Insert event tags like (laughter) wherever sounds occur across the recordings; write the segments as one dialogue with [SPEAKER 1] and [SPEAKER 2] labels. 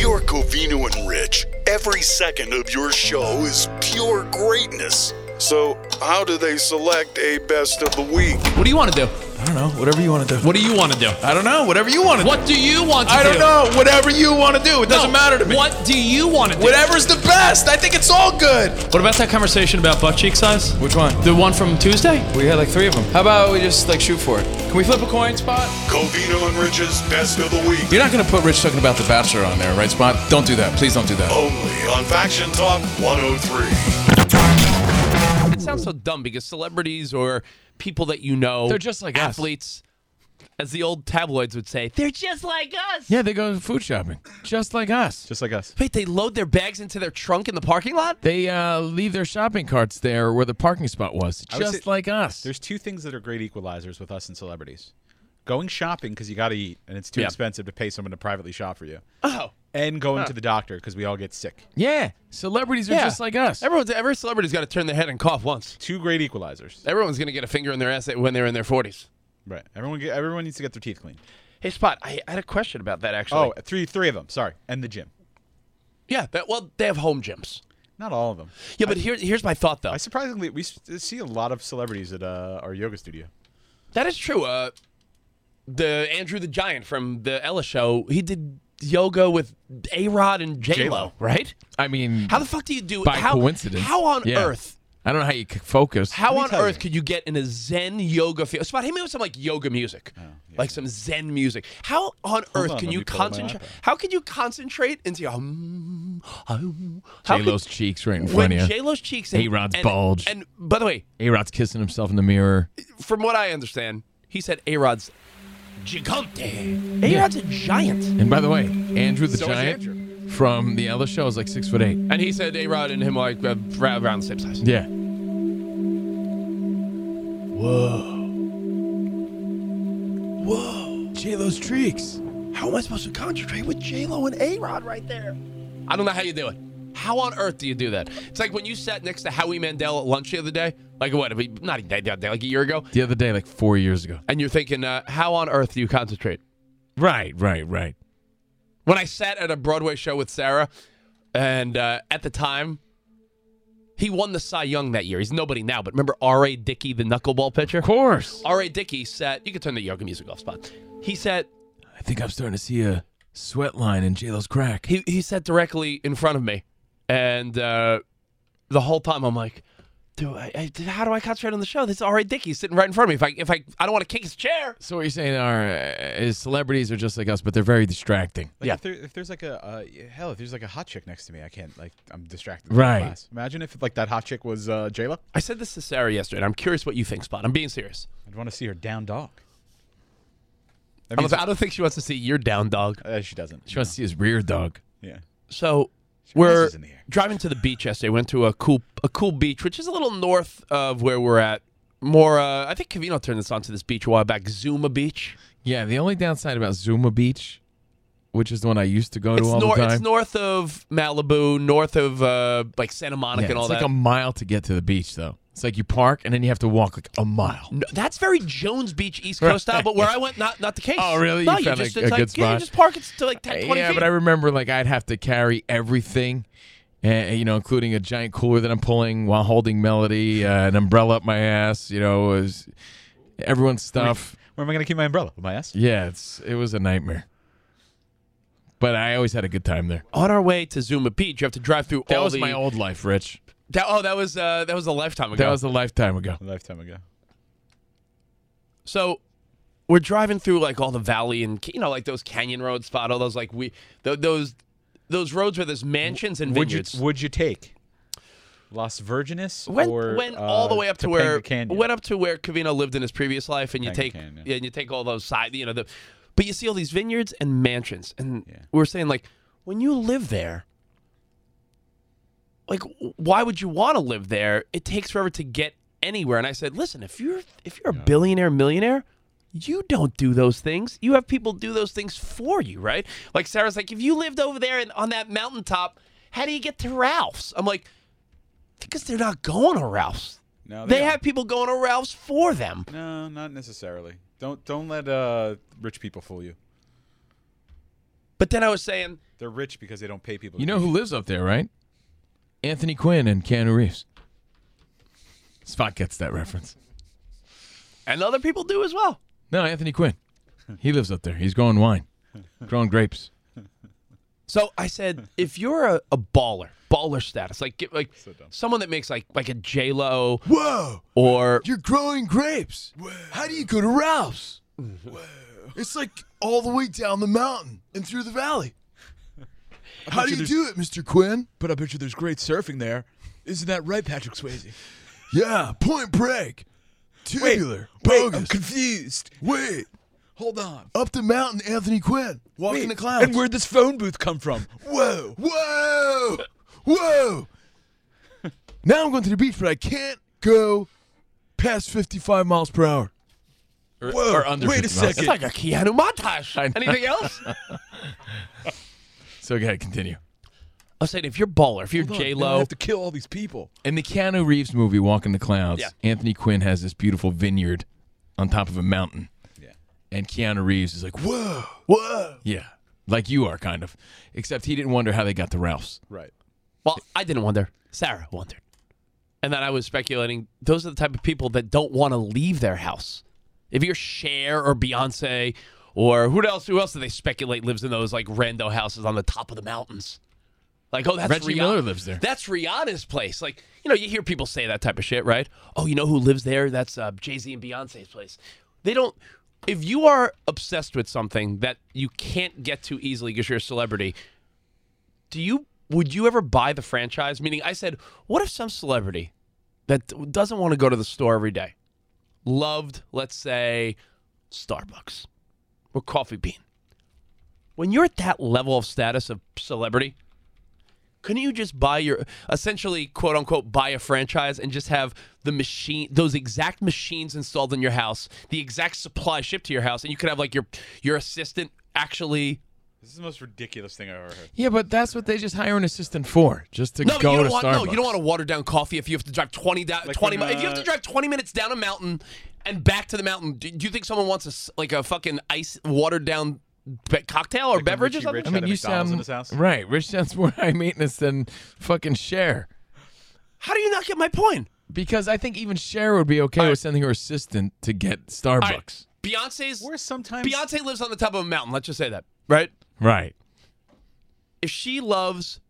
[SPEAKER 1] Covino and Rich. Every second of your show is pure greatness. So, how do they select a best of the week?
[SPEAKER 2] What do you want to do?
[SPEAKER 3] I don't know. Whatever you want to do.
[SPEAKER 2] What do you want to do?
[SPEAKER 3] I don't know. Whatever you want to do.
[SPEAKER 2] What do you want to
[SPEAKER 3] I
[SPEAKER 2] do?
[SPEAKER 3] don't know. Whatever you want to do. It doesn't
[SPEAKER 2] No,
[SPEAKER 3] matter to me.
[SPEAKER 2] What do you want to do?
[SPEAKER 3] Whatever's the best. I think it's all good.
[SPEAKER 2] What about that conversation about butt cheek size?
[SPEAKER 3] Which one?
[SPEAKER 2] The one from Tuesday?
[SPEAKER 3] We had like three of them. How about we just like shoot for it? Can we flip a coin spot?
[SPEAKER 1] Covino and Rich's best of the week.
[SPEAKER 3] You're not gonna put Rich talking about the Bachelor on there, right, Spot? Don't do that. Please don't do that.
[SPEAKER 1] Only on Faction Talk 103.
[SPEAKER 2] It sounds so dumb because celebrities or people that you know,
[SPEAKER 4] They're just like us.
[SPEAKER 2] athletes, as the old tabloids would say, they're just like us.
[SPEAKER 4] Yeah, they go food shopping, just like us.
[SPEAKER 5] Just like us.
[SPEAKER 2] Wait, they load their bags into their trunk in the parking lot?
[SPEAKER 4] They uh, leave their shopping carts there where the parking spot was,
[SPEAKER 5] would
[SPEAKER 4] just
[SPEAKER 5] say-
[SPEAKER 4] like us.
[SPEAKER 5] There's two things that are great equalizers with us and celebrities. Going shopping because you got to eat and it's too
[SPEAKER 4] Yeah.
[SPEAKER 5] expensive to pay someone to privately shop for you.
[SPEAKER 2] Oh.
[SPEAKER 5] And going to the doctor because we all get sick.
[SPEAKER 4] Yeah, celebrities are just like us.
[SPEAKER 2] Everyone's every celebrity's got to turn their head and cough once.
[SPEAKER 5] Two great equalizers.
[SPEAKER 2] Everyone's gonna get a finger in their ass when they're in their forties.
[SPEAKER 5] Right. Everyone get, everyone needs to get their teeth cleaned.
[SPEAKER 2] Hey, Spot, I, I had a question about that actually.
[SPEAKER 5] Oh, three three of them. Sorry. And the gym.
[SPEAKER 2] yeah. That, well, they have home gyms.
[SPEAKER 5] Not all of them.
[SPEAKER 2] Yeah, but here, here's my thought though.
[SPEAKER 5] I surprisingly we s- see a lot of celebrities at uh, our yoga studio.
[SPEAKER 2] That is true. Uh, the Andrew the Giant from the Ella Show, he did yoga with A Rod and J Lo,
[SPEAKER 5] J-Lo.
[SPEAKER 2] right?
[SPEAKER 4] I mean,
[SPEAKER 2] How the fuck do you do?
[SPEAKER 4] by
[SPEAKER 2] how,
[SPEAKER 4] coincidence?
[SPEAKER 2] How on
[SPEAKER 4] Yeah.
[SPEAKER 2] earth?
[SPEAKER 4] I don't know how you c- focus.
[SPEAKER 2] How
[SPEAKER 5] me
[SPEAKER 2] on
[SPEAKER 5] tell
[SPEAKER 2] earth
[SPEAKER 5] you.
[SPEAKER 2] could you get in a Zen yoga field? Spot, hit me with some like yoga music, like some Zen music. How Oh, on earth
[SPEAKER 5] on,
[SPEAKER 2] can
[SPEAKER 5] let
[SPEAKER 2] you
[SPEAKER 5] me pull up my
[SPEAKER 2] concentrate?
[SPEAKER 5] iPad.
[SPEAKER 2] How could you concentrate into um, um, how
[SPEAKER 4] J
[SPEAKER 2] could-
[SPEAKER 4] Lo's cheeks right in
[SPEAKER 2] when
[SPEAKER 4] front of you.
[SPEAKER 2] J Lo's cheeks and
[SPEAKER 4] A-Rod's
[SPEAKER 2] and-
[SPEAKER 4] bulge.
[SPEAKER 2] And by the way,
[SPEAKER 4] A Rod's kissing himself in the mirror.
[SPEAKER 2] from what I understand, he said A Rod's gigante. A Rod's a giant.
[SPEAKER 4] And by the way, Andrew the
[SPEAKER 2] So is
[SPEAKER 4] Giant from the Ella Show is like six foot eight.
[SPEAKER 2] And he said A Rod and him like uh, ra- around the same size.
[SPEAKER 4] Yeah.
[SPEAKER 2] Whoa.
[SPEAKER 4] J Lo's cheeks.
[SPEAKER 2] How am I supposed to concentrate with J Lo and A Rod right there? I don't know how you do it. How on earth do you do that? It's like when you sat next to Howie Mandel at lunch the other day, like what? I mean, Not the other day, like a year ago,
[SPEAKER 4] The other day, like four years ago.
[SPEAKER 2] and you're thinking, uh, how on earth do you concentrate?
[SPEAKER 4] Right, right, right.
[SPEAKER 2] When I sat at a Broadway show with Sarah, and uh, at the time, he won the Cy Young that year. He's nobody now, but remember R.A. Dickey, the knuckleball pitcher?
[SPEAKER 4] Of course.
[SPEAKER 2] R.A. Dickey sat, you can turn the yoga music off spot. He sat,
[SPEAKER 4] I think I'm starting to see a sweat line in J Lo's crack.
[SPEAKER 2] he, he sat directly in front of me. And uh, the whole time I'm like, do I, I, how do I concentrate on the show? This is R.A. Dickey sitting right in front of me. If I, if I, I don't want to kick his chair.
[SPEAKER 4] So what you're saying are uh, is celebrities are just like us, but they're very distracting.
[SPEAKER 5] Like
[SPEAKER 2] Yeah.
[SPEAKER 5] If, there, if there's like a uh, yeah, hell, if there's like a hot chick next to me, I can't like I'm distracted. from
[SPEAKER 4] Right.
[SPEAKER 5] class. Imagine if like that hot chick was uh, Jayla.
[SPEAKER 2] I said this to Sarah yesterday, and I'm curious what you think, Spot. I'm being serious.
[SPEAKER 5] I'd want to see her down dog.
[SPEAKER 2] I
[SPEAKER 5] That
[SPEAKER 2] don't,
[SPEAKER 5] means,
[SPEAKER 2] th- I don't think she wants to see your down dog.
[SPEAKER 5] uh, she doesn't.
[SPEAKER 4] She wants to see his rear dog.
[SPEAKER 5] Yeah.
[SPEAKER 2] So we're
[SPEAKER 5] is in the air.
[SPEAKER 2] driving to the beach yesterday. Went to a cool a cool beach, which is a little north of where we're at. More, uh, I think Cavino turned this on to this beach a while back, Zuma Beach.
[SPEAKER 4] Yeah, the only downside about Zuma Beach, which is the one I used to go to
[SPEAKER 2] It's,
[SPEAKER 4] all
[SPEAKER 2] nor-
[SPEAKER 4] the time.
[SPEAKER 2] it's north of Malibu, north of uh, like Santa
[SPEAKER 4] Yeah,
[SPEAKER 2] Monica
[SPEAKER 4] it's
[SPEAKER 2] and all
[SPEAKER 4] like
[SPEAKER 2] that.
[SPEAKER 4] a mile to get to the beach, though. It's like you park and then you have to walk like a mile.
[SPEAKER 2] No, that's very Jones Beach East Coast style, but where I went, not not the case.
[SPEAKER 4] Oh, really?
[SPEAKER 2] No,
[SPEAKER 4] You
[SPEAKER 2] you,
[SPEAKER 4] found a-
[SPEAKER 2] just
[SPEAKER 4] a
[SPEAKER 2] it's like,
[SPEAKER 4] good
[SPEAKER 2] Yeah, you
[SPEAKER 4] spot?
[SPEAKER 2] just park it to like 10, 20
[SPEAKER 4] yeah,
[SPEAKER 2] feet.
[SPEAKER 4] but I remember like I'd have to carry everything, uh, you know, including a giant cooler that I'm pulling while holding Melody, uh, an umbrella up my ass, you know, it was everyone's stuff.
[SPEAKER 5] Where am I gonna keep my umbrella? With my ass?
[SPEAKER 4] Yeah, it's it was a nightmare. But I always had a good time there.
[SPEAKER 2] On our way to Zuma Beach, you have to drive through
[SPEAKER 4] That
[SPEAKER 2] all
[SPEAKER 4] was
[SPEAKER 2] the.
[SPEAKER 4] my old life, Rich.
[SPEAKER 2] that, oh, that was uh, that was a lifetime ago.
[SPEAKER 4] That was a lifetime ago.
[SPEAKER 5] A lifetime ago.
[SPEAKER 2] So we're driving through like all the valley and you know like those canyon road spot, all those like we th- those those roads where there's mansions and
[SPEAKER 5] Would you
[SPEAKER 2] vineyards.
[SPEAKER 5] Would you take Las Virgenes
[SPEAKER 2] went
[SPEAKER 5] or
[SPEAKER 2] went
[SPEAKER 5] uh,
[SPEAKER 2] all the way up to
[SPEAKER 5] Topanga
[SPEAKER 2] where
[SPEAKER 5] Canyon?
[SPEAKER 2] went up to where Cavino lived in his previous life, and you
[SPEAKER 5] Topanga
[SPEAKER 2] take
[SPEAKER 5] Canyon, yeah.
[SPEAKER 2] yeah, and you take all those side you know the, but you see all these vineyards and mansions, and
[SPEAKER 5] Yeah.
[SPEAKER 2] we're saying like when you live there. Like, w- why would you want to live there? It takes forever to get anywhere. And I said, listen, if you're if you're a billionaire millionaire, you don't do those things. You have people do those things for you, right? Like Sarah's like, if you lived over there and on that mountaintop, how do you get to Ralph's? I'm like, because they're not going to Ralph's.
[SPEAKER 6] Oh,
[SPEAKER 5] No,
[SPEAKER 2] They
[SPEAKER 5] don't.
[SPEAKER 2] have people going to Ralph's for them.
[SPEAKER 5] No, not necessarily. Don't don't let uh, rich people fool you.
[SPEAKER 2] But But then I was saying,
[SPEAKER 5] They're rich because they don't pay people.
[SPEAKER 4] You
[SPEAKER 5] to
[SPEAKER 4] know
[SPEAKER 5] be-
[SPEAKER 4] who lives up there, right? Anthony Quinn and Keanu Reeves. Spot gets that reference.
[SPEAKER 2] and other people do as well.
[SPEAKER 4] No, Anthony Quinn. He lives up there. He's growing wine, growing grapes.
[SPEAKER 2] So
[SPEAKER 6] (laughs)
[SPEAKER 2] I said, if you're a, a baller, baller status, like get, like someone that makes like like a J Lo
[SPEAKER 4] Whoa!
[SPEAKER 2] or
[SPEAKER 4] You're growing grapes. How do you go to Ralph's? It's like all the way down the mountain and through the valley. How do you do it, Mr. Quinn?
[SPEAKER 6] But I bet you there's great surfing there. Isn't that right, Patrick Swayze?
[SPEAKER 4] Yeah, point break. Tubular.
[SPEAKER 6] Wait, I'm confused.
[SPEAKER 4] Wait.
[SPEAKER 6] Hold on.
[SPEAKER 4] Up the mountain, Anthony Quinn. Walking the clouds.
[SPEAKER 6] And where'd this phone booth come from?
[SPEAKER 4] Whoa! Whoa! (laughs) Whoa! now I'm going to the beach, but I can't go past 55 miles per hour. Or, Whoa!
[SPEAKER 6] Wait a
[SPEAKER 2] it's
[SPEAKER 6] second.
[SPEAKER 2] like a Keanu montage.
[SPEAKER 6] (laughs)
[SPEAKER 2] Anything else? I
[SPEAKER 4] So go ahead, continue.
[SPEAKER 2] was saying, if you're baller, if you're
[SPEAKER 6] Hold on.
[SPEAKER 2] J
[SPEAKER 6] Now I
[SPEAKER 2] Lo,
[SPEAKER 6] have to kill all these people.
[SPEAKER 4] In the Keanu Reeves movie Walking the Clouds,
[SPEAKER 2] Yeah.
[SPEAKER 4] Anthony Quinn has this beautiful vineyard on top of a mountain.
[SPEAKER 5] Yeah.
[SPEAKER 4] And Keanu Reeves is like, whoa, whoa. Yeah. Like you are, kind of. Except he didn't wonder how they got to Ralph's.
[SPEAKER 5] Right.
[SPEAKER 2] well, I didn't wonder. Sarah wondered, and then I was speculating. Those are the type of people that don't want to leave their house. If you're Cher or Beyonce or who else? Who else do they speculate lives in those like rando houses on the top of the mountains? Like, oh, that's
[SPEAKER 4] Reggie
[SPEAKER 2] Rihanna.
[SPEAKER 4] Miller lives there.
[SPEAKER 2] That's Rihanna's place. Like, you know, you hear people say that type of shit, right? Oh, you know who lives there? That's uh, Jay Z and Beyonce's place. They don't. If you are obsessed with something that you can't get to easily because you're a celebrity, do you? Would you ever buy the franchise? Meaning, I said, what if some celebrity that doesn't want to go to the store every day loved, let's say, Starbucks or Coffee Bean? When you're at that level of status of celebrity, couldn't you just buy your essentially quote unquote buy a franchise and just have the machine those exact machines installed in your house the exact supply shipped to your house and you could have like your your assistant actually
[SPEAKER 5] This is the most ridiculous thing I've ever heard.
[SPEAKER 4] Yeah, but that's what they just hire an assistant for, just to
[SPEAKER 2] no, but
[SPEAKER 4] go
[SPEAKER 2] you
[SPEAKER 4] to
[SPEAKER 2] don't want, no,
[SPEAKER 4] Starbucks.
[SPEAKER 2] you don't want to water down coffee if you have to drive 20 down, 20
[SPEAKER 5] when,
[SPEAKER 2] mi- if you have to
[SPEAKER 5] uh,
[SPEAKER 2] drive 20 minutes down a mountain and back to the mountain. Do, do you think someone wants a s like a fucking ice watered down be- cocktail or
[SPEAKER 5] when
[SPEAKER 2] beverage or
[SPEAKER 5] Richie
[SPEAKER 2] something?
[SPEAKER 5] Rich- had a McDonald's in his house.
[SPEAKER 4] right. Rich sounds (laughs) more high maintenance than fucking Cher,
[SPEAKER 2] How do you not get my point?
[SPEAKER 4] because I think even Cher would be okay with sending her assistant to get Starbucks.
[SPEAKER 2] All right, Beyonce's
[SPEAKER 5] Or sometimes
[SPEAKER 2] Beyonce lives on the top of a mountain. Let's just say that, right?
[SPEAKER 4] Right.
[SPEAKER 2] if she loves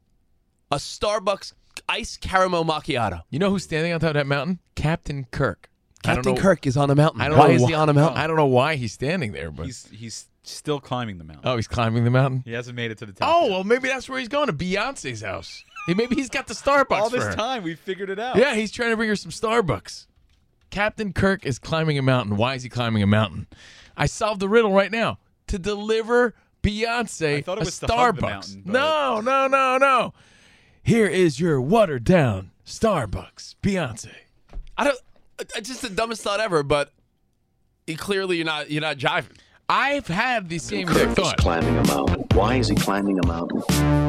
[SPEAKER 2] a Starbucks iced caramel macchiato.
[SPEAKER 4] You know who's standing on top of that mountain? Captain Kirk. I don't know-
[SPEAKER 2] Kirk is on a mountain.
[SPEAKER 4] I don't know I don't know why he's standing there, but
[SPEAKER 5] he's he's still climbing the mountain.
[SPEAKER 4] oh, he's climbing the mountain.
[SPEAKER 5] He hasn't made it to the top.
[SPEAKER 4] Oh
[SPEAKER 5] yet.
[SPEAKER 4] well, maybe that's where he's going to Beyonce's house. Hey, Maybe he's got the Starbucks
[SPEAKER 5] all
[SPEAKER 4] for her.
[SPEAKER 5] this time we figured it out.
[SPEAKER 4] Yeah, he's trying to bring her some Starbucks. Captain Kirk is climbing a mountain. Why is he climbing a mountain? I solved the riddle right now. To deliver Beyonce
[SPEAKER 5] I thought it
[SPEAKER 4] a
[SPEAKER 5] was to hug
[SPEAKER 4] Starbucks.
[SPEAKER 5] the mountain, but-
[SPEAKER 4] no, no, no, no. Here is your watered down Starbucks, Beyonce.
[SPEAKER 2] I don't. It's just the dumbest thought ever. But you- clearly, you're not. You're not jiving.
[SPEAKER 4] I've had the same
[SPEAKER 7] Kirk is
[SPEAKER 4] thought.
[SPEAKER 7] climbing a mountain. Why is he climbing a mountain?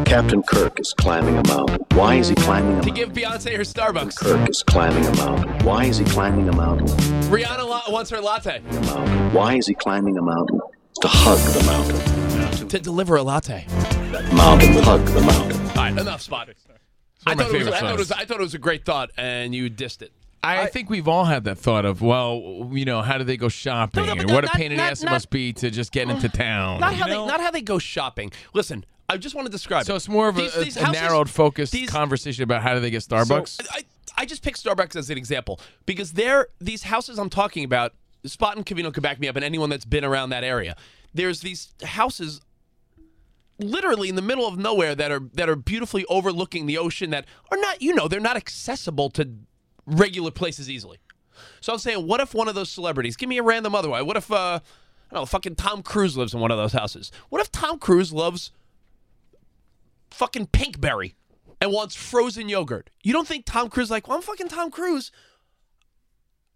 [SPEAKER 7] Captain Kirk is climbing a mountain. Why is he climbing a
[SPEAKER 2] To
[SPEAKER 7] mountain?
[SPEAKER 2] give Beyonce her Starbucks.
[SPEAKER 7] Kirk is climbing a mountain. Why is he climbing a mountain?
[SPEAKER 2] Rihanna la- wants her latte.
[SPEAKER 7] A mountain. Why is he climbing a mountain? To hug the mountain.
[SPEAKER 2] To deliver a latte.
[SPEAKER 7] Mountain hug the mountain.
[SPEAKER 2] All right, enough spot. I
[SPEAKER 4] one of my
[SPEAKER 2] thought, it was,
[SPEAKER 4] favorite
[SPEAKER 2] I, thought it
[SPEAKER 4] songs.
[SPEAKER 2] was, I thought it was a great thought, and you dissed it.
[SPEAKER 4] I, think we've all had that thought of, well, you know, how do they go shopping?
[SPEAKER 2] No, no, but
[SPEAKER 4] and
[SPEAKER 2] no,
[SPEAKER 4] what
[SPEAKER 2] not-
[SPEAKER 4] a pain in the
[SPEAKER 2] not-
[SPEAKER 4] ass
[SPEAKER 2] not-
[SPEAKER 4] it must be to just get into town.
[SPEAKER 2] (sighs) Not how
[SPEAKER 5] know-
[SPEAKER 2] they not how they go shopping. Listen, I just want to describe.
[SPEAKER 4] so
[SPEAKER 2] it.
[SPEAKER 4] it's more of a,
[SPEAKER 2] These-
[SPEAKER 4] a-
[SPEAKER 2] these
[SPEAKER 4] a
[SPEAKER 2] houses-
[SPEAKER 4] narrowed, focused
[SPEAKER 2] these-
[SPEAKER 4] conversation about how do they get Starbucks.
[SPEAKER 2] I, I just picked Starbucks as an example because they're these houses I'm talking about. Spot and Covino can back me up, and anyone that's been around that area. There's these houses, literally in the middle of nowhere, that are that are beautifully overlooking the ocean. That are not, you know, they're not accessible to regular places easily. So I'm saying, what if one of those celebrities? Give me a random other one. What if, uh, I don't know, fucking Tom Cruise lives in one of those houses? What if Tom Cruise loves fucking Pinkberry and wants frozen yogurt. You don't think Tom Cruise is like, well, I'm fucking Tom Cruise.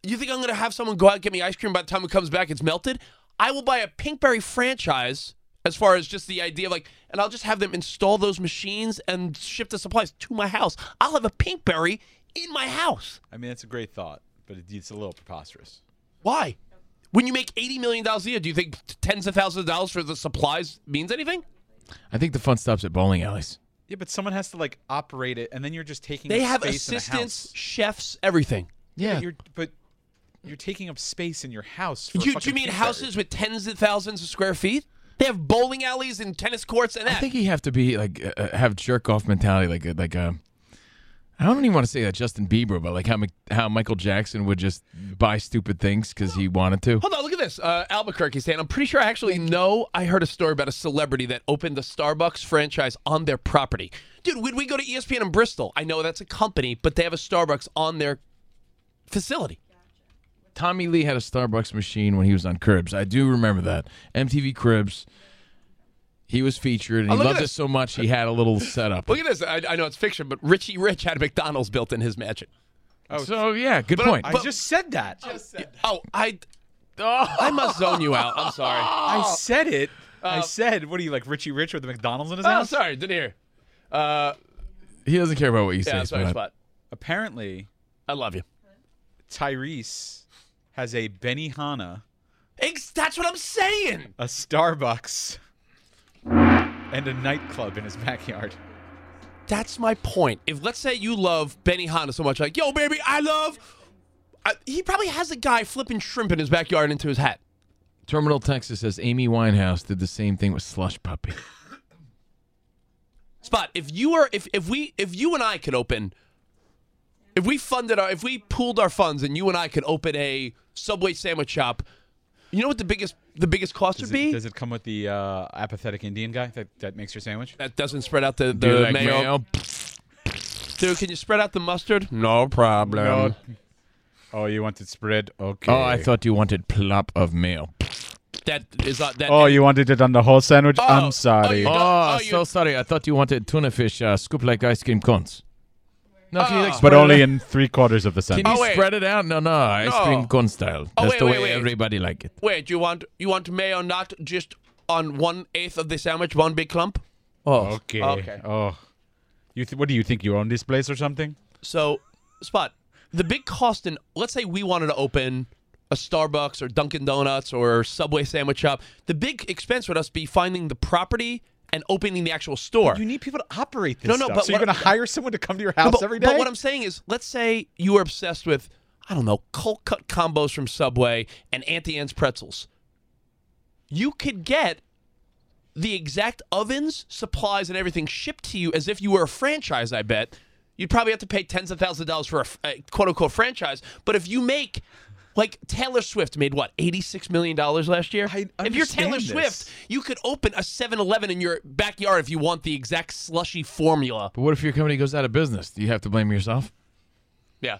[SPEAKER 2] You think I'm gonna have someone go out and get me ice cream by the time it comes back, it's melted? I will buy a Pinkberry franchise as far as just the idea of like, and I'll just have them install those machines and ship the supplies to my house. I'll have a Pinkberry in my house.
[SPEAKER 5] I mean, it's a great thought, but it- it's a little preposterous.
[SPEAKER 2] Why? When you make $80 million a year, do you think tens of thousands of dollars for the supplies means anything?
[SPEAKER 4] I think the fun stops at bowling alleys.
[SPEAKER 5] Yeah, but someone has to like operate it, and then you're just taking.
[SPEAKER 2] They
[SPEAKER 5] up
[SPEAKER 2] have
[SPEAKER 5] space
[SPEAKER 2] assistants, chefs, everything.
[SPEAKER 5] In a house.
[SPEAKER 4] Yeah,
[SPEAKER 5] But you're, but you're taking up space in your house. For a
[SPEAKER 2] You, do
[SPEAKER 5] fucking
[SPEAKER 2] you mean
[SPEAKER 5] pizza.
[SPEAKER 2] houses with tens of thousands of square feet? They have bowling alleys and tennis courts and that.
[SPEAKER 4] I think you have to be like uh, uh, have jerk off mentality, like a- like um, I don't even want to say that Justin Bieber, but like how Mc- how Michael Jackson would just buy stupid things because he wanted to.
[SPEAKER 2] Hold on, look at this. Uh, Albuquerque saying, I'm pretty sure I actually know I heard a story about a celebrity that opened the Starbucks franchise on their property. Dude, would we go to E ESPN in Bristol? I know that's a company, but they have a Starbucks on their facility.
[SPEAKER 4] Tommy Lee had a Starbucks machine when he was on Cribs. I do remember that MTV Cribs. He was featured, and
[SPEAKER 2] Oh,
[SPEAKER 4] he
[SPEAKER 2] look at
[SPEAKER 4] loved it
[SPEAKER 2] this.
[SPEAKER 4] so much he had a little setup.
[SPEAKER 2] Look at this. I, I know it's fiction, but Richie Rich had a McDonald's built in his mansion.
[SPEAKER 4] so yeah, good point.
[SPEAKER 5] I just said that.
[SPEAKER 2] Oh, I.
[SPEAKER 4] Oh,
[SPEAKER 2] I must zone you out. I'm sorry.
[SPEAKER 4] (laughs)
[SPEAKER 5] I said it. I said, what are you like, Richie Rich with the McDonald's in his
[SPEAKER 2] Oh,
[SPEAKER 5] house?
[SPEAKER 2] sorry. Didn't hear. Uh,
[SPEAKER 4] he doesn't care about what you
[SPEAKER 2] yeah,
[SPEAKER 4] say.
[SPEAKER 2] sorry,
[SPEAKER 4] Spot.
[SPEAKER 2] Spot.
[SPEAKER 5] Apparently,
[SPEAKER 2] I love you.
[SPEAKER 5] Tyrese has a Benihana,
[SPEAKER 2] Ex- that's what I'm saying.
[SPEAKER 5] a Starbucks, and a nightclub in his backyard.
[SPEAKER 2] That's my point. If let's say you love Benny Hanna so much, like, yo, baby, I love. I, he probably has a guy flipping shrimp in his backyard into his hat.
[SPEAKER 4] Terminal Texas says Amy Winehouse did the same thing with Slush Puppy.
[SPEAKER 2] Spot. If you were, if if we, if you and I could open, if we funded our, if we pooled our funds, and you and I could open a Subway sandwich shop, you know what the biggest the biggest cost
[SPEAKER 5] Does
[SPEAKER 2] would be?
[SPEAKER 5] it, does it come with the uh, apathetic Indian guy that, that makes your sandwich?
[SPEAKER 2] that doesn't spread out the, the
[SPEAKER 4] Do you like
[SPEAKER 2] mayo.
[SPEAKER 4] mayo?
[SPEAKER 2] Dude, can you spread out the mustard? No problem.
[SPEAKER 5] Oh, you want it spread? Okay.
[SPEAKER 4] Oh, I thought you wanted plop of mayo.
[SPEAKER 2] That is uh, that.
[SPEAKER 5] Oh, you wanted it on the whole sandwich?
[SPEAKER 2] Oh, oh,
[SPEAKER 5] I'm sorry.
[SPEAKER 2] you-
[SPEAKER 4] Oh,
[SPEAKER 2] Oh,
[SPEAKER 4] so sorry. I thought you wanted tuna fish uh, scooped like ice cream cones. No, can you like
[SPEAKER 2] Ah.
[SPEAKER 4] spread
[SPEAKER 5] but
[SPEAKER 4] it
[SPEAKER 5] only
[SPEAKER 4] out?
[SPEAKER 5] in three quarters of the sandwich.
[SPEAKER 4] Can you
[SPEAKER 2] Oh, wait.
[SPEAKER 4] spread it out? No, no, ice
[SPEAKER 2] No.
[SPEAKER 4] cream cone style.
[SPEAKER 2] Oh,
[SPEAKER 4] That's
[SPEAKER 2] wait,
[SPEAKER 4] the
[SPEAKER 2] wait,
[SPEAKER 4] way
[SPEAKER 2] wait.
[SPEAKER 4] everybody like it.
[SPEAKER 2] Wait, you want you want mayo not just on one eighth of the sandwich, one big clump? Oh,
[SPEAKER 5] Okay.
[SPEAKER 2] Okay.
[SPEAKER 5] Oh. You th- what do you think? You own this place or something?
[SPEAKER 2] So, spot the big cost in. Let's say we wanted to open a Starbucks or Dunkin' Donuts or Subway sandwich shop. The big expense would us be finding the property and opening the actual store.
[SPEAKER 5] You need people to operate this
[SPEAKER 2] No, no,
[SPEAKER 5] stuff.
[SPEAKER 2] but
[SPEAKER 5] so you're
[SPEAKER 2] what-
[SPEAKER 5] going to hire someone to come to your
[SPEAKER 2] No,
[SPEAKER 5] house
[SPEAKER 2] but,
[SPEAKER 5] every day?
[SPEAKER 2] but what I'm saying is, let's say you were obsessed with, I don't know, cold cut combos from Subway and Auntie Anne's pretzels. You could get the exact ovens, supplies, and everything shipped to you as if you were a franchise. I bet you'd probably have to pay tens of thousands of dollars for a, f- a quote unquote franchise. But if you make like Taylor Swift made what eighty six million dollars last year.
[SPEAKER 5] I
[SPEAKER 2] if you're Taylor
[SPEAKER 5] understand this.
[SPEAKER 2] Swift, you could open a 7-Eleven in your backyard if you want the exact slushy formula.
[SPEAKER 4] But what if your company goes out of business? Do you have to blame yourself?
[SPEAKER 2] Yeah.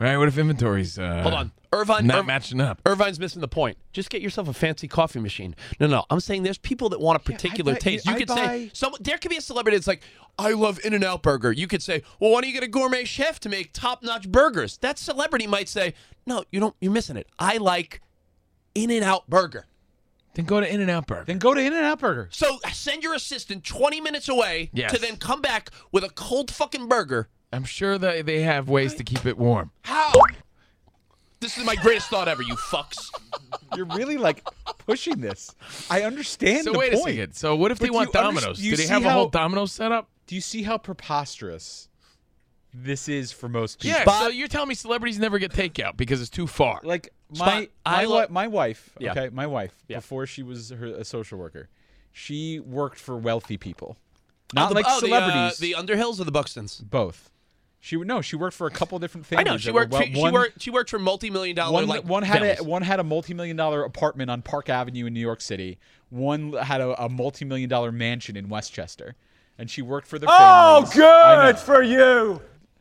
[SPEAKER 4] Right? What if inventory's uh,
[SPEAKER 2] Hold on. Irvine,
[SPEAKER 4] not
[SPEAKER 2] Irv-
[SPEAKER 4] matching up?
[SPEAKER 2] Irvine's missing the point. Just get yourself a fancy coffee machine. No, no. I'm saying there's people that want a particular
[SPEAKER 5] buy-
[SPEAKER 2] taste. You
[SPEAKER 5] I
[SPEAKER 2] could
[SPEAKER 5] buy-
[SPEAKER 2] say some there could be a celebrity that's like, I love In N Out Burger. You could say, Well, why don't you get a gourmet chef to make top notch burgers? That celebrity might say, No, you don't you're missing it. I like In N Out Burger.
[SPEAKER 4] Then go to In and Out Burger.
[SPEAKER 5] then go to In and Out Burger.
[SPEAKER 2] So send your assistant 20 minutes away
[SPEAKER 4] Yes.
[SPEAKER 2] to then come back with a cold fucking burger.
[SPEAKER 4] I'm sure that they have ways to keep it warm.
[SPEAKER 2] How? This is my greatest thought ever, you fucks.
[SPEAKER 5] You're really (laughs) like pushing this. I understand
[SPEAKER 4] So
[SPEAKER 5] the
[SPEAKER 4] wait
[SPEAKER 5] point.
[SPEAKER 4] a second. So what if
[SPEAKER 5] But
[SPEAKER 4] they want
[SPEAKER 5] you under-
[SPEAKER 4] Domino's?
[SPEAKER 5] you
[SPEAKER 4] Do they
[SPEAKER 5] see
[SPEAKER 4] have a whole
[SPEAKER 5] how-
[SPEAKER 4] Domino's setup?
[SPEAKER 5] Do you see how preposterous this is for most people?
[SPEAKER 4] Yeah. so you're telling me celebrities never get takeout because it's too far?
[SPEAKER 5] Like my
[SPEAKER 2] Spot-
[SPEAKER 5] my,
[SPEAKER 2] I
[SPEAKER 5] wi-
[SPEAKER 2] lo-
[SPEAKER 5] my wife,
[SPEAKER 2] Yeah.
[SPEAKER 5] okay, my wife before she was her, a social worker, she worked for wealthy people. Not
[SPEAKER 2] The-
[SPEAKER 5] like
[SPEAKER 2] oh, the, uh,
[SPEAKER 5] celebrities.
[SPEAKER 2] The, Underhills or the Buxtons?
[SPEAKER 5] both. She w- no, she worked for a couple different
[SPEAKER 2] I
[SPEAKER 5] families.
[SPEAKER 2] know she
[SPEAKER 5] that were
[SPEAKER 2] worked.
[SPEAKER 5] well-
[SPEAKER 2] she,
[SPEAKER 5] one-
[SPEAKER 2] worked. She worked for multi-million dollar
[SPEAKER 5] One,
[SPEAKER 2] like
[SPEAKER 5] one had a,
[SPEAKER 2] families.
[SPEAKER 5] one had a multi-million dollar apartment on Park Avenue in New York City. One had a, a multi-million dollar mansion in Westchester, and she worked for the. Oh, good for you.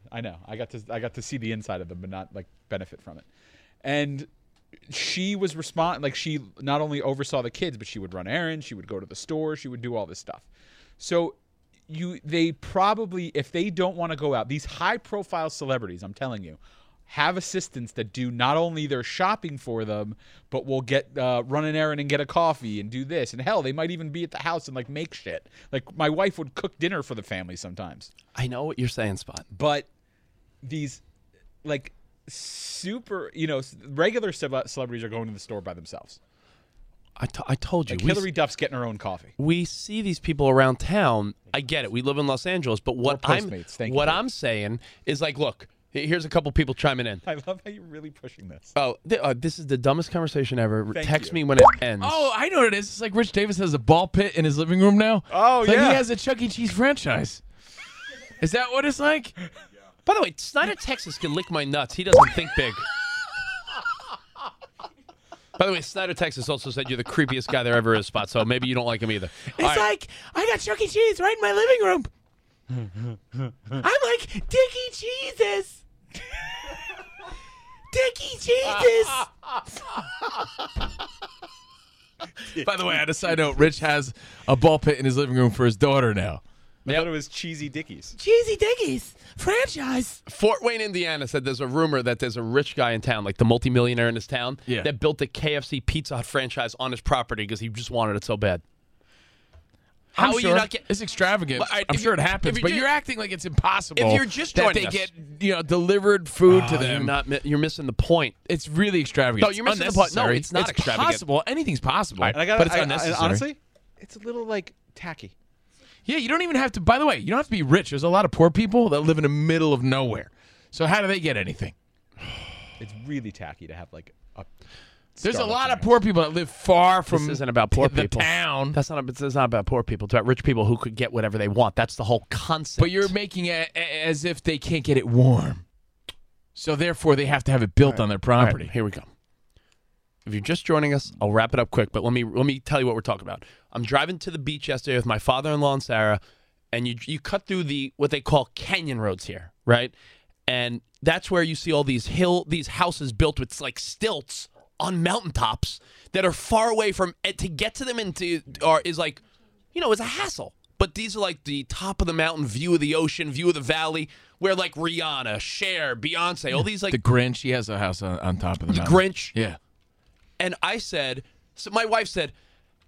[SPEAKER 5] I know. I got to I got to see the inside of them, but not like benefit from it. And she was respond like she not only oversaw the kids, but she would run errands, she would go to the store, she would do all this stuff. So you they probably if they don't want to go out, these high profile celebrities, I'm telling you, have assistants that do not only their shopping for them, but will get uh, run an errand and get a coffee and do this. And hell, they might even be at the house and like make shit. Like my wife would cook dinner for the family sometimes
[SPEAKER 2] I know what you're saying, Spot.
[SPEAKER 5] but these like super you know s- regular ce- celebrities are going to the store by themselves
[SPEAKER 2] I, t- I told you.
[SPEAKER 5] Like
[SPEAKER 2] we s-
[SPEAKER 5] Hillary Duff's getting her own coffee. (laughs)
[SPEAKER 2] we see these people around town. I get it. We live in Los Angeles, but what
[SPEAKER 5] We're
[SPEAKER 2] I'm
[SPEAKER 5] Postmates, thank you.
[SPEAKER 2] what I'm saying is like, look, he- here's a couple people chiming in.
[SPEAKER 5] I love how you're really pushing this.
[SPEAKER 2] Oh, th- uh, this is the dumbest conversation ever.
[SPEAKER 5] Thank
[SPEAKER 2] Text
[SPEAKER 5] you. uh,
[SPEAKER 2] me when it ends.
[SPEAKER 4] Oh, I know what it is. It's like Rich Davis has a ball pit in his living room now.
[SPEAKER 5] Oh,
[SPEAKER 4] It's like
[SPEAKER 5] yeah.
[SPEAKER 4] he has a Chuck E. Cheese franchise. Is that what it's (laughs) like?
[SPEAKER 2] By the way, Snyder Texas can lick my nuts. He doesn't think
[SPEAKER 5] (laughs)
[SPEAKER 2] big. By the way, Snyder Texas also said you're the creepiest guy there ever is, Spot. So maybe you don't like him either. All
[SPEAKER 4] It's
[SPEAKER 2] right.
[SPEAKER 4] like I got Chuck E. Cheese right in my living room. (laughs) I'm like Dickie (laughs) Jesus. Dickie (laughs) Jesus. By the way, on a side note, Rich has a ball pit in his living room for his daughter now.
[SPEAKER 5] I thought it was cheesy Dickies.
[SPEAKER 4] Cheesy Dickies franchise.
[SPEAKER 2] Fort Wayne, Indiana said there's a rumor that there's a rich guy in town, like the multimillionaire in his town,
[SPEAKER 4] Yeah.
[SPEAKER 2] that built a KFC Pizza Hut franchise on his property because he just wanted it so bad. How
[SPEAKER 4] I'm
[SPEAKER 2] are
[SPEAKER 4] sure
[SPEAKER 2] you not get?
[SPEAKER 4] It's extravagant.
[SPEAKER 2] But, all right,
[SPEAKER 4] I'm
[SPEAKER 2] if
[SPEAKER 4] sure it
[SPEAKER 2] you-
[SPEAKER 4] happens,
[SPEAKER 2] if you
[SPEAKER 4] but
[SPEAKER 2] ju-
[SPEAKER 4] you're acting like it's impossible.
[SPEAKER 2] If you're just
[SPEAKER 4] that
[SPEAKER 2] joining
[SPEAKER 4] they
[SPEAKER 2] us.
[SPEAKER 4] get you know Uh, delivered food to
[SPEAKER 2] Oh,
[SPEAKER 4] them.
[SPEAKER 2] You're, not, mi- you're missing the point.
[SPEAKER 4] it's really extravagant.
[SPEAKER 2] No, you're
[SPEAKER 4] It's
[SPEAKER 2] missing the point. No,
[SPEAKER 4] unnecessary.
[SPEAKER 2] it's not
[SPEAKER 4] it's
[SPEAKER 2] extravagant.
[SPEAKER 4] possible. Anything's possible.
[SPEAKER 5] And I got
[SPEAKER 4] but it's
[SPEAKER 5] I,
[SPEAKER 4] unnecessary.
[SPEAKER 5] I, honestly, it's a little like tacky.
[SPEAKER 4] yeah, you don't even have to. By the way, you don't have to be rich. There's a lot of poor people that live in the middle of nowhere. So how do they get anything?
[SPEAKER 5] It's really tacky to have like a.
[SPEAKER 4] There's a
[SPEAKER 5] Starbucks
[SPEAKER 4] lot of
[SPEAKER 5] around.
[SPEAKER 4] poor people that live far from.
[SPEAKER 2] This isn't about poor
[SPEAKER 4] the
[SPEAKER 2] people.
[SPEAKER 4] town.
[SPEAKER 2] That's not. It's not about poor people. It's about rich people who could get whatever they want. That's the whole concept.
[SPEAKER 4] but you're making it a- as if they can't get it warm. So therefore, they have to have it built on their
[SPEAKER 2] All right,
[SPEAKER 4] property.
[SPEAKER 2] here we go. If you're just joining us, I'll wrap it up quick, but let me let me tell you what we're talking about. I'm driving to the beach yesterday with my father-in-law and Sarah, and you you cut through the what they call canyon roads here, right? And that's where you see all these hill these houses built with like stilts on mountaintops that are far away from and to get to them into are is like you know, it's a hassle. But these are like the top of the mountain view of the ocean, view of the valley, where like Rihanna, Cher, Beyonce, all these like
[SPEAKER 4] The Grinch, he has a house on, on top of the,
[SPEAKER 2] the
[SPEAKER 4] mountain.
[SPEAKER 2] Grinch.
[SPEAKER 4] Yeah.
[SPEAKER 2] And I said, so my wife said,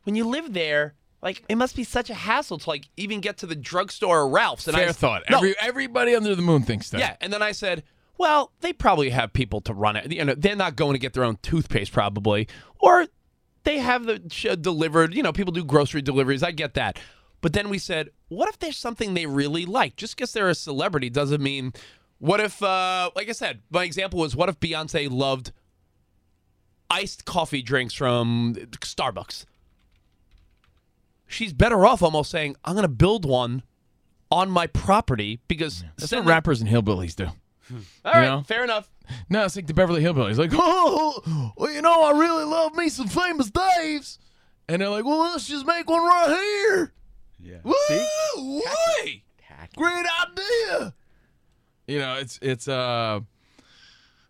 [SPEAKER 2] when you live there, like it must be such a hassle to like even get to the drugstore or Ralph's. And
[SPEAKER 4] Fair
[SPEAKER 2] I
[SPEAKER 4] thought.
[SPEAKER 2] No,
[SPEAKER 4] Every, everybody under the moon thinks that.
[SPEAKER 2] yeah. And then I said, well, they probably have people to run it. You know, they're not going to get their own toothpaste probably, or they have the sh- uh, delivered. You know, people do grocery deliveries. I get that. But then we said, what if there's something they really like? Just because they're a celebrity doesn't mean. What if, uh, like I said, my example was what if Beyonce loved iced coffee drinks from Starbucks. She's better off almost saying, I'm going to build one on my property because
[SPEAKER 4] That's
[SPEAKER 2] send
[SPEAKER 4] what
[SPEAKER 2] them-
[SPEAKER 4] rappers and hillbillies do.
[SPEAKER 2] All right,
[SPEAKER 4] know?
[SPEAKER 2] fair enough.
[SPEAKER 4] No, it's like the Beverly Hillbillies. Like, (laughs) oh, well, you know, I really love me some famous Daves. And they're like, well, let's just make one right here.
[SPEAKER 5] Yeah.
[SPEAKER 4] Woo! Way! Great idea. You know, it's, it's, uh,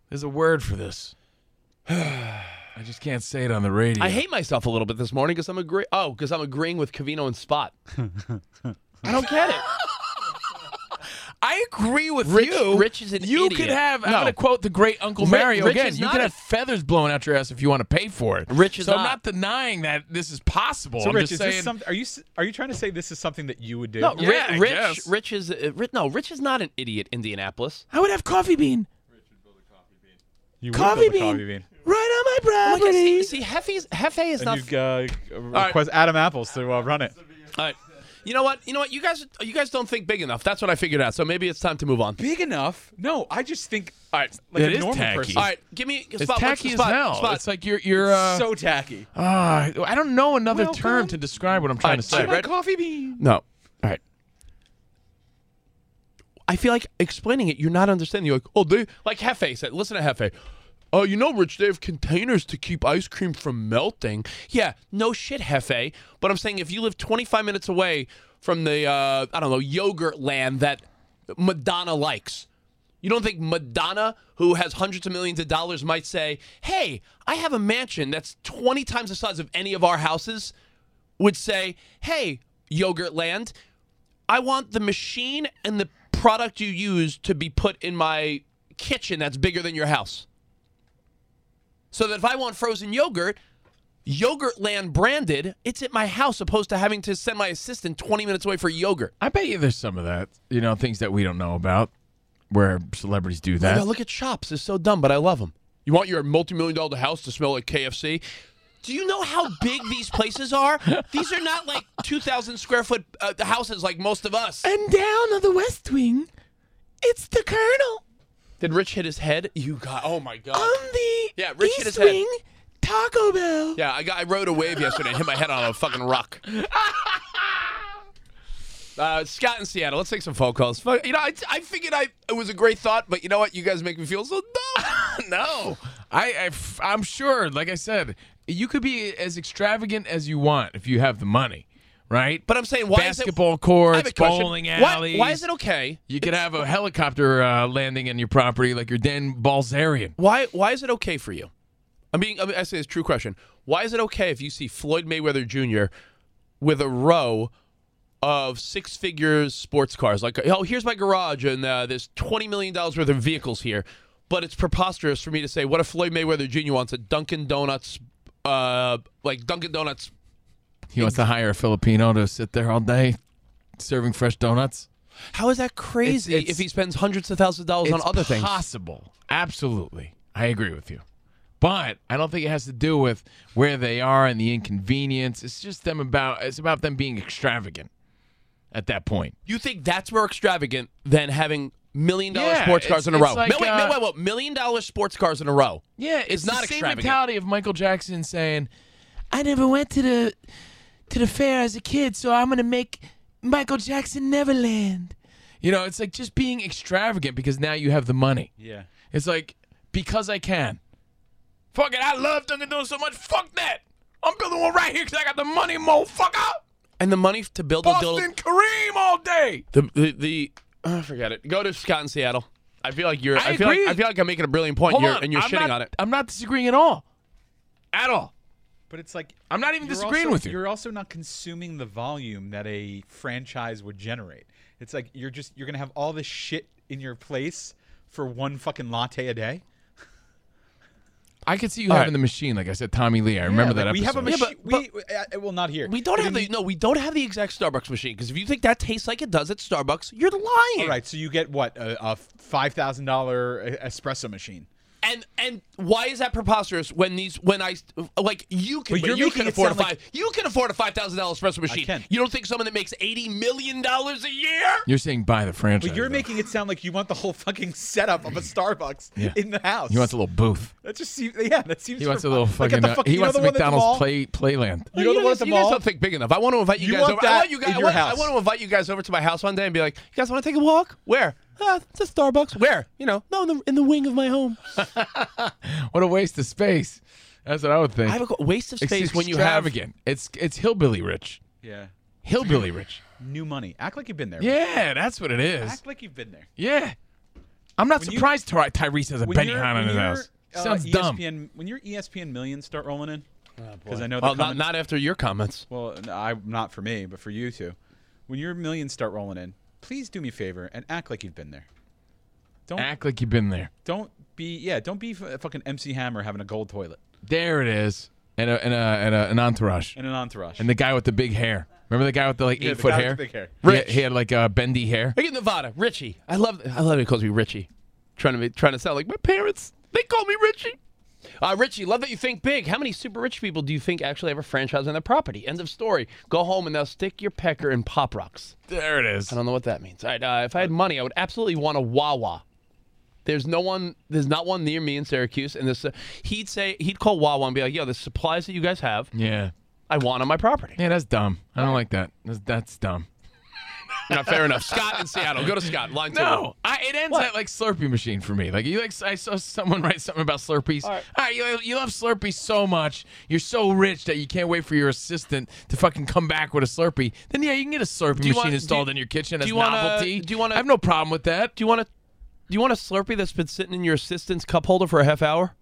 [SPEAKER 4] there's a word for this. (sighs) I just can't say it on the radio.
[SPEAKER 2] I hate myself a little bit this morning because I'm agree. Oh, because I'm agreeing with Cavino and
[SPEAKER 4] (laughs)
[SPEAKER 2] Spot. I don't get it.
[SPEAKER 4] I agree with
[SPEAKER 2] Rich-
[SPEAKER 4] you.
[SPEAKER 2] Rich is an
[SPEAKER 4] You
[SPEAKER 2] idiot.
[SPEAKER 4] could have. I'm
[SPEAKER 2] No.
[SPEAKER 4] going to quote the great Uncle
[SPEAKER 2] Ri-
[SPEAKER 4] Mario
[SPEAKER 2] Rich
[SPEAKER 4] again.
[SPEAKER 2] is
[SPEAKER 4] You
[SPEAKER 2] not
[SPEAKER 4] could
[SPEAKER 2] a-
[SPEAKER 4] have feathers blown out your ass if you want to pay for it.
[SPEAKER 2] Rich is
[SPEAKER 4] so I'm
[SPEAKER 2] not.
[SPEAKER 4] not denying that this is possible.
[SPEAKER 5] So
[SPEAKER 4] I'm
[SPEAKER 5] Rich,
[SPEAKER 4] just
[SPEAKER 5] is
[SPEAKER 4] saying.
[SPEAKER 5] this some, are you s- are you trying to say this is something that you would do?
[SPEAKER 2] No,
[SPEAKER 4] (laughs) Yeah, I
[SPEAKER 2] Ri- Rich,
[SPEAKER 4] guess.
[SPEAKER 2] Rich is uh, Ri- no, Rich is not an idiot. Indianapolis.
[SPEAKER 4] I would have coffee bean
[SPEAKER 5] you
[SPEAKER 4] coffee
[SPEAKER 5] would build a
[SPEAKER 4] bean.
[SPEAKER 5] coffee bean.
[SPEAKER 4] right on my
[SPEAKER 2] Like, see,
[SPEAKER 4] property.
[SPEAKER 2] see, Hefe's, Hefe is
[SPEAKER 5] And
[SPEAKER 2] not.
[SPEAKER 5] you uh, request Adam Apples to uh, run it.
[SPEAKER 2] All right. You know what? You know what? You guys, you guys don't think big enough. That's what I figured out. So maybe it's time to move on.
[SPEAKER 5] Big enough? No, I just think
[SPEAKER 2] All right.
[SPEAKER 5] like
[SPEAKER 4] It
[SPEAKER 5] a
[SPEAKER 4] is
[SPEAKER 5] normal
[SPEAKER 4] tacky.
[SPEAKER 5] person.
[SPEAKER 2] All right, give me
[SPEAKER 4] It's
[SPEAKER 2] spot. What's
[SPEAKER 4] tacky
[SPEAKER 2] the
[SPEAKER 4] as
[SPEAKER 2] spot?
[SPEAKER 4] hell.
[SPEAKER 2] Spot.
[SPEAKER 4] It's like you're you're. Uh,
[SPEAKER 5] so tacky.
[SPEAKER 4] ah, I don't know another
[SPEAKER 5] Well,
[SPEAKER 4] term
[SPEAKER 5] come-
[SPEAKER 4] to describe what I'm trying to say.
[SPEAKER 2] all right,
[SPEAKER 5] My coffee bean.
[SPEAKER 2] no. All right. I feel like explaining it, you're not understanding. You're like, oh, they like Hefe said. Listen to Hefe. Oh, you know, Rich, they have containers to keep ice cream from melting. Yeah, no shit, Hefe. But I'm saying if you live 25 minutes away from the, uh, I don't know, yogurt land that Madonna likes, you don't think Madonna, who has hundreds of millions of dollars, might say, hey, I have a mansion that's 20 times the size of any of our houses, would say, hey, Yogurt Land, I want the machine and the product you use to be put in my kitchen that's bigger than your house. So that if I want frozen yogurt, Yogurtland branded, it's at my house opposed to having to send my assistant 20 minutes away for yogurt.
[SPEAKER 4] I bet you there's some of that. You know, things that we don't know about, where celebrities do that.
[SPEAKER 2] Yeah, look at shops. It's so dumb, but I love them. You want your multi-million dollar house to smell like KFC? Do you know how big these places are? These are not like 2,000 square foot uh, houses like most of us.
[SPEAKER 4] And down on the West Wing, it's the Colonel.
[SPEAKER 2] Did Rich hit his head? You got. Oh my God.
[SPEAKER 4] the
[SPEAKER 2] Yeah, Rich hit his head.
[SPEAKER 4] Taco Bell.
[SPEAKER 2] yeah, I, got, I rode a wave yesterday and hit my head on a fucking
[SPEAKER 4] (laughs)
[SPEAKER 2] rock. Uh, Scott in Seattle, let's take some phone calls. Fuck, you know, I, I figured I it was a great thought, but you know what? You guys make me feel so dumb.
[SPEAKER 4] (laughs) No, I, I am sure. Like I said, you could be as extravagant as you want if you have the money, right?
[SPEAKER 2] But I'm saying, why
[SPEAKER 4] basketball
[SPEAKER 2] is it? I have
[SPEAKER 4] courts,
[SPEAKER 2] a question.
[SPEAKER 4] bowling
[SPEAKER 2] Why,
[SPEAKER 4] alleys.
[SPEAKER 2] why is it okay?
[SPEAKER 4] You could have a helicopter uh, landing on your property like you're Dan Balzerian.
[SPEAKER 2] Why why is it okay for you? I mean, I mean, I say this true question. Why is it okay if you see Floyd Mayweather Jr. with a row of six figure sports cars? Like, oh, here's my garage, and uh, there's twenty million dollars worth of vehicles here. But it's preposterous for me to say, what if Floyd Mayweather Jr. wants a Dunkin' Donuts, uh, like Dunkin' Donuts?
[SPEAKER 4] He wants to hire a Filipino to sit there all day serving fresh donuts.
[SPEAKER 2] How is that crazy?
[SPEAKER 4] It's- it's-
[SPEAKER 2] if he spends hundreds of thousands of dollars on
[SPEAKER 4] It's
[SPEAKER 2] other things,
[SPEAKER 4] Possible, absolutely. I agree with you, but I don't think it has to do with where they are and the inconvenience. It's just them about. It's about them being extravagant at that point.
[SPEAKER 2] you think that's more extravagant than having? Million dollar
[SPEAKER 4] Yeah,
[SPEAKER 2] sports cars
[SPEAKER 4] it's-
[SPEAKER 2] in a
[SPEAKER 4] it's
[SPEAKER 2] row.
[SPEAKER 4] like,
[SPEAKER 2] no, wait, no,
[SPEAKER 4] uh,
[SPEAKER 2] wait, wait. Million dollar sports cars in a row.
[SPEAKER 4] Yeah,
[SPEAKER 2] it's not
[SPEAKER 4] the same
[SPEAKER 2] extravagant.
[SPEAKER 4] mentality of Michael Jackson saying, "I never went to the to the fair as a kid, so I'm gonna make Michael Jackson Neverland." You know, it's like just being extravagant because now you have the money.
[SPEAKER 5] Yeah.
[SPEAKER 4] It's like because I can. Fuck it, I love Dunkin' Donuts so much. Fuck that. I'm building one right here because I got the money, motherfucker.
[SPEAKER 2] And the money to build a
[SPEAKER 4] Boston Kareem all day.
[SPEAKER 2] The the, the oh, forget it. Go to Scott in Seattle. I feel like you're. I,
[SPEAKER 4] I
[SPEAKER 2] feel like
[SPEAKER 4] agree.
[SPEAKER 2] I feel like I'm making a brilliant point,
[SPEAKER 4] Hold
[SPEAKER 2] and you're,
[SPEAKER 4] on,
[SPEAKER 2] and you're
[SPEAKER 4] I'm
[SPEAKER 2] shitting
[SPEAKER 4] not-
[SPEAKER 2] on it.
[SPEAKER 4] I'm not disagreeing at all. At all.
[SPEAKER 5] But it's like
[SPEAKER 4] I'm not even
[SPEAKER 5] you're
[SPEAKER 4] disagreeing
[SPEAKER 5] also-
[SPEAKER 4] with you.
[SPEAKER 5] You're also not consuming the volume that a franchise would generate. It's like you're just you're gonna have all this shit in your place for one fucking latte a day.
[SPEAKER 4] I could see you
[SPEAKER 2] All
[SPEAKER 4] having
[SPEAKER 2] right.
[SPEAKER 4] the machine, like I said, Tommy Lee. I remember
[SPEAKER 5] Yeah,
[SPEAKER 4] that
[SPEAKER 5] like,
[SPEAKER 4] episode.
[SPEAKER 5] We have a
[SPEAKER 2] Yeah,
[SPEAKER 5] machine.
[SPEAKER 2] but-
[SPEAKER 5] we uh, well not here.
[SPEAKER 2] We don't
[SPEAKER 5] But
[SPEAKER 2] have
[SPEAKER 5] in
[SPEAKER 2] the no. We don't have the exact Starbucks machine because if you think that tastes like it does at Starbucks, you're lying.
[SPEAKER 5] All right, so you get what a, a five thousand dollar uh, espresso machine.
[SPEAKER 2] And and why is that preposterous? When these when I like you can
[SPEAKER 5] But you're
[SPEAKER 2] you
[SPEAKER 5] making
[SPEAKER 2] can
[SPEAKER 5] it
[SPEAKER 2] afford a
[SPEAKER 5] sound like-
[SPEAKER 2] five you can afford a five thousand dollar espresso machine.
[SPEAKER 5] can.
[SPEAKER 2] You don't think someone that makes eighty million dollars a year?
[SPEAKER 4] You're saying buy the franchise.
[SPEAKER 5] But you're
[SPEAKER 4] though.
[SPEAKER 5] making it sound like you want the whole fucking setup of a Starbucks
[SPEAKER 4] Yeah.
[SPEAKER 5] in the house.
[SPEAKER 4] He wants a little booth.
[SPEAKER 5] That just seems yeah. That seems.
[SPEAKER 4] He wants a
[SPEAKER 5] remote.
[SPEAKER 4] little
[SPEAKER 5] (laughs) Like at
[SPEAKER 4] fucking.
[SPEAKER 5] the
[SPEAKER 4] uh,
[SPEAKER 5] fuck-
[SPEAKER 4] he
[SPEAKER 5] you know
[SPEAKER 4] wants
[SPEAKER 5] the
[SPEAKER 4] the
[SPEAKER 5] one at the
[SPEAKER 4] McDonald's
[SPEAKER 5] mall?
[SPEAKER 4] play playland.
[SPEAKER 5] You know the one
[SPEAKER 2] guys-
[SPEAKER 5] at the
[SPEAKER 2] you guys
[SPEAKER 5] mall.
[SPEAKER 2] don't think big enough. I want to invite you,
[SPEAKER 5] You
[SPEAKER 2] guys
[SPEAKER 5] want
[SPEAKER 2] over. I want
[SPEAKER 5] that
[SPEAKER 2] you
[SPEAKER 5] in
[SPEAKER 2] guys. I
[SPEAKER 5] your
[SPEAKER 2] want, I
[SPEAKER 5] house.
[SPEAKER 2] want to invite you guys over to my house one day and be like, "You guys want to take a walk? Where? Ah, it's a Starbucks. Where? You know, no, in the, in the wing of my home.
[SPEAKER 4] What a waste of space. That's what I would think.
[SPEAKER 2] I have a qu- waste of
[SPEAKER 4] It's
[SPEAKER 2] space when you have.
[SPEAKER 4] extravagant. It's it's hillbilly rich.
[SPEAKER 5] Yeah.
[SPEAKER 4] Hillbilly rich.
[SPEAKER 5] New money. Act like you've been there.
[SPEAKER 4] Yeah, that's what it is.
[SPEAKER 5] Act like you've been there.
[SPEAKER 4] Yeah. I'm not
[SPEAKER 5] When you-
[SPEAKER 4] surprised Ty- Tyrese has a Benny
[SPEAKER 5] you're-
[SPEAKER 4] Hahn in
[SPEAKER 5] when
[SPEAKER 4] his
[SPEAKER 5] you're,
[SPEAKER 4] house.
[SPEAKER 5] uh,
[SPEAKER 4] Sounds dumb.
[SPEAKER 5] ESPN, When your E ESPN millions start rolling in,
[SPEAKER 4] Oh,
[SPEAKER 5] because I know they're
[SPEAKER 2] Well, not,
[SPEAKER 5] coming-
[SPEAKER 2] not after your comments.
[SPEAKER 5] Well, no, I, not for me, but for you two. When your millions start rolling in, please do me a favor and act like you've been there. Don't
[SPEAKER 4] Act like you've been there.
[SPEAKER 5] don't be yeah. Don't be f- fucking MC Hammer having a gold toilet
[SPEAKER 4] There it is. And a, and a, and a, an entourage.
[SPEAKER 5] and an entourage.
[SPEAKER 4] And the guy with the big hair. Remember the guy with the like
[SPEAKER 5] Yeah,
[SPEAKER 4] eight
[SPEAKER 5] the
[SPEAKER 4] foot
[SPEAKER 5] guy with the
[SPEAKER 4] hair?
[SPEAKER 5] big hair.
[SPEAKER 4] He had, he had, like uh, bendy hair.
[SPEAKER 2] Look at Nevada, Richie. I love I love it. He calls me Richie, trying to be, trying to sound like my parents. They call me Richie. Uh, Richie, love that you think big. How many super rich people do you think actually have a franchise on their property? End of story. Go home and now stick your pecker in Pop Rocks.
[SPEAKER 4] There it is.
[SPEAKER 2] I don't know what that means. All right, uh, if I had money, I would absolutely want a Wawa. There's no one. There's not one near me in Syracuse. And this, uh, he'd say he'd call Wawa and be like, "Yo, the supplies that you guys have,
[SPEAKER 4] Yeah.
[SPEAKER 2] I want on my property."
[SPEAKER 4] Yeah, that's dumb. I don't like that. That's, that's dumb.
[SPEAKER 2] (laughs) Not fair enough. Scott in Seattle. Go to Scott. Line two.
[SPEAKER 4] No, I, it ends at like Slurpee machine for me. Like you like, I saw someone (laughs) write something about Slurpees. All right, you, you love Slurpees so much, you're so rich that you can't wait for your assistant to fucking come back with a Slurpee. Then yeah, you can get a Slurpee
[SPEAKER 2] you
[SPEAKER 4] machine
[SPEAKER 2] want-
[SPEAKER 4] installed
[SPEAKER 2] do-
[SPEAKER 4] in your kitchen
[SPEAKER 2] do
[SPEAKER 4] as
[SPEAKER 2] you wanna-
[SPEAKER 4] novelty.
[SPEAKER 2] do you wanna-
[SPEAKER 4] I have no problem with that.
[SPEAKER 2] Do you want a Do you want a Slurpee that's been sitting in your assistant's cup holder for a half hour?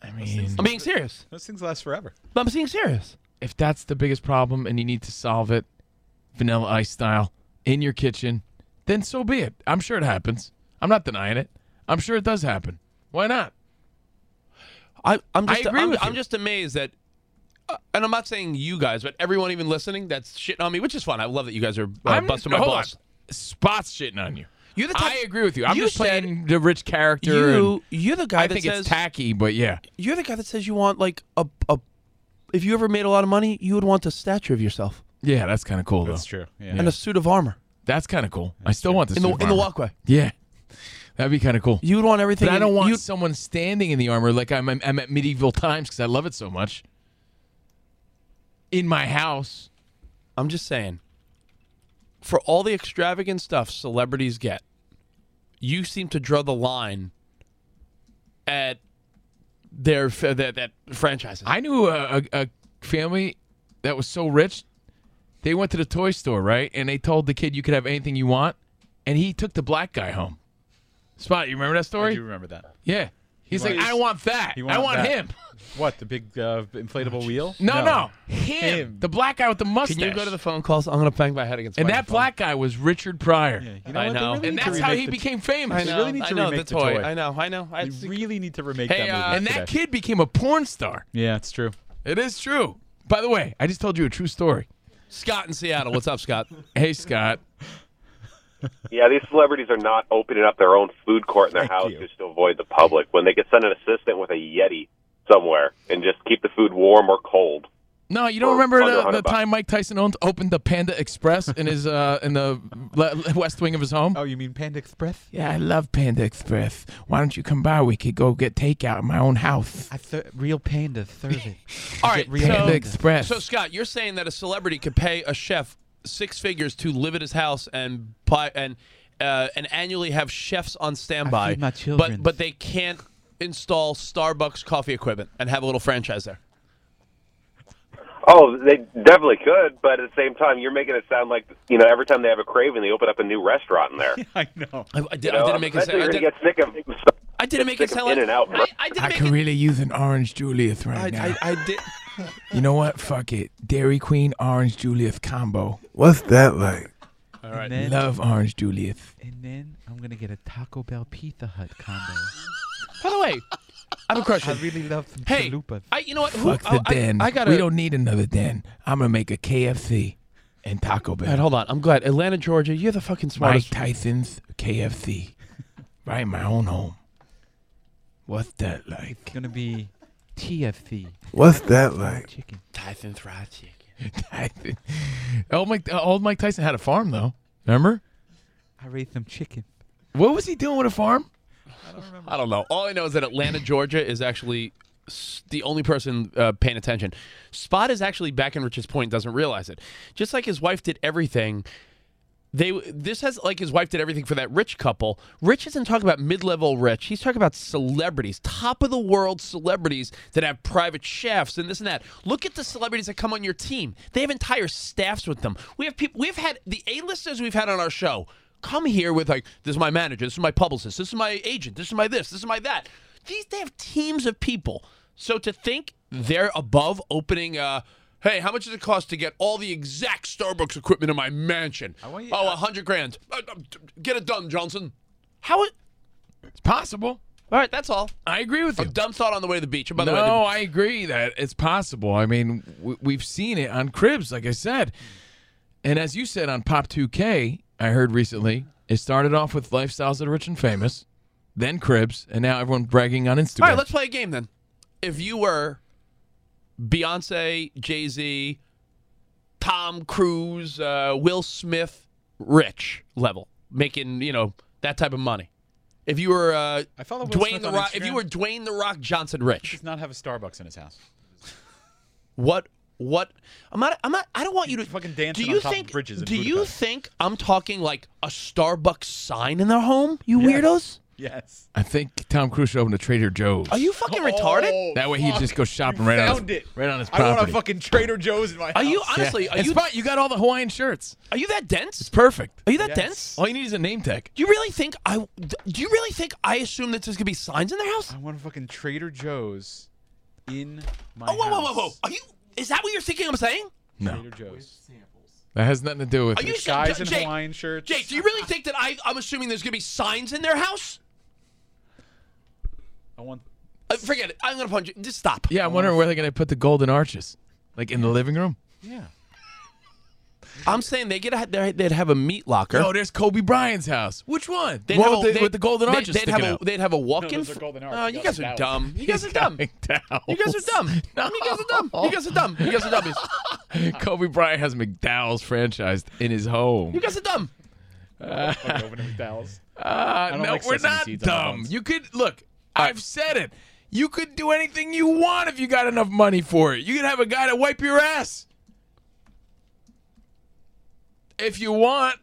[SPEAKER 4] I mean,
[SPEAKER 2] I'm being serious.
[SPEAKER 5] Those things last forever.
[SPEAKER 2] I'm being serious.
[SPEAKER 4] if that's the biggest problem and you need to solve it, Vanilla Ice style in your kitchen, then so be it. I'm sure it happens. I'm not denying it. I'm sure it does happen. Why not?
[SPEAKER 2] I, I'm
[SPEAKER 4] I
[SPEAKER 2] just,
[SPEAKER 4] agree
[SPEAKER 2] am
[SPEAKER 4] with
[SPEAKER 2] I'm
[SPEAKER 4] you.
[SPEAKER 2] just amazed that, uh, and I'm not saying you guys, but everyone even listening that's shitting on me, which is fun. I love that you guys are uh,
[SPEAKER 4] I'm
[SPEAKER 2] busting my
[SPEAKER 4] hold
[SPEAKER 2] balls.
[SPEAKER 4] On. Spots shitting on you.
[SPEAKER 2] You're the type-
[SPEAKER 4] I agree with you. I'm
[SPEAKER 2] you
[SPEAKER 4] just
[SPEAKER 2] said-
[SPEAKER 4] playing the rich character.
[SPEAKER 2] You,
[SPEAKER 4] and
[SPEAKER 2] you're the guy
[SPEAKER 4] I
[SPEAKER 2] that
[SPEAKER 4] think
[SPEAKER 2] says
[SPEAKER 4] it's tacky, but yeah.
[SPEAKER 2] you're the guy that says you want like a a if you ever made a lot of money, you would want a statue of yourself
[SPEAKER 4] Yeah, that's kind of cool though.
[SPEAKER 5] That's true. Yeah.
[SPEAKER 2] and a suit of armor
[SPEAKER 4] That's kind of cool. I still want this
[SPEAKER 2] in the
[SPEAKER 4] suit of
[SPEAKER 2] in the
[SPEAKER 4] armor.
[SPEAKER 2] walkway.
[SPEAKER 4] Yeah, that'd be kind of cool.
[SPEAKER 2] You would want everything.
[SPEAKER 4] But I don't
[SPEAKER 2] in-
[SPEAKER 4] want
[SPEAKER 2] you-
[SPEAKER 4] someone standing in the armor like I'm, I'm at medieval times because I love it so much. In my house,
[SPEAKER 2] I'm just saying. For all the extravagant stuff celebrities get, you seem to draw the line at their f- that that franchises.
[SPEAKER 4] I knew a, a, a family that was so rich. They went to the toy store, right? And they told the kid you could have anything you want, and he took the black guy home. Spot, you remember that story?
[SPEAKER 5] I do remember that.
[SPEAKER 4] Yeah. He's like,
[SPEAKER 5] wants-
[SPEAKER 4] I want that.
[SPEAKER 5] he
[SPEAKER 4] I
[SPEAKER 5] wanted
[SPEAKER 4] want
[SPEAKER 5] that.
[SPEAKER 4] him.
[SPEAKER 5] What the big uh, inflatable wheel?
[SPEAKER 4] No, no, Him. The black guy with the mustache.
[SPEAKER 2] Can you go to the phone calls? I'm gonna bang my head against.
[SPEAKER 4] And
[SPEAKER 2] my
[SPEAKER 4] that
[SPEAKER 2] phone.
[SPEAKER 4] black guy was Richard Pryor.
[SPEAKER 5] You know
[SPEAKER 2] I
[SPEAKER 5] what? They really
[SPEAKER 2] know.
[SPEAKER 4] And
[SPEAKER 5] need to
[SPEAKER 4] that's how
[SPEAKER 5] remake
[SPEAKER 4] he
[SPEAKER 5] the-
[SPEAKER 4] became famous.
[SPEAKER 2] I
[SPEAKER 5] They
[SPEAKER 2] know.
[SPEAKER 5] really need
[SPEAKER 2] I
[SPEAKER 5] to
[SPEAKER 2] know
[SPEAKER 5] remake
[SPEAKER 2] the
[SPEAKER 5] the
[SPEAKER 2] toy.
[SPEAKER 5] toy.
[SPEAKER 2] I know. I know. I
[SPEAKER 5] They really need to remake
[SPEAKER 2] Hey,
[SPEAKER 5] that movie.
[SPEAKER 2] uh,
[SPEAKER 4] And that
[SPEAKER 5] today.
[SPEAKER 4] kid became a porn star.
[SPEAKER 5] Yeah, it's true.
[SPEAKER 4] It is true. By the way, I just told you a true story.
[SPEAKER 2] Scott in Seattle. What's up, (laughs) Scott?
[SPEAKER 4] Hey, Scott.
[SPEAKER 8] Yeah, these celebrities are not opening up their own food court in their house
[SPEAKER 5] you.
[SPEAKER 8] just to avoid the public. When they could send an assistant with a Yeti somewhere and just keep the food warm or cold.
[SPEAKER 4] No, you don't
[SPEAKER 8] Or
[SPEAKER 4] remember
[SPEAKER 8] under
[SPEAKER 4] the,
[SPEAKER 8] 100
[SPEAKER 4] the
[SPEAKER 8] bucks.
[SPEAKER 4] time Mike Tyson owned opened the Panda Express in his uh, in the le- le- west wing of his home?
[SPEAKER 5] Oh, you mean Panda Express?
[SPEAKER 4] Yeah, I love Panda Express. Why don't you come by? We could go get takeout in my own house.
[SPEAKER 5] I th- real panda serving.
[SPEAKER 2] All right.
[SPEAKER 4] Panda
[SPEAKER 2] So,
[SPEAKER 4] Express.
[SPEAKER 2] so Scott, you're saying that a celebrity could pay a chef six figures to live at his house and buy and uh, and annually have chefs on standby.
[SPEAKER 5] I feed my children.
[SPEAKER 2] but but they can't install Starbucks coffee equipment and have a little franchise there.
[SPEAKER 8] Oh, they definitely could, but at the same time, you're making it sound like you know every time they have a craving, they open up a new restaurant in
[SPEAKER 2] (laughs)
[SPEAKER 8] there.
[SPEAKER 5] (laughs) I know.
[SPEAKER 2] I, I did,
[SPEAKER 8] You know,
[SPEAKER 2] I didn't make it.
[SPEAKER 8] eventually
[SPEAKER 2] sound- I,
[SPEAKER 8] You're gonna
[SPEAKER 2] did,
[SPEAKER 8] get sick of.
[SPEAKER 2] I didn't make
[SPEAKER 8] sick of
[SPEAKER 2] it sound like
[SPEAKER 8] In-N-Out, bro.
[SPEAKER 2] I, I didn't
[SPEAKER 4] I
[SPEAKER 2] make
[SPEAKER 4] could
[SPEAKER 2] it.
[SPEAKER 4] really use an orange Julius right now.
[SPEAKER 2] I, I, I did.
[SPEAKER 4] you know what? Fuck it. Dairy Queen orange Julius combo.
[SPEAKER 9] What's that like?
[SPEAKER 5] And then,
[SPEAKER 4] Love orange Julius.
[SPEAKER 5] and then I'm gonna get a Taco Bell Pizza Hut combo.
[SPEAKER 2] By the way, I have
[SPEAKER 5] (laughs)
[SPEAKER 2] a
[SPEAKER 5] I
[SPEAKER 2] question.
[SPEAKER 5] really love some
[SPEAKER 2] Hey,
[SPEAKER 5] chalupas.
[SPEAKER 2] I, you know what? Who,
[SPEAKER 4] Fuck the
[SPEAKER 2] oh, I, I-
[SPEAKER 4] den.
[SPEAKER 2] I, gotta.
[SPEAKER 4] we don't need another den. I'm gonna make a KFC and Taco
[SPEAKER 2] All right,
[SPEAKER 4] Bell.
[SPEAKER 2] hold on. I'm glad. Atlanta, Georgia, you're the fucking
[SPEAKER 4] Mike
[SPEAKER 2] smartest.
[SPEAKER 4] Tyson's KFC, right in my own home. What's that like?
[SPEAKER 5] It's gonna be TFC
[SPEAKER 9] What's that like?
[SPEAKER 5] chicken.
[SPEAKER 2] Tyson fried chicken.
[SPEAKER 4] (laughs) Tyson. Old Mike, uh, old Mike Tyson had a farm though. Remember?
[SPEAKER 5] I raised some chicken.
[SPEAKER 4] What was he doing with a farm?
[SPEAKER 2] I don't know. All I know is that Atlanta, Georgia is actually s- the only person uh, paying attention. Spot is actually back in Rich's point, doesn't realize it. Just like his wife did everything. They this has like his wife did everything for that rich couple. Rich isn't talking about mid-level rich. He's talking about celebrities, top of the world celebrities that have private chefs and this and that. Look at the celebrities that come on your team. They have entire staffs with them. We have people. We've had the A-listers we've had on our show come here with like this is my manager, this is my publicist, this is my agent, this is my this, this is my that. These they have teams of people. So to think they're above opening uh hey, how much does it cost to get all the exact Starbucks equipment in my mansion? Oh, a
[SPEAKER 5] want you-
[SPEAKER 2] hundred grand. Uh, uh, get it done, Johnson. How it
[SPEAKER 4] It's possible.
[SPEAKER 2] All right, that's all.
[SPEAKER 4] I agree with you.
[SPEAKER 2] A dumb thought on the way to the beach. And by the way,
[SPEAKER 4] no,
[SPEAKER 2] the-
[SPEAKER 4] I agree that it's possible. I mean, w- we've seen it on Cribs, like I said, and as you said on Pop 2K, I heard recently it started off with lifestyles that are rich and famous, then Cribs, and now everyone bragging on Instagram.
[SPEAKER 2] All right, let's play a game then. If you were Beyonce, Jay Z, Tom Cruise, uh, Will Smith, rich level, making you know that type of money. If you were uh,
[SPEAKER 5] I follow Will
[SPEAKER 2] Dwayne
[SPEAKER 5] Smith
[SPEAKER 2] the
[SPEAKER 5] on
[SPEAKER 2] Rock, if
[SPEAKER 5] Instagram.
[SPEAKER 2] you were Dwayne the Rock Johnson, rich,
[SPEAKER 5] Does not have a Starbucks in his house.
[SPEAKER 2] what? What? I'm not. I'm not. I don't want you to
[SPEAKER 5] fucking dancing
[SPEAKER 2] Do you
[SPEAKER 5] on top of
[SPEAKER 2] think?
[SPEAKER 5] bridges in
[SPEAKER 2] do you
[SPEAKER 5] Budapest.
[SPEAKER 2] think I'm talking like a Starbucks sign in their home? You weirdos!
[SPEAKER 5] Yes.
[SPEAKER 4] I think Tom Cruise should open a Trader Joe's.
[SPEAKER 2] Are you fucking
[SPEAKER 5] Oh.
[SPEAKER 2] retarded?
[SPEAKER 4] That way he'd just go shopping (laughs) right on,
[SPEAKER 5] found
[SPEAKER 4] his,
[SPEAKER 5] it.
[SPEAKER 4] right on his
[SPEAKER 5] I want
[SPEAKER 4] property.
[SPEAKER 5] a fucking Trader Joe's in my house.
[SPEAKER 2] Are you honestly? Are
[SPEAKER 4] and
[SPEAKER 2] you?
[SPEAKER 4] Spot, you got all the Hawaiian shirts.
[SPEAKER 2] Are you that dense?
[SPEAKER 4] Perfect.
[SPEAKER 2] Are you that
[SPEAKER 5] Yes.
[SPEAKER 2] dense?
[SPEAKER 4] All you need is a name tag.
[SPEAKER 2] Do you really think I? Do you really think I assume that there's gonna be signs in their house?
[SPEAKER 5] I want a fucking Trader Joe's in my
[SPEAKER 2] Oh, whoa, whoa, whoa,
[SPEAKER 5] house.
[SPEAKER 2] whoa! Are you? Is that what you're thinking? I'm saying?
[SPEAKER 5] Trader Joe's.
[SPEAKER 4] That has nothing to do with
[SPEAKER 2] Are you
[SPEAKER 4] it.
[SPEAKER 5] Guys in
[SPEAKER 2] Jake,
[SPEAKER 5] Hawaiian shirts.
[SPEAKER 2] Jake, do you really think that I? I'm assuming there's gonna be signs in their house.
[SPEAKER 5] I want.
[SPEAKER 2] Uh, forget it. I'm gonna punch you. Just stop.
[SPEAKER 4] Yeah, I'm wondering where they're going to put the golden arches. Like in the living room?
[SPEAKER 5] Yeah.
[SPEAKER 2] I'm saying they get a, they- they'd have a meat locker.
[SPEAKER 4] No, Oh, there's Kobe Bryant's house. Which one?
[SPEAKER 2] They'd have
[SPEAKER 4] What with,
[SPEAKER 2] a-
[SPEAKER 4] the,
[SPEAKER 2] they-
[SPEAKER 4] with the golden
[SPEAKER 2] they-
[SPEAKER 4] arches
[SPEAKER 2] They'd have
[SPEAKER 4] sticking
[SPEAKER 2] a
[SPEAKER 4] out.
[SPEAKER 2] they'd have a walk-in.
[SPEAKER 5] those are
[SPEAKER 2] fr-
[SPEAKER 5] golden arches.
[SPEAKER 2] Oh, you guys are
[SPEAKER 5] Towels.
[SPEAKER 2] dumb. You
[SPEAKER 4] (laughs)
[SPEAKER 2] guys are dumb. You guys are dumb. You guys are dumb. You guys are dumb. You guys are dumb.
[SPEAKER 4] Kobe Bryant has McDowell's franchised in his home.
[SPEAKER 2] You guys are dumb.
[SPEAKER 5] Fuck over to McDowell's.
[SPEAKER 4] Uh,
[SPEAKER 5] don't
[SPEAKER 4] no,
[SPEAKER 5] like
[SPEAKER 4] we're
[SPEAKER 5] sesame
[SPEAKER 4] not
[SPEAKER 5] seeds on my
[SPEAKER 4] dumb.
[SPEAKER 5] buns.
[SPEAKER 4] You could look. I've said it. You could do anything you want if you got enough money for it. You could have a guy to wipe your ass if you want.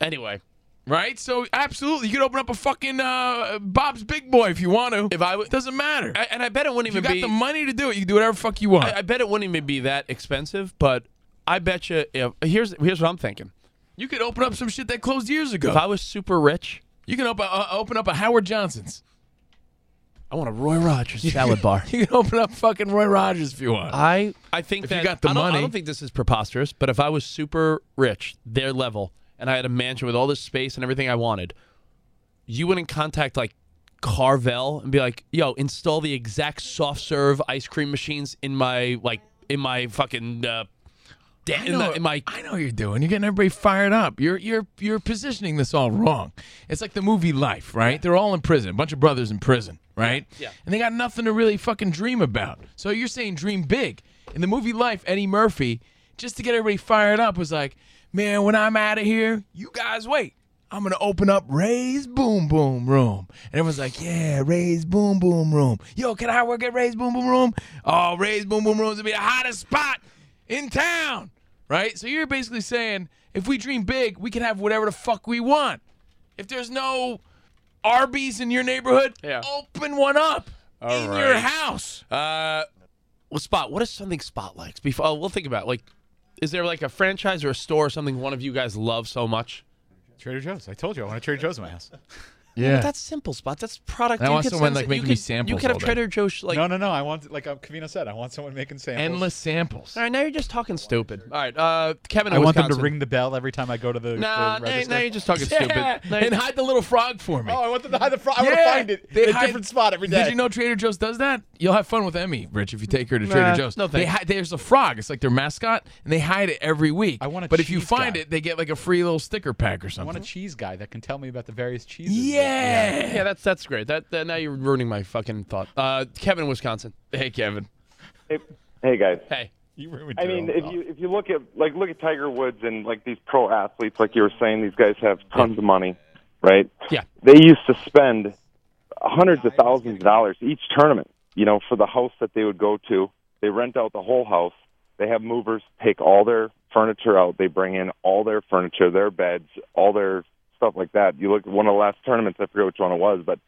[SPEAKER 2] Anyway,
[SPEAKER 4] Right? So absolutely, you could open up a fucking uh, Bob's Big Boy if you want to. If I w- doesn't matter.
[SPEAKER 2] I, and I bet it wouldn't
[SPEAKER 4] if you
[SPEAKER 2] even
[SPEAKER 4] got
[SPEAKER 2] be.
[SPEAKER 4] the money to do it, you can do whatever fuck you want.
[SPEAKER 2] I, I bet it wouldn't even be that expensive. But I bet you if here's here's what I'm thinking.
[SPEAKER 4] you could open up some shit that closed years ago.
[SPEAKER 2] If I was super rich,
[SPEAKER 4] you can open uh, open up a Howard Johnson's. (laughs)
[SPEAKER 2] I want a Roy Rogers salad bar.
[SPEAKER 4] You can open up fucking Roy Rogers if you want.
[SPEAKER 2] I I think
[SPEAKER 4] If you
[SPEAKER 2] that
[SPEAKER 4] got the
[SPEAKER 2] I don't, I
[SPEAKER 4] money.
[SPEAKER 2] don't think this is preposterous, but if I was super rich, their level, and I had a mansion with all this space and everything I wanted, you wouldn't contact like Carvel and be like, "Yo, install the exact soft serve ice cream machines in my like in my fucking uh, da-
[SPEAKER 4] I
[SPEAKER 2] in,
[SPEAKER 4] know-
[SPEAKER 2] the, in my."
[SPEAKER 4] I know what you're doing. You're getting everybody fired up. You're you're you're positioning this all wrong. It's like the movie Life, right? They're all in prison. A bunch of brothers in prison, right? Yeah. And they got nothing to really fucking dream about. So you're saying dream big. In the movie Life, Eddie Murphy, just to get everybody fired up, was like, man, when I'm out of here, you guys wait. I'm gonna open up Ray's Boom Boom Room, and everyone's like, "Yeah, Ray's Boom Boom Room." Yo, can I work at Ray's Boom Boom Room? Oh, Ray's Boom Boom Room's gonna be the hottest spot in town, right? So you're basically saying if we dream big, we can have whatever the fuck we want. If there's no Arby's in your neighborhood,
[SPEAKER 2] Yeah.
[SPEAKER 4] open one up in your
[SPEAKER 2] right.
[SPEAKER 4] house.
[SPEAKER 2] Uh, well, spot. What is something spot likes? Before oh, we'll think about it. like, is there like a franchise or a store or something one of you guys love so much?
[SPEAKER 5] (laughs) Trader Joe's. I told you I want a Trader Joe's in my house.
[SPEAKER 4] Yeah,
[SPEAKER 2] That's simple, spot. That's product.
[SPEAKER 4] I
[SPEAKER 2] you
[SPEAKER 4] want
[SPEAKER 2] could
[SPEAKER 4] someone,
[SPEAKER 2] send-
[SPEAKER 4] like,
[SPEAKER 2] you
[SPEAKER 4] making me
[SPEAKER 2] could- You
[SPEAKER 4] samples
[SPEAKER 2] could
[SPEAKER 4] all
[SPEAKER 2] have
[SPEAKER 4] day.
[SPEAKER 2] Trader Joe's like
[SPEAKER 5] no, no, no. I want like uh, Kavino said. I want someone making samples.
[SPEAKER 4] endless samples.
[SPEAKER 2] All right, now you're just talking stupid. All right, uh, Kevin. in
[SPEAKER 5] I want them to
[SPEAKER 2] Wisconsin.
[SPEAKER 5] ring the bell every time I go to the,
[SPEAKER 2] Nah,
[SPEAKER 5] the
[SPEAKER 2] now,
[SPEAKER 5] register.
[SPEAKER 2] now you're just talking stupid.
[SPEAKER 4] Yeah,
[SPEAKER 2] Now
[SPEAKER 4] and
[SPEAKER 2] you're-
[SPEAKER 4] hide the little frog for me.
[SPEAKER 5] (laughs) Oh, I want them to hide the frog. I
[SPEAKER 4] Yeah,
[SPEAKER 5] want to find it
[SPEAKER 4] they
[SPEAKER 5] in a
[SPEAKER 4] hide-
[SPEAKER 5] different spot every day.
[SPEAKER 4] Did you know Trader Joe's does that? You'll have fun with Emmy, Rich, if you take her to
[SPEAKER 2] Nah,
[SPEAKER 4] Trader Joe's.
[SPEAKER 2] no
[SPEAKER 4] they
[SPEAKER 2] thanks.
[SPEAKER 4] hide, there's a frog. It's like their mascot, and they hide it every week.
[SPEAKER 5] I want a
[SPEAKER 4] but if you
[SPEAKER 5] cheese
[SPEAKER 4] find
[SPEAKER 5] guy.
[SPEAKER 4] it, they get like a free little sticker pack or
[SPEAKER 5] I want a
[SPEAKER 4] something.
[SPEAKER 5] cheese guy that can tell me about the various cheeses.
[SPEAKER 4] Yeah.
[SPEAKER 2] yeah, that's that's great. That, that now you're ruining my fucking thought. Uh, Kevin, in Wisconsin.
[SPEAKER 4] Hey, Kevin.
[SPEAKER 8] Hey, hey guys.
[SPEAKER 2] Hey,
[SPEAKER 5] (laughs) You ruined
[SPEAKER 8] I
[SPEAKER 5] your
[SPEAKER 8] mean,
[SPEAKER 5] own
[SPEAKER 8] if
[SPEAKER 5] thought.
[SPEAKER 8] you if you look at like look at Tiger Woods and like these pro athletes, like you were saying, these guys have tons of money, right?
[SPEAKER 2] Yeah.
[SPEAKER 8] They used to spend hundreds of thousands of dollars each tournament, you know, for the house that they would go to. They rent out the whole house. They have movers take all their furniture out. They bring in all their furniture, their beds, all their stuff like that. You look at one of the last tournaments, I forget which one it was, but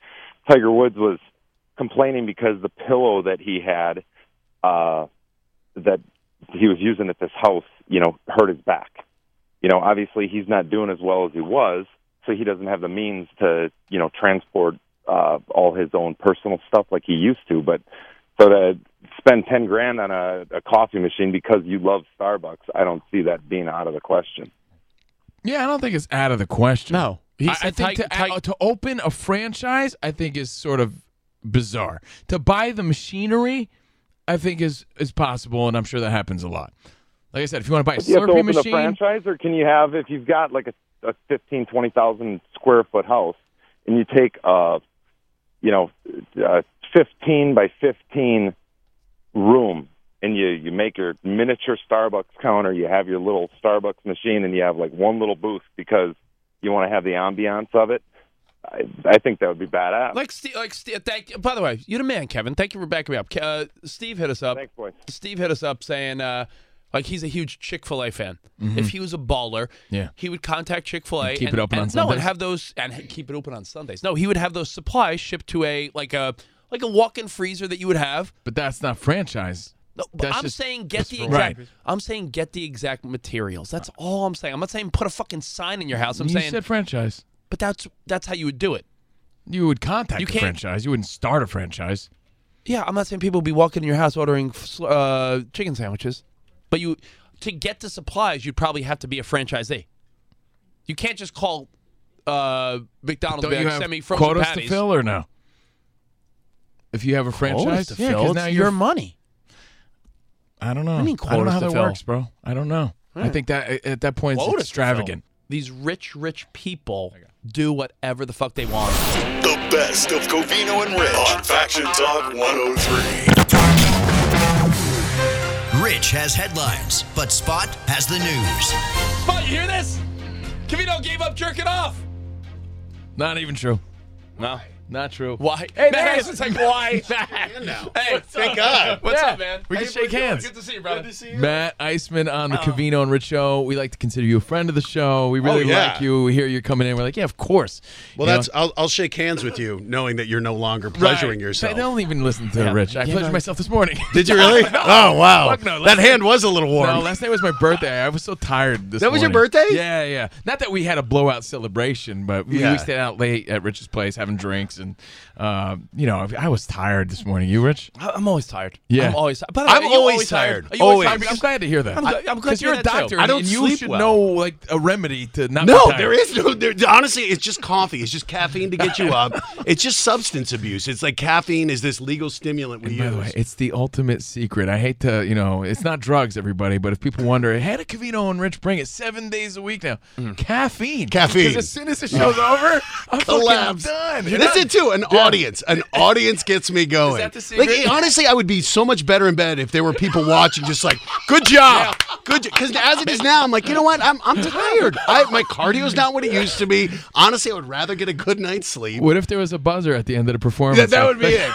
[SPEAKER 8] Tiger Woods was complaining because the pillow that he had uh that he was using at this house, you know, hurt his back. You know, obviously he's not doing as well as he was, so he doesn't have the means to, you know, transport uh, all his own personal stuff like he used to. But so to spend ten grand on a, a coffee machine because you love Starbucks, I don't see that being out of the question.
[SPEAKER 4] Yeah, I don't think it's out of the question.
[SPEAKER 2] No. He
[SPEAKER 4] I, I
[SPEAKER 2] said
[SPEAKER 4] think
[SPEAKER 2] Ti-
[SPEAKER 4] to, add-
[SPEAKER 2] Ti-
[SPEAKER 4] to open a franchise, I think is sort of bizarre. To buy the machinery, I think is is possible, and I'm sure that happens a lot. Like I said, if you want to buy a
[SPEAKER 8] Do you have to
[SPEAKER 4] Slurpee
[SPEAKER 8] open a
[SPEAKER 4] machine,
[SPEAKER 8] franchise, or can you have if you've got like a, a fifteen twenty thousand square foot house, and you take a you know a fifteen by fifteen room, and you you make your miniature Starbucks counter, you have your little Starbucks machine, and you have like one little booth because you want to have the ambiance of it. I, I think that would be badass.
[SPEAKER 2] like Steve. Like Steve. Thank. By the way, you're the man, Kevin. Thank you for backing me up. Ke- Uh, Steve hit us up.
[SPEAKER 8] Thanks, boys.
[SPEAKER 2] Steve hit us up saying, uh, like he's a huge Chick Fil A fan. If he was a baller,
[SPEAKER 4] Mm-hmm. Yeah.
[SPEAKER 2] he would contact Chick Fil A.
[SPEAKER 4] keep it open
[SPEAKER 2] no,
[SPEAKER 4] on
[SPEAKER 2] and
[SPEAKER 4] Sundays?
[SPEAKER 2] have those and h- keep it open on Sundays. No, he would have those supplies shipped to a like a like a walk-in freezer that you would have.
[SPEAKER 4] but that's not franchise.
[SPEAKER 2] No, but
[SPEAKER 4] That's
[SPEAKER 2] I'm
[SPEAKER 4] just-
[SPEAKER 2] saying get the
[SPEAKER 4] for-
[SPEAKER 2] exact.
[SPEAKER 4] Right.
[SPEAKER 2] I'm saying get the exact materials. That's all I'm saying. I'm not saying put a fucking sign in your house. I'm
[SPEAKER 4] you
[SPEAKER 2] saying,
[SPEAKER 4] said franchise.
[SPEAKER 2] but that's that's how you would do it.
[SPEAKER 4] You would contact
[SPEAKER 2] You
[SPEAKER 4] a
[SPEAKER 2] can't-
[SPEAKER 4] franchise. You wouldn't start a franchise.
[SPEAKER 2] Yeah, I'm not saying people would be walking in your house ordering f- uh, chicken sandwiches, but you to get the supplies, you'd probably have to be a franchisee. You can't just call uh, McDonald's and be
[SPEAKER 4] you
[SPEAKER 2] like,
[SPEAKER 4] have
[SPEAKER 2] send me frozen
[SPEAKER 4] quotas to
[SPEAKER 2] patties.
[SPEAKER 4] fill or no? If you have a franchise,
[SPEAKER 2] Quotas to
[SPEAKER 4] yeah, 'cause
[SPEAKER 2] fill?
[SPEAKER 4] now
[SPEAKER 2] It's
[SPEAKER 4] you're
[SPEAKER 2] your money.
[SPEAKER 4] I don't know. I
[SPEAKER 2] mean
[SPEAKER 4] don't know
[SPEAKER 2] quotas
[SPEAKER 4] how
[SPEAKER 2] to
[SPEAKER 4] that
[SPEAKER 2] fill?
[SPEAKER 4] works, bro. I don't know. I think that uh, at that point it's
[SPEAKER 2] Quotas to
[SPEAKER 4] extravagant.
[SPEAKER 2] fill. These rich, rich people do whatever the fuck they want.
[SPEAKER 1] The best of Covino and Rich on Faction Talk 103.
[SPEAKER 10] Rich has headlines, but Spot has the news.
[SPEAKER 4] Spot, you hear this? Cavino gave up jerking off. Not even true.
[SPEAKER 2] No.
[SPEAKER 4] Not true.
[SPEAKER 2] Why?
[SPEAKER 4] Hey,
[SPEAKER 2] Man,
[SPEAKER 4] there it is.
[SPEAKER 2] it's like,
[SPEAKER 4] (laughs)
[SPEAKER 2] why?
[SPEAKER 4] Hey,
[SPEAKER 2] thank God. What's
[SPEAKER 4] Yeah.
[SPEAKER 2] up, man?
[SPEAKER 4] We can
[SPEAKER 2] How you
[SPEAKER 4] shake
[SPEAKER 2] doing?
[SPEAKER 4] hands.
[SPEAKER 2] Good to see you, brother. Good to see you. Oh.
[SPEAKER 4] Matt Iceman on the Cavino and Rich show. We like to consider you a friend of the show. We really
[SPEAKER 11] Oh, yeah.
[SPEAKER 4] like you. We hear you're coming in. We're like, yeah, of course.
[SPEAKER 11] Well,
[SPEAKER 4] You know?
[SPEAKER 11] that's. I'll, I'll shake hands with you, knowing that you're no longer
[SPEAKER 4] Right.
[SPEAKER 11] pleasuring
[SPEAKER 4] I
[SPEAKER 11] yourself.
[SPEAKER 4] don't even listen to Rich. I pleasured myself this morning. (laughs)
[SPEAKER 11] Did you really? Oh wow,
[SPEAKER 4] Fuck no, last
[SPEAKER 11] that
[SPEAKER 4] night-
[SPEAKER 11] hand was a little warm.
[SPEAKER 4] No, last night was my birthday. I was so tired this
[SPEAKER 11] That was your
[SPEAKER 4] morning.
[SPEAKER 11] birthday?
[SPEAKER 4] Yeah, yeah. Not that we had a blowout celebration, but we, we
[SPEAKER 11] Yeah.
[SPEAKER 4] stayed out late at Rich's place having drinks. And, uh, you know, I was tired this morning. You, Rich?
[SPEAKER 2] I- I'm always tired.
[SPEAKER 4] Yeah.
[SPEAKER 2] I'm always. By the
[SPEAKER 11] I'm
[SPEAKER 2] are you
[SPEAKER 11] always tired.
[SPEAKER 2] Are you always,
[SPEAKER 11] Always.
[SPEAKER 2] tired?
[SPEAKER 4] I'm glad to hear that.
[SPEAKER 2] I'm glad- I'm glad
[SPEAKER 4] Because
[SPEAKER 2] to
[SPEAKER 4] you're
[SPEAKER 2] hear
[SPEAKER 4] a
[SPEAKER 2] that, too.
[SPEAKER 4] doctor.
[SPEAKER 11] I don't
[SPEAKER 4] and you
[SPEAKER 11] sleep
[SPEAKER 4] should
[SPEAKER 11] well.
[SPEAKER 4] know like a remedy to not.
[SPEAKER 11] No,
[SPEAKER 4] be tired.
[SPEAKER 11] there is no. There, honestly, it's just coffee. It's just caffeine to get you up. It's just substance abuse. It's like caffeine is this legal stimulant we
[SPEAKER 4] And
[SPEAKER 11] use.
[SPEAKER 4] by the way, it's the ultimate secret. I hate to, you know, it's not drugs, everybody, but if people wonder, how did Cavino and Rich bring it seven days a week now? Caffeine.
[SPEAKER 11] Mm. Caffeine.
[SPEAKER 4] Because as soon as
[SPEAKER 11] (laughs)
[SPEAKER 4] the show's over, I'm fucking
[SPEAKER 11] Collapse.
[SPEAKER 4] done. And
[SPEAKER 11] That's it
[SPEAKER 4] I'm-
[SPEAKER 11] too. An audience. An audience gets me going.
[SPEAKER 4] that the
[SPEAKER 11] like,
[SPEAKER 4] secret?
[SPEAKER 11] honestly, I would be so much better in bed if there were people watching, just like, good job. Good because as it is now, I'm like, you know what? I'm I'm tired. I my cardio's not what it used to be. Honestly, I would rather get a good night's sleep.
[SPEAKER 4] What if there was a buzzer at the end of the performance?
[SPEAKER 11] That, that would be it.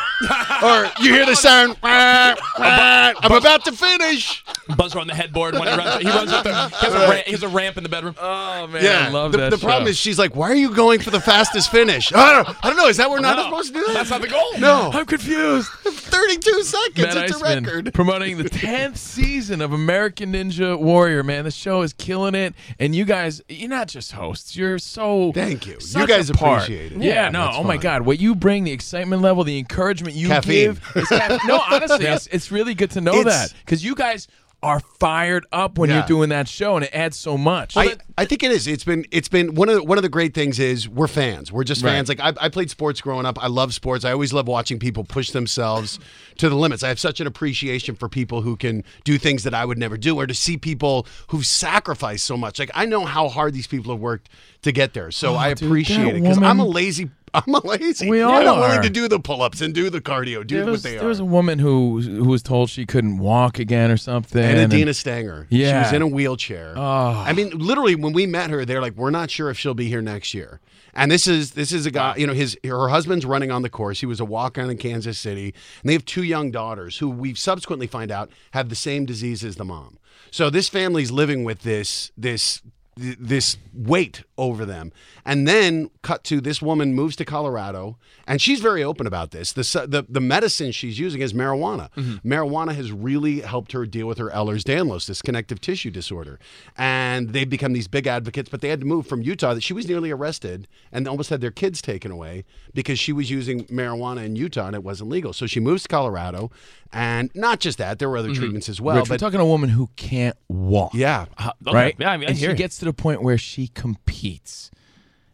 [SPEAKER 11] or you hear the
[SPEAKER 4] (laughs)
[SPEAKER 11] sound, "Wah, wah, I'm about to finish.
[SPEAKER 2] Buzzer on the headboard when he runs. He runs up the. He has, a ramp, he has a ramp in the bedroom.
[SPEAKER 4] Oh man,
[SPEAKER 11] Yeah,
[SPEAKER 4] I love
[SPEAKER 11] the,
[SPEAKER 4] that.
[SPEAKER 11] the problem
[SPEAKER 4] show.
[SPEAKER 11] is she's like, "Why are you going for the fastest finish?" I don't, know. I don't know. Is that we're not
[SPEAKER 2] No.
[SPEAKER 11] supposed to do that?
[SPEAKER 2] That's not the goal.
[SPEAKER 11] No,
[SPEAKER 4] (laughs)
[SPEAKER 11] (laughs)
[SPEAKER 4] I'm confused.
[SPEAKER 11] 32 seconds.
[SPEAKER 4] Matt
[SPEAKER 11] it's
[SPEAKER 4] Iceman
[SPEAKER 11] a record.
[SPEAKER 4] promoting the
[SPEAKER 11] (laughs)
[SPEAKER 4] 10th season of American Ninja Warrior, man. The show is killing it. And you guys, you're not just hosts. You're so.
[SPEAKER 11] Thank you. You
[SPEAKER 4] such
[SPEAKER 11] guys
[SPEAKER 4] a part.
[SPEAKER 11] appreciate it.
[SPEAKER 4] Yeah,
[SPEAKER 11] Yeah,
[SPEAKER 4] no.
[SPEAKER 11] that's
[SPEAKER 4] Oh, my
[SPEAKER 11] fine.
[SPEAKER 4] God. What you bring, the excitement level, the encouragement you
[SPEAKER 11] Caffeine.
[SPEAKER 4] give. is
[SPEAKER 11] (laughs)
[SPEAKER 4] caff- no, honestly, it's, it's really good to know
[SPEAKER 11] It's-
[SPEAKER 4] that because you guys are fired up when
[SPEAKER 11] Yeah.
[SPEAKER 4] you're doing that show and it adds so much.
[SPEAKER 11] I, I think it is. It's been it's been one of the, one of the great things is we're fans. We're just fans. Like I, I played sports growing up. I love sports. I always love watching people push themselves to the limits. I have such an appreciation for people who can do things that I would never do, or to see people who've sacrificed so much. Like I know how hard these people have worked to get there. So I
[SPEAKER 4] Oh, dude,
[SPEAKER 11] appreciate
[SPEAKER 4] that
[SPEAKER 11] it because I'm a
[SPEAKER 4] woman-
[SPEAKER 11] lazy. (laughs) I'm a lazy.
[SPEAKER 4] We all
[SPEAKER 11] I'm not
[SPEAKER 4] are.
[SPEAKER 11] willing to do the pull-ups and do the cardio. Do
[SPEAKER 4] there
[SPEAKER 11] what
[SPEAKER 4] was,
[SPEAKER 11] they
[SPEAKER 4] there
[SPEAKER 11] are.
[SPEAKER 4] was a woman who who was told she couldn't walk again or something.
[SPEAKER 11] And
[SPEAKER 4] and-
[SPEAKER 11] Adina Stanger. She
[SPEAKER 4] Yeah. Oh.
[SPEAKER 11] was in a wheelchair. I mean, literally when we met her, they're like, We're not sure if she'll be here next year. And this is this is a guy, you know, his her husband's running on the course. He was a walk on in Kansas City. And they have two young daughters who we subsequently find out have the same disease as the mom. So this family's living with this this th- this weight over them. And then cut to this woman moves to Colorado, and she's very open about this. The su- the, the medicine she's using is marijuana. Marijuana has really helped her deal with her Ehlers-Danlos, this connective tissue disorder, and they've become these big advocates. But they had to move from Utah. That she was nearly arrested and almost had their kids taken away because she was using marijuana in Utah and it wasn't legal. So she moves to Colorado, and not just that, there were other treatments as well.
[SPEAKER 4] Rich, we're
[SPEAKER 11] but
[SPEAKER 4] talking to a woman who can't walk.
[SPEAKER 11] yeah,
[SPEAKER 2] Uh, Okay.
[SPEAKER 4] Right?
[SPEAKER 2] Yeah, I mean, I
[SPEAKER 4] and
[SPEAKER 2] hear
[SPEAKER 4] she
[SPEAKER 2] you.
[SPEAKER 4] gets to the point where she competes.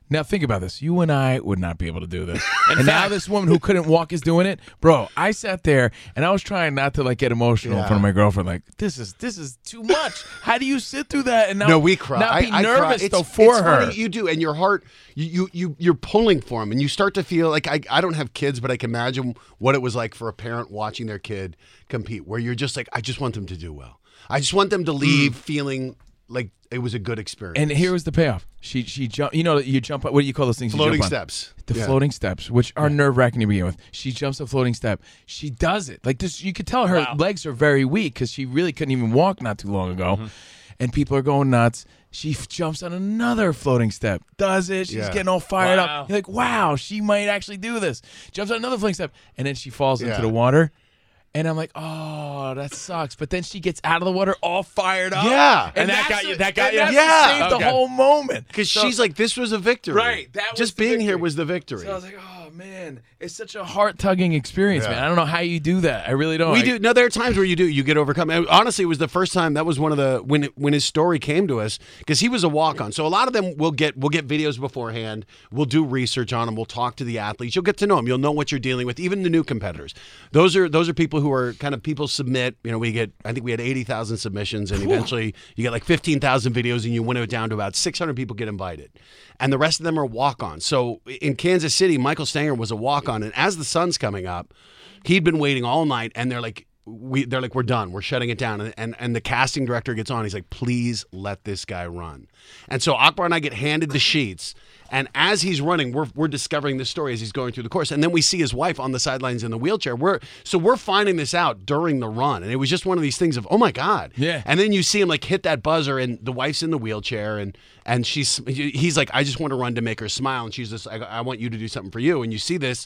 [SPEAKER 4] Now think about this. You and I would not be able to
[SPEAKER 2] (laughs)
[SPEAKER 4] do this. and now this woman who couldn't walk is doing it. Bro, I sat there and I was trying not to like get emotional in front of my girlfriend. Like, this is this is too much. How do you sit through that and not,
[SPEAKER 11] No, we cry.
[SPEAKER 4] not be
[SPEAKER 11] I, I cry.
[SPEAKER 4] nervous
[SPEAKER 11] It's-
[SPEAKER 4] though for
[SPEAKER 11] it's
[SPEAKER 4] her?
[SPEAKER 11] Funny, you do, and your heart, you, you you you're pulling for him, and you start to feel like I, I don't have kids, but I can imagine what it was like for a parent watching their kid compete, where you're just like, I just want them to do well. I just want them to leave feeling like it was a good experience.
[SPEAKER 4] Mm. and here was the payoff. She she jumped. You know you jump. What do you call those things? you
[SPEAKER 11] floating
[SPEAKER 4] jump on?
[SPEAKER 11] steps.
[SPEAKER 4] The
[SPEAKER 11] Yeah.
[SPEAKER 4] floating steps, which are nerve wracking to begin with. She jumps a floating step. She does it. Like this, you could tell her legs are very weak because she really couldn't even walk not too long ago.
[SPEAKER 11] Mm-hmm.
[SPEAKER 4] And people are going nuts. She f- jumps on another floating step, does it. She's
[SPEAKER 11] Yeah.
[SPEAKER 4] getting all fired
[SPEAKER 2] Wow.
[SPEAKER 4] up. You're like, wow, she might actually do this. Jumps on another floating step, and then she falls into
[SPEAKER 11] Yeah.
[SPEAKER 4] the water. And I'm like, oh, that sucks. But then she gets out of the water all fired up.
[SPEAKER 11] Yeah.
[SPEAKER 4] And,
[SPEAKER 2] And that
[SPEAKER 4] that's
[SPEAKER 2] got you-
[SPEAKER 4] the-
[SPEAKER 2] that got
[SPEAKER 4] and
[SPEAKER 2] you?
[SPEAKER 4] that's
[SPEAKER 11] Yeah.
[SPEAKER 4] Saved the
[SPEAKER 2] Okay.
[SPEAKER 4] whole moment.
[SPEAKER 11] Because
[SPEAKER 4] So-
[SPEAKER 11] she's like, this was a victory.
[SPEAKER 4] Right, that was
[SPEAKER 11] just
[SPEAKER 4] the
[SPEAKER 11] being here
[SPEAKER 4] victory.
[SPEAKER 11] was the victory.
[SPEAKER 4] so I was like, oh man, it's such a heart tugging experience, man. I don't know how you do that. I really don't.
[SPEAKER 11] We
[SPEAKER 4] I-
[SPEAKER 11] do. No, there are times where you do. You get overcome. And honestly, it was the first time. That was one of the when when his story came to us because he was a walk on. So a lot of them will get we'll get videos beforehand. We'll do research on them. We'll talk to the athletes. You'll get to know them. You'll know what you're dealing with. Even the new competitors. Those are those are people who are kind of people submit. You know, we get. I think we had eighty thousand submissions, and eventually you get like fifteen thousand videos, and you winnow it down to about six hundred people get invited, and the rest of them are walk ons. So in Kansas City, Michael Stanger was a walk on, and as the sun's coming up he'd been waiting all night and they're like we they're like we're done we're shutting it down and, and and the casting director gets on he's like please let this guy run and so akbar and i get handed the sheets and as he's running we're, we're discovering this story as he's going through the course and then we see his wife on the sidelines in the wheelchair we're so we're finding this out during the run and it was just one of these things of oh my god
[SPEAKER 4] Yeah.
[SPEAKER 11] and then you see him like hit that buzzer and the wife's in the wheelchair and and she's he's like i just want to run to make her smile and she's just i, I want you to do something for you and you see this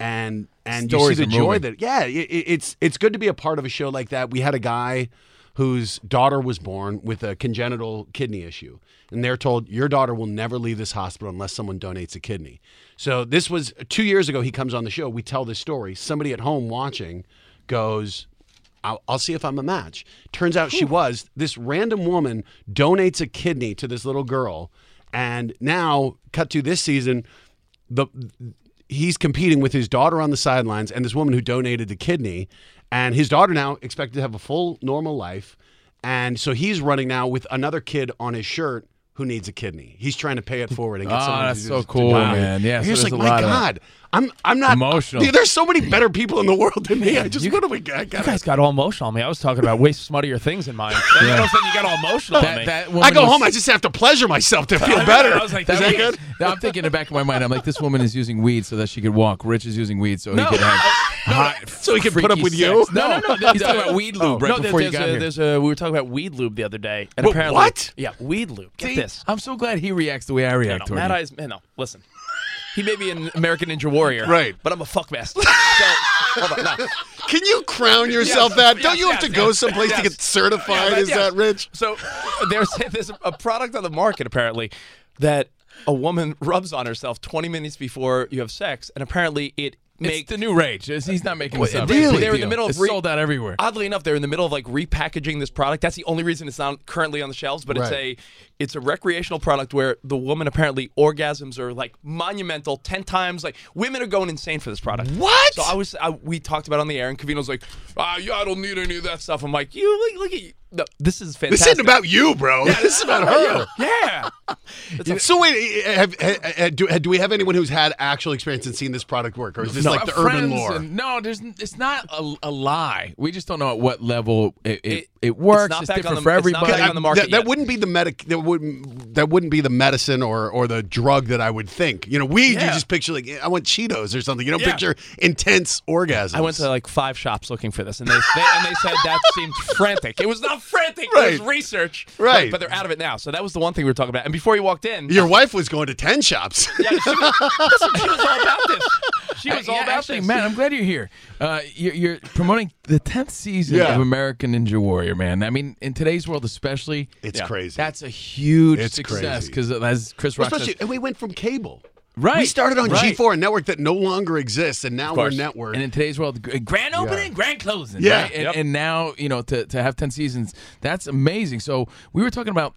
[SPEAKER 11] and and
[SPEAKER 4] Stories
[SPEAKER 11] you
[SPEAKER 4] are
[SPEAKER 11] see the joy
[SPEAKER 4] moving.
[SPEAKER 11] that yeah, it, it- it's it's good to be a part of a show like that. We had a guy whose daughter was born with a congenital kidney issue, and they're told your daughter will never leave this hospital unless someone donates a kidney. So this was two years ago. He comes on the show. We tell this story. Somebody at home watching goes. I'll, I'll see if I'm a match. Turns out she was. This random woman donates a kidney to this little girl, and now cut to this season, the he's competing with his daughter on the sidelines and this woman who donated the kidney and his daughter now expected to have a full normal life and so he's running now with another kid on his shirt who needs a kidney he's trying to pay it forward and get
[SPEAKER 4] Ah,
[SPEAKER 11] someone
[SPEAKER 4] that's
[SPEAKER 11] to do
[SPEAKER 4] so
[SPEAKER 11] this- to
[SPEAKER 4] cool,
[SPEAKER 11] donate.
[SPEAKER 4] man. Yeah, so
[SPEAKER 11] you're just like
[SPEAKER 4] there's a
[SPEAKER 11] my
[SPEAKER 4] lot of-
[SPEAKER 11] god i'm i'm not
[SPEAKER 4] Emotional.
[SPEAKER 11] Dude, there's so many better people in the world than
[SPEAKER 4] (laughs)
[SPEAKER 11] me i just what do we got
[SPEAKER 2] You guys got all emotional on me. I was talking about way smuttier things in mine. Then All of a sudden, you got all emotional on me.
[SPEAKER 11] i go home i just have to pleasure myself to feel better
[SPEAKER 4] (laughs) I was like,
[SPEAKER 11] Is that
[SPEAKER 4] (laughs) that (laughs)
[SPEAKER 11] good
[SPEAKER 4] Now I'm thinking in the back of my mind, I'm like, this woman is using weed so that she could walk. Rich is using weed so he could have hot,
[SPEAKER 11] so he could put
[SPEAKER 4] freaky
[SPEAKER 11] up with
[SPEAKER 4] sex.
[SPEAKER 11] you?
[SPEAKER 4] No, no, no. He's talking about weed lube right
[SPEAKER 2] no, there-
[SPEAKER 4] before you
[SPEAKER 2] there's
[SPEAKER 4] got
[SPEAKER 2] a,
[SPEAKER 4] here.
[SPEAKER 2] There's a, we were talking about weed lube the other day, and
[SPEAKER 4] Wha-
[SPEAKER 2] apparently,
[SPEAKER 4] what?
[SPEAKER 2] Yeah, weed lube. Get
[SPEAKER 4] See?
[SPEAKER 2] this.
[SPEAKER 4] I'm so glad he reacts the way I
[SPEAKER 2] No,
[SPEAKER 4] react
[SPEAKER 2] no,
[SPEAKER 4] toward
[SPEAKER 2] Mad
[SPEAKER 4] you.
[SPEAKER 2] Eyes. Man, no, listen. He may be an American Ninja Warrior,
[SPEAKER 11] Right.
[SPEAKER 2] But I'm a fuckmaster.
[SPEAKER 4] (laughs)
[SPEAKER 2] So, hold on, no.
[SPEAKER 11] can you crown yourself
[SPEAKER 2] Yes,
[SPEAKER 11] that don't
[SPEAKER 2] yes,
[SPEAKER 11] you have
[SPEAKER 2] yes,
[SPEAKER 11] to go
[SPEAKER 2] yes,
[SPEAKER 11] someplace to
[SPEAKER 2] yes.
[SPEAKER 11] get certified
[SPEAKER 2] Yeah,
[SPEAKER 11] is
[SPEAKER 2] yes.
[SPEAKER 11] that rich
[SPEAKER 2] So there's (laughs) there's a product on the market apparently that a woman (laughs) rubs on herself 20 minutes before you have sex, and apparently it
[SPEAKER 4] It's
[SPEAKER 2] makes.
[SPEAKER 4] the new rage. It's- He's not making this up.
[SPEAKER 2] They-
[SPEAKER 4] It's a big
[SPEAKER 2] They're in the
[SPEAKER 4] deal.
[SPEAKER 2] middle of
[SPEAKER 4] It's
[SPEAKER 2] re-
[SPEAKER 4] sold out everywhere.
[SPEAKER 2] Oddly enough, they're in the middle of like repackaging this product. That's the only reason it's not currently on the shelves, but it's
[SPEAKER 11] Right.
[SPEAKER 2] a it's a recreational product where the woman apparently orgasms are like monumental, ten times. Like women are going insane for this product.
[SPEAKER 11] What?
[SPEAKER 2] So I was I, we talked about it on the air, and Cavino's like, ah, yeah, I don't need any of that stuff. I'm like, you look, look at you. No, this is fantastic.
[SPEAKER 11] This isn't about you, bro. this is about her.
[SPEAKER 2] Yeah.
[SPEAKER 11] So wait, eh, have, have, have- do, do we have anyone who's had actual experience and seen this product work, or is this
[SPEAKER 4] No.
[SPEAKER 11] like the
[SPEAKER 4] Friends
[SPEAKER 11] urban lore?
[SPEAKER 4] and- no, there's n- it's not a, a lie. We just don't know at what level it, it, it, works.
[SPEAKER 2] not
[SPEAKER 4] It's,
[SPEAKER 2] back on
[SPEAKER 4] different
[SPEAKER 2] the-
[SPEAKER 4] for
[SPEAKER 2] it's not back
[SPEAKER 4] everybody.
[SPEAKER 2] on the market
[SPEAKER 11] that, that
[SPEAKER 2] yet.
[SPEAKER 11] wouldn't be the medic. That wouldn't that wouldn't be the medicine or or the drug that I would think. You know, weed. You
[SPEAKER 2] Yeah.
[SPEAKER 11] just picture like eh, I want Cheetos or something. You don't
[SPEAKER 2] Yeah.
[SPEAKER 11] picture intense orgasms.
[SPEAKER 2] I went to like five shops looking for this, and they, they and they said that seemed frantic. It was not frantic. It
[SPEAKER 11] Right.
[SPEAKER 2] was research.
[SPEAKER 11] Right.
[SPEAKER 2] But they're out of it now. So that was the one thing we were talking about. And before you walked in,
[SPEAKER 11] Your wife was going to ten (laughs) shops.
[SPEAKER 2] yeah, she, was, listen, she was all about this. She was
[SPEAKER 4] Yeah,
[SPEAKER 2] all about
[SPEAKER 4] actually,
[SPEAKER 2] this.
[SPEAKER 4] man, I'm glad you're here. Uh, you're, you're promoting the tenth season
[SPEAKER 11] Yeah.
[SPEAKER 4] of American Ninja Warrior, man. I mean, in today's world, especially,
[SPEAKER 11] It's crazy.
[SPEAKER 4] That's a huge
[SPEAKER 11] It's crazy.
[SPEAKER 4] success because, as Chris Rock
[SPEAKER 11] (laughs)
[SPEAKER 4] says,
[SPEAKER 11] Especially, and we went from cable.
[SPEAKER 4] right,
[SPEAKER 11] We started on
[SPEAKER 4] right.
[SPEAKER 11] G4, a network that no longer exists, and now we're network.
[SPEAKER 4] And in today's world, gr- grand opening, grand closing.
[SPEAKER 11] Yeah.
[SPEAKER 4] right? And,
[SPEAKER 11] Yep.
[SPEAKER 4] and now, you know, to, to have 10 seasons, that's amazing. So we were talking about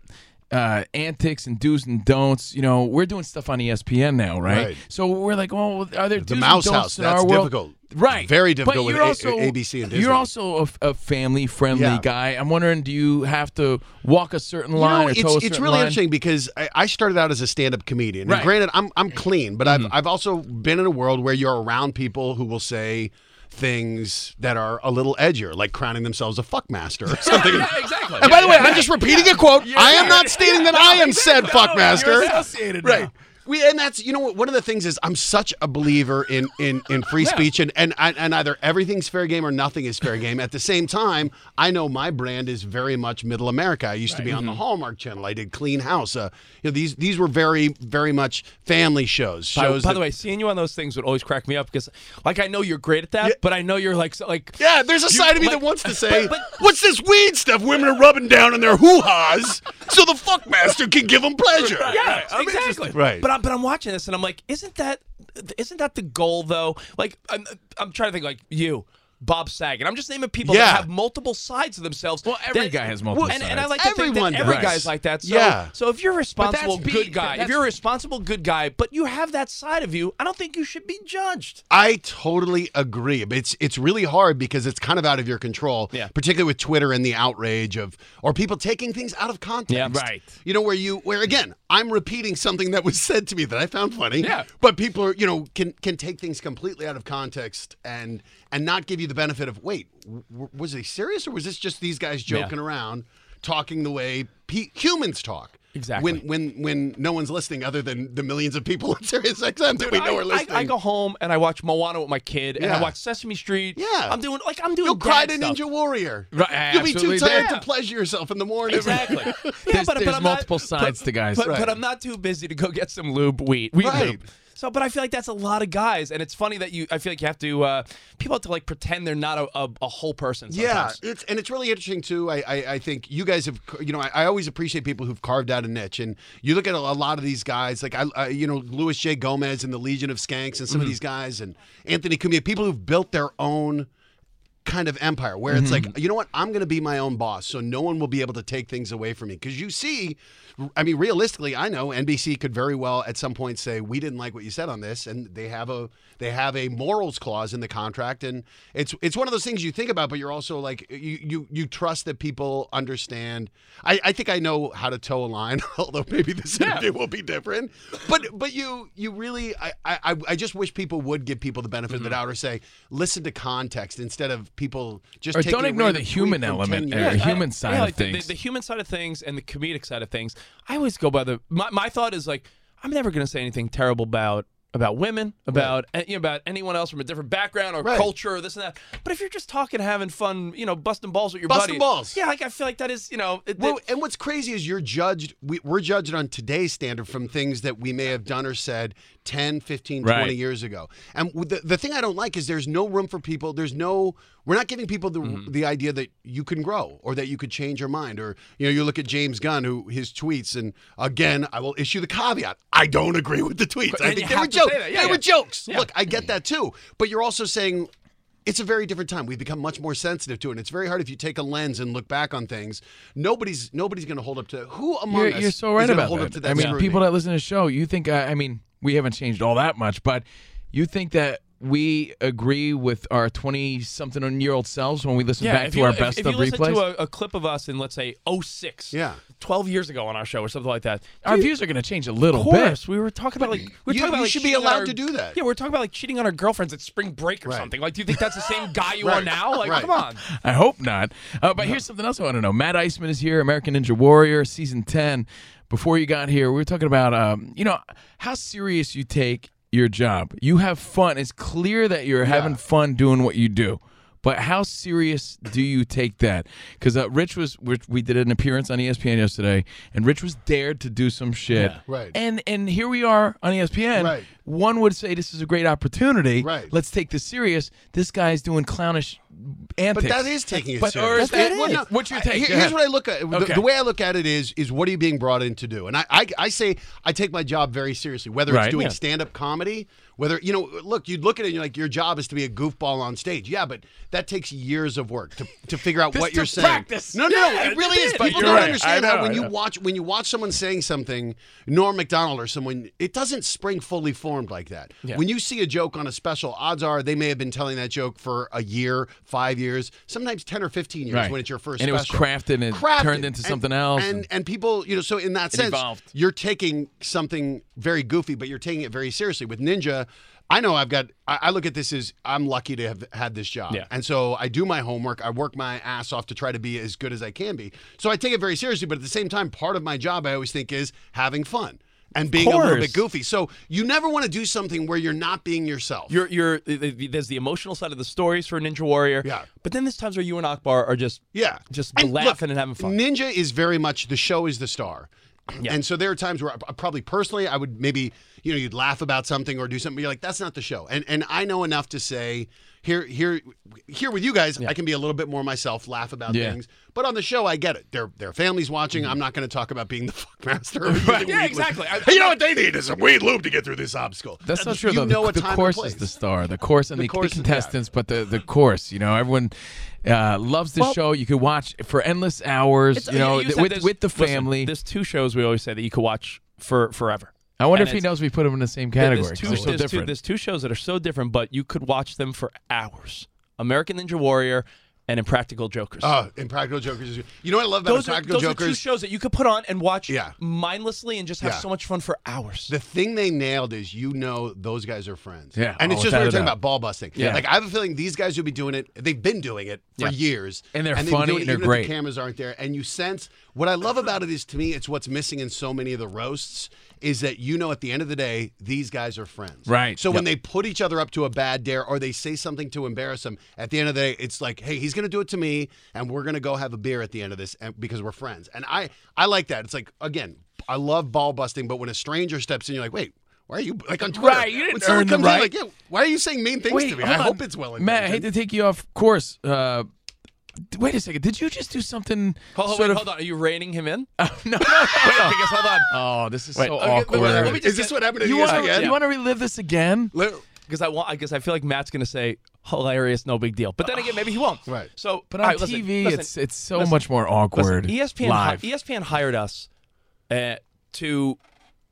[SPEAKER 4] uh, antics and do's and don'ts. You know, we're doing stuff on E ESPN now, right?
[SPEAKER 11] Right.
[SPEAKER 4] So we're like, well, are there do's
[SPEAKER 11] Mouse
[SPEAKER 4] and don'ts
[SPEAKER 11] House,
[SPEAKER 4] in
[SPEAKER 11] that's
[SPEAKER 4] our world?
[SPEAKER 11] difficult.
[SPEAKER 4] Right.
[SPEAKER 11] Very difficult
[SPEAKER 4] but
[SPEAKER 11] with
[SPEAKER 4] you're
[SPEAKER 11] A-
[SPEAKER 4] also,
[SPEAKER 11] ABC and Disney.
[SPEAKER 4] You're also a, f- a family-friendly
[SPEAKER 11] Yeah.
[SPEAKER 4] guy. I'm wondering, do you have to walk a certain
[SPEAKER 11] You know,
[SPEAKER 4] line or
[SPEAKER 11] it's,
[SPEAKER 4] toe a
[SPEAKER 11] it's
[SPEAKER 4] certain
[SPEAKER 11] really
[SPEAKER 4] line? (laughs)
[SPEAKER 11] interesting because I, I started out as a stand-up comedian.
[SPEAKER 4] Right.
[SPEAKER 11] And granted, I'm I'm clean, but I've I've also been in a world where you're around people who will say things that are a little edgier, like crowning themselves a fuckmaster (laughs) or something.
[SPEAKER 2] Yeah, exactly.
[SPEAKER 11] And by the way, I'm just repeating a quote. I am not stating that I am said fuckmaster. right. We, and that's you know what one of the things is I'm such a believer in in, in free speech and, and and either everything's fair game or nothing is fair game. At the same time, I know my brand is very much middle America. I used to be on the
[SPEAKER 2] Mm-hmm.
[SPEAKER 11] Hallmark Channel. I did Clean House. Uh, you know these these were very very much family shows.
[SPEAKER 2] By,
[SPEAKER 11] Shows.
[SPEAKER 2] by
[SPEAKER 11] that-
[SPEAKER 2] the way, seeing you on those things would always crack me up because, like, I know you're great at that, but I know you're like, so, like,
[SPEAKER 11] yeah, there's a
[SPEAKER 2] you-
[SPEAKER 11] side of me
[SPEAKER 2] (laughs) like-
[SPEAKER 11] that wants to say,
[SPEAKER 2] but- but-
[SPEAKER 11] "What's this weed stuff women are rubbing down in their hoo ha's?" so the fuckmaster can give him pleasure.
[SPEAKER 2] Yeah,
[SPEAKER 11] I mean, it's just-
[SPEAKER 2] exactly.
[SPEAKER 11] right.
[SPEAKER 2] But I'm but I'm watching this and I'm like, isn't that isn't that the goal though? Like I'm I'm trying to think like you. Bob Saget. I'm just naming people
[SPEAKER 11] Yeah.
[SPEAKER 2] that have multiple sides to themselves. Well,
[SPEAKER 4] every guy has multiple
[SPEAKER 2] and, And I
[SPEAKER 4] sides.
[SPEAKER 2] like to
[SPEAKER 4] Everyone
[SPEAKER 2] think that every
[SPEAKER 4] does.
[SPEAKER 2] guy's like that. So,
[SPEAKER 4] Yeah.
[SPEAKER 2] So if you're a
[SPEAKER 4] But that's
[SPEAKER 2] responsible
[SPEAKER 4] be-
[SPEAKER 2] good guy, if
[SPEAKER 4] that's-
[SPEAKER 2] you're a responsible good guy, but you have that side of you, I don't think you should be judged.
[SPEAKER 11] I totally agree. But It's it's really hard because it's kind of out of your control, yeah. particularly with Twitter and the outrage of or people taking things out of context.
[SPEAKER 2] Yeah, right.
[SPEAKER 11] You know where you where again I'm repeating something that was said to me that I found funny. Yeah. But people are you know can can take things completely out of context and and not give you the benefit of wait w- was he serious or was this just these guys
[SPEAKER 2] Yeah.
[SPEAKER 11] joking around talking the way pe- humans talk.
[SPEAKER 2] Exactly.
[SPEAKER 11] When when when no one's listening other than the millions of people on SiriusXM that we know
[SPEAKER 2] I,
[SPEAKER 11] are
[SPEAKER 2] I-
[SPEAKER 11] listening.
[SPEAKER 2] I, go home and I watch Moana with my kid, and
[SPEAKER 11] Yeah.
[SPEAKER 2] I watch Sesame Street.
[SPEAKER 11] Yeah.
[SPEAKER 2] I'm doing like I'm doing.
[SPEAKER 11] You'll cry to
[SPEAKER 2] dad stuff.
[SPEAKER 11] Ninja Warrior.
[SPEAKER 4] Right, I
[SPEAKER 11] You'll be too
[SPEAKER 4] absolutely
[SPEAKER 11] tired
[SPEAKER 4] did.
[SPEAKER 11] to pleasure yourself in the morning.
[SPEAKER 4] (laughs)
[SPEAKER 2] Exactly. yeah,
[SPEAKER 4] There's-
[SPEAKER 2] but,
[SPEAKER 4] there's
[SPEAKER 2] but I'm
[SPEAKER 4] multiple
[SPEAKER 2] not,
[SPEAKER 4] sides
[SPEAKER 2] but,
[SPEAKER 4] to guys.
[SPEAKER 2] But,
[SPEAKER 4] Right.
[SPEAKER 2] but I'm not too busy to go (laughs) get some lube wheat. wheat
[SPEAKER 11] Right.
[SPEAKER 2] lube. So, but I feel like that's a lot of guys, and it's funny that you. I feel like you have to. Uh, people have to like pretend they're not a, a, a whole person.
[SPEAKER 11] Yeah,
[SPEAKER 2] Sometimes.
[SPEAKER 11] it's and it's really interesting too. I, I, I think you guys have, you know, I, I always appreciate people who've carved out a niche. And you look at a, a lot of these guys, like I, I, you know, Louis J. Gomez and the Legion of Skanks, and some of
[SPEAKER 3] Mhm.
[SPEAKER 11] these guys, and Anthony Cumia, people who've built their own kind of empire where it's like, you know what, I'm going to be my own boss, so no one will be able to take things away from me. Because you see, I mean, realistically, I know NBC could very well at some point say we didn't like what you said on this, and they have a they have a morals clause in the contract, and it's it's one of those things you think about, but you're also like you you you trust that people understand. I, I think I know how to toe a line, (laughs) although maybe this (laughs) interview will be different. But but you you really I I, I- I just wish people would give people the benefit of
[SPEAKER 4] Mm-hmm.
[SPEAKER 11] the doubt or say listen to context instead of people just
[SPEAKER 4] Or
[SPEAKER 11] taking
[SPEAKER 4] don't
[SPEAKER 11] a
[SPEAKER 4] ignore
[SPEAKER 11] random
[SPEAKER 4] the human
[SPEAKER 11] tweet from
[SPEAKER 4] element
[SPEAKER 11] 10
[SPEAKER 4] or
[SPEAKER 11] years.
[SPEAKER 4] human side
[SPEAKER 2] Yeah,
[SPEAKER 4] of
[SPEAKER 2] like the-
[SPEAKER 4] things.
[SPEAKER 2] The, the human side of things and the comedic side of things. I always go by the my, my thought is like I'm never going to say anything terrible about about women, about eh, you know, about anyone else from a different background or culture or this and that. But if you're just talking, having fun, you know, busting balls with your
[SPEAKER 11] Busting
[SPEAKER 2] buddy,
[SPEAKER 11] balls.
[SPEAKER 2] Yeah, like I feel like that is you know. it-
[SPEAKER 11] Well,
[SPEAKER 2] it-
[SPEAKER 11] and what's crazy is you're judged, we, we're judged on today's standard from things that we may have done or said 10, 15, 20
[SPEAKER 4] Right.
[SPEAKER 11] years ago. And w- the, the thing I don't like is there's no room for people, there's no, we're not giving people the,
[SPEAKER 2] Mm-hmm.
[SPEAKER 11] the idea that you can grow or that you could change your mind. Or, you know, you look at James Gunn, who his tweets, and again, I will issue the caveat I don't agree with the tweets. I think
[SPEAKER 2] And you
[SPEAKER 11] they
[SPEAKER 2] have
[SPEAKER 11] were
[SPEAKER 2] to say
[SPEAKER 11] jokes.
[SPEAKER 2] that. Yeah,
[SPEAKER 11] they
[SPEAKER 2] yeah.
[SPEAKER 11] were jokes. Look, I get that too. But you're also saying it's a very different time. We've become much more sensitive to it. And it's very hard if you take a lens and look back on things. Nobody's nobody's going to hold up to who among
[SPEAKER 4] You're,
[SPEAKER 11] us.
[SPEAKER 4] you're so
[SPEAKER 11] is
[SPEAKER 4] right
[SPEAKER 11] gonna
[SPEAKER 4] about
[SPEAKER 11] hold
[SPEAKER 4] that.
[SPEAKER 11] up to that.
[SPEAKER 4] I mean,
[SPEAKER 11] scrutiny?
[SPEAKER 4] people that listen to the show, you think, uh, I mean, we haven't changed all that much, but you think that we agree with our 20 something year old selves when we listen back
[SPEAKER 2] if
[SPEAKER 4] to
[SPEAKER 2] you-
[SPEAKER 4] our
[SPEAKER 2] if-
[SPEAKER 4] best
[SPEAKER 2] if,
[SPEAKER 4] of
[SPEAKER 2] you listen
[SPEAKER 4] replays?
[SPEAKER 2] to a, a clip of us in, let's say, 06,
[SPEAKER 11] Yeah.
[SPEAKER 2] 12 years ago on our show or something like that,
[SPEAKER 4] our
[SPEAKER 2] dude,
[SPEAKER 4] views are going to change a little
[SPEAKER 2] Of course,
[SPEAKER 4] bit.
[SPEAKER 2] we were talking about like we were
[SPEAKER 11] You-
[SPEAKER 2] talking about
[SPEAKER 11] you
[SPEAKER 2] like,
[SPEAKER 11] should be
[SPEAKER 2] cheating on
[SPEAKER 11] allowed
[SPEAKER 2] our-
[SPEAKER 11] to do that.
[SPEAKER 2] Yeah, we we're talking about like cheating on our girlfriends at spring break or
[SPEAKER 4] Right.
[SPEAKER 2] something. Like, do you think that's the
[SPEAKER 4] (laughs)
[SPEAKER 2] same guy you are
[SPEAKER 4] Right.
[SPEAKER 2] now? Like,
[SPEAKER 4] Right.
[SPEAKER 2] come on.
[SPEAKER 4] I hope not. Uh, but here's something else I want to know. Matt Iceman is here, American Ninja Warrior, season 10. Before you got here, we were talking about, um, you know, how serious you take your job. You have fun. It's clear that you're having fun doing what you do. But how serious do you take that? Because uh, Rich was, Rich, we did an appearance on E ESPN yesterday, and Rich was dared to do some shit.
[SPEAKER 11] Yeah. Right.
[SPEAKER 4] And and here we are on E ESPN.
[SPEAKER 11] Right.
[SPEAKER 4] One would say this is a great opportunity.
[SPEAKER 11] Right.
[SPEAKER 4] Let's take this serious. This guy's doing clownish
[SPEAKER 11] But
[SPEAKER 4] antics.
[SPEAKER 11] that is taking it
[SPEAKER 4] But-
[SPEAKER 11] serious.
[SPEAKER 4] Or is that,
[SPEAKER 11] It
[SPEAKER 4] well,
[SPEAKER 11] is.
[SPEAKER 4] no, what's your
[SPEAKER 11] I-
[SPEAKER 4] take?
[SPEAKER 11] here-
[SPEAKER 4] Go
[SPEAKER 11] here's
[SPEAKER 4] ahead.
[SPEAKER 11] what I look at. The,
[SPEAKER 4] Okay.
[SPEAKER 11] the way I look at it is, is what are you being brought in to do? And I, I, I say I take my job very seriously. Whether
[SPEAKER 4] Right.
[SPEAKER 11] it's doing
[SPEAKER 4] Yeah.
[SPEAKER 11] stand-up comedy, whether you know, look, you'd look at it and you're like, your job is to be a goofball on stage. Yeah, but that takes years of work to, to figure out
[SPEAKER 4] This
[SPEAKER 11] what you're
[SPEAKER 4] took
[SPEAKER 11] saying.
[SPEAKER 4] practice.
[SPEAKER 11] No, no,
[SPEAKER 4] Yeah,
[SPEAKER 11] no. It
[SPEAKER 4] it
[SPEAKER 11] really is.
[SPEAKER 4] did.
[SPEAKER 11] People
[SPEAKER 4] You're
[SPEAKER 11] don't
[SPEAKER 4] right.
[SPEAKER 11] understand
[SPEAKER 4] I know,
[SPEAKER 11] that when
[SPEAKER 4] I
[SPEAKER 11] you
[SPEAKER 4] know.
[SPEAKER 11] watch when you watch someone saying something, Norm Macdonald or someone, it doesn't spring fully formed like that.
[SPEAKER 3] Yeah.
[SPEAKER 11] When you see a joke on a special, odds are they may have been telling that joke for a year, five years, sometimes ten or fifteen years
[SPEAKER 4] Right.
[SPEAKER 11] when it's your first.
[SPEAKER 4] And it was
[SPEAKER 11] special.
[SPEAKER 4] crafted and it turned into
[SPEAKER 11] and-
[SPEAKER 4] something else
[SPEAKER 11] And, and
[SPEAKER 4] and-
[SPEAKER 11] people, you know, so in that
[SPEAKER 4] It
[SPEAKER 11] sense,
[SPEAKER 4] evolved.
[SPEAKER 11] you're taking something very goofy, but you're taking it very seriously. With Ninja, I know I've got. I, I look at this as I'm lucky to have had this job,
[SPEAKER 2] Yeah.
[SPEAKER 11] and so I do my homework. I work my ass off to try to be as good as I can be. So I take it very seriously, but at the same time, part of my job I always think is having fun. And being a little
[SPEAKER 2] course.
[SPEAKER 11] bit goofy, so you never want to do something where you're not being yourself.
[SPEAKER 2] You're, you're, th- th- there's the emotional side of the stories for Ninja Warrior. Yeah. But then there's times where you and Akbar are just,
[SPEAKER 11] yeah,
[SPEAKER 2] just
[SPEAKER 11] And look,
[SPEAKER 2] laughing and having fun.
[SPEAKER 11] Ninja is very much the show is the star. And so there are times where I, probably uh, personally I would maybe you know, you'd laugh about something or do something. But you're like, that's not the show. And and I know enough to say here here here with you guys, I can be a little bit more myself, laugh about
[SPEAKER 4] Yeah. Mm-hmm.
[SPEAKER 11] things. But on the show, I get it. Their their families watching. I'm not going to talk about being the (laughs) fuck master.
[SPEAKER 4] (laughs)
[SPEAKER 11] or using
[SPEAKER 4] Yeah,
[SPEAKER 11] weed lube.
[SPEAKER 4] exactly. I-
[SPEAKER 11] Hey, you know what they need is a weed lube to get through this obstacle.
[SPEAKER 4] That's
[SPEAKER 11] Uh,
[SPEAKER 4] not true.
[SPEAKER 11] You
[SPEAKER 4] though.
[SPEAKER 11] know
[SPEAKER 4] the,
[SPEAKER 11] a
[SPEAKER 4] the
[SPEAKER 11] time and
[SPEAKER 4] course
[SPEAKER 11] place.
[SPEAKER 4] is the star. The course and the, the
[SPEAKER 11] course is- yeah.
[SPEAKER 4] contestants, but the the course. You know, everyone uh, loves the
[SPEAKER 2] Well-
[SPEAKER 4] show. You could watch for endless hours.
[SPEAKER 2] It's-
[SPEAKER 4] You know,
[SPEAKER 2] said
[SPEAKER 4] with
[SPEAKER 2] there's-
[SPEAKER 4] with the
[SPEAKER 2] listen,
[SPEAKER 4] family.
[SPEAKER 2] there's two shows we always say that you could watch for forever.
[SPEAKER 4] I wonder
[SPEAKER 2] And
[SPEAKER 4] if he
[SPEAKER 2] it's-
[SPEAKER 4] knows we put them in the same
[SPEAKER 2] Yeah,
[SPEAKER 4] category.
[SPEAKER 2] There's
[SPEAKER 4] 'cause
[SPEAKER 2] two,
[SPEAKER 4] they're so
[SPEAKER 2] there's two-
[SPEAKER 4] different.
[SPEAKER 2] there's two shows that are so different, but you could watch them for hours. American Ninja Warrior and Impractical Jokers.
[SPEAKER 11] Oh, Impractical Jokers. is- You know what I love about
[SPEAKER 2] those are,
[SPEAKER 11] Impractical
[SPEAKER 2] those are
[SPEAKER 11] Jokers?
[SPEAKER 2] two shows that you could put on and watch
[SPEAKER 11] Yeah.
[SPEAKER 2] mindlessly and just have
[SPEAKER 11] Yeah.
[SPEAKER 2] so much fun for hours.
[SPEAKER 11] The thing they nailed is you know those guys are friends.
[SPEAKER 4] Yeah,
[SPEAKER 11] And it's
[SPEAKER 4] oh,
[SPEAKER 11] just what we're
[SPEAKER 4] without a
[SPEAKER 11] talking
[SPEAKER 4] doubt.
[SPEAKER 11] about ball busting.
[SPEAKER 4] Yeah.
[SPEAKER 11] Like I have a feeling these guys will be doing it. They've been doing it for
[SPEAKER 4] Yeah.
[SPEAKER 11] years.
[SPEAKER 4] And they're
[SPEAKER 11] and
[SPEAKER 4] funny
[SPEAKER 11] Doing it,
[SPEAKER 4] and they're
[SPEAKER 11] even
[SPEAKER 4] great.
[SPEAKER 11] If the cameras aren't there. And you sense what I love about it is to me, it's what's missing in so many of the roasts is that you know at the end of the day, these guys are friends.
[SPEAKER 4] Right.
[SPEAKER 11] So when
[SPEAKER 4] Yep.
[SPEAKER 11] they put each other up to a bad dare or they say something to embarrass them, at the end of the day, it's like, hey, he's gonna do it to me and we're gonna go have a beer at the end of this and because we're friends. And I I like that. It's like again, I love ball busting, but when a stranger steps in, you're like, wait, why are you like on Twitter?
[SPEAKER 4] Right, you didn't
[SPEAKER 11] when someone
[SPEAKER 4] earn the
[SPEAKER 11] comes in,
[SPEAKER 4] right.
[SPEAKER 11] like, yeah, why are you saying mean things
[SPEAKER 4] Wait,
[SPEAKER 11] to me?
[SPEAKER 4] hold
[SPEAKER 11] I
[SPEAKER 4] on.
[SPEAKER 11] hope it's well
[SPEAKER 4] Matt, I hate
[SPEAKER 11] intentioned.
[SPEAKER 4] to take you off course. Uh, d- wait a second. Did you just do something?
[SPEAKER 2] Hold, hold,
[SPEAKER 4] sort
[SPEAKER 2] wait,
[SPEAKER 4] of,
[SPEAKER 2] hold on. Are you reining him in?
[SPEAKER 11] Uh,
[SPEAKER 4] No, no, no.
[SPEAKER 2] Because hold on.
[SPEAKER 4] Oh, this is
[SPEAKER 2] Wait,
[SPEAKER 4] so
[SPEAKER 2] okay, wait,
[SPEAKER 4] awkward.
[SPEAKER 2] wait, let me
[SPEAKER 11] Is this what happened to
[SPEAKER 4] you
[SPEAKER 11] you
[SPEAKER 4] want to
[SPEAKER 11] again?
[SPEAKER 4] you want to relive this again?
[SPEAKER 2] Because I want. I guess I feel like Matt's gonna say hilarious, no big deal. But then again, maybe he won't.
[SPEAKER 11] Right.
[SPEAKER 2] So,
[SPEAKER 4] But
[SPEAKER 2] all
[SPEAKER 4] on
[SPEAKER 2] right, listen,
[SPEAKER 4] TV,
[SPEAKER 2] listen,
[SPEAKER 4] it's it's so
[SPEAKER 2] listen.
[SPEAKER 4] much more
[SPEAKER 2] Listen, E
[SPEAKER 4] awkward.
[SPEAKER 2] ESPN, hi-
[SPEAKER 4] live.
[SPEAKER 2] ESPN hired us uh, to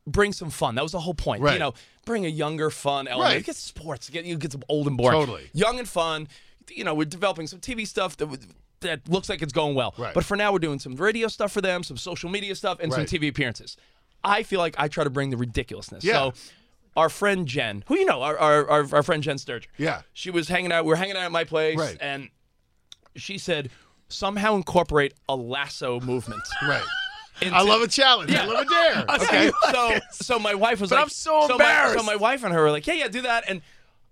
[SPEAKER 2] bring some fun. That was the whole point. You
[SPEAKER 11] Right.
[SPEAKER 2] know, bring a younger, fun element.
[SPEAKER 11] Right.
[SPEAKER 2] Get sports. Get you get some old and boring.
[SPEAKER 11] Totally.
[SPEAKER 2] Young and fun. You know, we're developing some TV stuff that. would- That looks like it's going well.
[SPEAKER 11] Right.
[SPEAKER 2] But for now, we're doing some radio stuff for them, some social media stuff, and some
[SPEAKER 11] Right.
[SPEAKER 2] TV appearances. I feel like I try to bring the ridiculousness.
[SPEAKER 11] Yeah.
[SPEAKER 2] So, our friend Jen, who you know, our, our, our, our friend Jen Sturger.
[SPEAKER 11] Yeah.
[SPEAKER 2] She was hanging out. We were hanging out at my place.
[SPEAKER 11] Right.
[SPEAKER 2] And she said, somehow incorporate a lasso
[SPEAKER 4] (laughs)
[SPEAKER 2] movement.
[SPEAKER 11] Right.
[SPEAKER 2] into-
[SPEAKER 11] I love
[SPEAKER 2] (laughs)
[SPEAKER 11] a challenge. I love a dare.
[SPEAKER 4] (laughs)
[SPEAKER 11] Okay.
[SPEAKER 2] So, so my wife was
[SPEAKER 4] But
[SPEAKER 2] like,
[SPEAKER 4] I'm so
[SPEAKER 2] my-
[SPEAKER 4] embarrassed.
[SPEAKER 2] so my wife and her were like, yeah, yeah, do that. And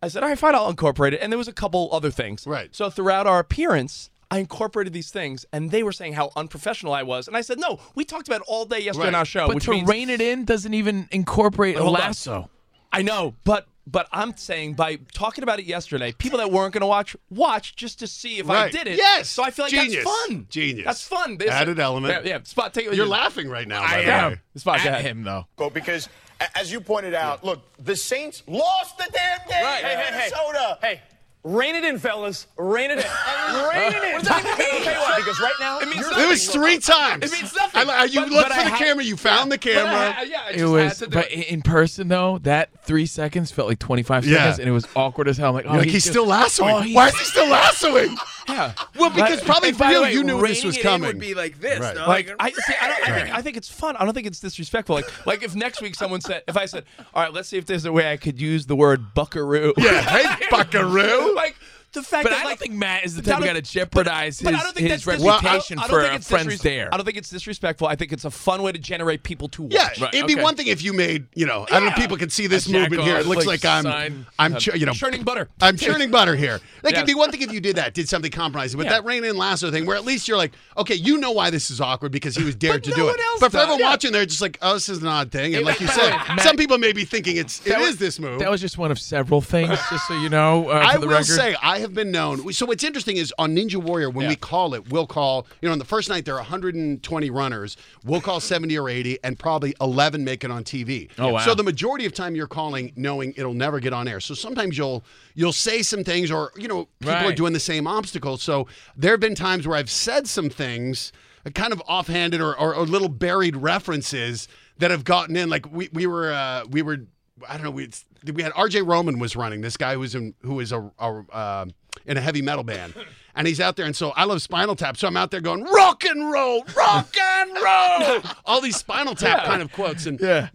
[SPEAKER 2] I said, all right, fine, I'll incorporate it. And there was a couple other things.
[SPEAKER 11] Right.
[SPEAKER 2] So throughout our appearance, I incorporated these things, and they were saying how unprofessional I was. And I said, no, we talked about it all day yesterday on
[SPEAKER 11] Right.
[SPEAKER 2] our show.
[SPEAKER 4] but
[SPEAKER 2] which
[SPEAKER 4] to
[SPEAKER 2] means-
[SPEAKER 4] rein it in doesn't even incorporate a
[SPEAKER 2] Hold on.
[SPEAKER 4] lasso.
[SPEAKER 2] I know, but but I'm saying by talking about it yesterday, people that weren't going to watch watch just to see if I
[SPEAKER 11] Right.
[SPEAKER 2] did it.
[SPEAKER 11] Yes.
[SPEAKER 2] So I feel like
[SPEAKER 11] Genius.
[SPEAKER 2] that's fun.
[SPEAKER 11] Genius.
[SPEAKER 2] That's fun.
[SPEAKER 11] Added element.
[SPEAKER 2] Yeah, yeah. Spot. Take it.
[SPEAKER 11] You're laughing right now. by
[SPEAKER 12] I
[SPEAKER 11] the way.
[SPEAKER 12] am.
[SPEAKER 2] It's fine, go
[SPEAKER 4] At
[SPEAKER 2] ahead.
[SPEAKER 4] him though.
[SPEAKER 12] because a- as you pointed out, look, the Saints lost the damn game
[SPEAKER 13] Right,
[SPEAKER 12] to
[SPEAKER 13] hey, hey, hey.
[SPEAKER 12] Minnesota.
[SPEAKER 13] Hey, rein it in, fellas. Rein it (laughs) in. rein it in.
[SPEAKER 12] What does that even mean?
[SPEAKER 13] I'll tell you (laughs) what, because right now,
[SPEAKER 2] It means
[SPEAKER 13] you're-
[SPEAKER 2] nothing.
[SPEAKER 11] It was three times.
[SPEAKER 2] It means nothing.
[SPEAKER 11] I li- you
[SPEAKER 2] But-
[SPEAKER 11] looked
[SPEAKER 2] but
[SPEAKER 11] for
[SPEAKER 2] I
[SPEAKER 11] the
[SPEAKER 2] had-
[SPEAKER 11] camera. You found the
[SPEAKER 2] But I
[SPEAKER 11] camera.
[SPEAKER 2] had- yeah, I
[SPEAKER 4] It
[SPEAKER 2] just
[SPEAKER 4] was,
[SPEAKER 2] had to do
[SPEAKER 4] but
[SPEAKER 2] it.
[SPEAKER 4] in person though, that three seconds felt like 25
[SPEAKER 11] Yeah.
[SPEAKER 4] seconds, and it was awkward as hell. I'm like, oh,
[SPEAKER 11] You're like he's,
[SPEAKER 4] just-
[SPEAKER 11] still lassoing.
[SPEAKER 4] Oh, he's-
[SPEAKER 11] Why is he
[SPEAKER 4] (laughs)
[SPEAKER 11] still lassoing?
[SPEAKER 4] Yeah.
[SPEAKER 11] Well, because
[SPEAKER 4] But-
[SPEAKER 11] probably
[SPEAKER 4] and
[SPEAKER 11] for
[SPEAKER 4] by the
[SPEAKER 11] you,
[SPEAKER 4] way,
[SPEAKER 11] you knew this
[SPEAKER 4] reining
[SPEAKER 11] was
[SPEAKER 4] it in
[SPEAKER 11] coming.
[SPEAKER 4] would be like this.
[SPEAKER 11] Right.
[SPEAKER 4] no?
[SPEAKER 2] Like I see, I, don't, I think I think it's fun. I don't think it's disrespectful. Like like if next week someone said, if I said, all right, let's see if there's a way I could use the word buckaroo.
[SPEAKER 11] Yeah, hey, buckaroo.
[SPEAKER 2] (laughs) like the fact
[SPEAKER 4] But
[SPEAKER 2] that
[SPEAKER 4] I don't
[SPEAKER 2] like,
[SPEAKER 4] think Matt is the
[SPEAKER 2] I
[SPEAKER 4] type of
[SPEAKER 2] don't-
[SPEAKER 4] guy to jeopardize
[SPEAKER 2] but- but I
[SPEAKER 4] his-
[SPEAKER 2] don't think
[SPEAKER 4] his
[SPEAKER 2] that's dis-
[SPEAKER 4] reputation
[SPEAKER 2] I don't- I don't
[SPEAKER 4] for
[SPEAKER 2] think
[SPEAKER 4] a
[SPEAKER 2] it's
[SPEAKER 4] friend's
[SPEAKER 2] disres-
[SPEAKER 4] dare.
[SPEAKER 2] I don't think it's disrespectful. I think it's a fun way to generate people to watch.
[SPEAKER 11] Yeah,
[SPEAKER 4] Right,
[SPEAKER 11] it'd be
[SPEAKER 4] okay.
[SPEAKER 11] one thing if you made, you know, I don't know, people can see this
[SPEAKER 4] A jack
[SPEAKER 11] movement here.
[SPEAKER 4] off,
[SPEAKER 11] It looks like,
[SPEAKER 4] like,
[SPEAKER 11] I'm,
[SPEAKER 4] sign,
[SPEAKER 11] I'm,
[SPEAKER 4] uh,
[SPEAKER 11] chur- you know,
[SPEAKER 2] churning butter.
[SPEAKER 11] I'm churning butter here. Like
[SPEAKER 2] Yeah.
[SPEAKER 11] it'd be one thing if you did that, did something compromising, but
[SPEAKER 2] Yeah.
[SPEAKER 11] that rain and lasso thing, where at least you're like, okay, you know why this is awkward because
[SPEAKER 4] (laughs)
[SPEAKER 11] he was dared to
[SPEAKER 2] no
[SPEAKER 11] do
[SPEAKER 2] one
[SPEAKER 11] it.
[SPEAKER 2] else
[SPEAKER 11] but for
[SPEAKER 2] does.
[SPEAKER 11] everyone
[SPEAKER 2] Yeah.
[SPEAKER 11] watching, they're just like, oh, this is an odd thing, and like you
[SPEAKER 4] by the
[SPEAKER 11] said,
[SPEAKER 4] way, Matt-
[SPEAKER 11] some people may be thinking it's it is
[SPEAKER 4] was-
[SPEAKER 11] this move.
[SPEAKER 4] That was just one of several things, just so you know. Uh,
[SPEAKER 11] I
[SPEAKER 4] for the
[SPEAKER 11] will
[SPEAKER 4] record.
[SPEAKER 11] say I have been known. So what's interesting is on Ninja Warrior when we call it, we'll call you know on the first night there are 120 runners. We'll call 70 or 80, and probably 11 make it on TV.
[SPEAKER 4] Oh, wow.
[SPEAKER 11] So the majority of time you're calling, knowing it'll never get on air. So sometimes you'll you'll say some things, or you know people are
[SPEAKER 4] Right.
[SPEAKER 11] doing the same obstacle. So there have been times where I've said some things, uh, kind of offhanded or, or, or little buried references that have gotten in. Like we we were uh, we were I don't know we we had R.J. Roman was running this guy who was in who was a, a uh, in a heavy metal band. And he's out there, and so I love Spinal Tap. So I'm out there going rock and roll, rock and
[SPEAKER 4] (laughs)
[SPEAKER 11] roll, all these Spinal Tap kind of quotes. And
[SPEAKER 4] Yeah.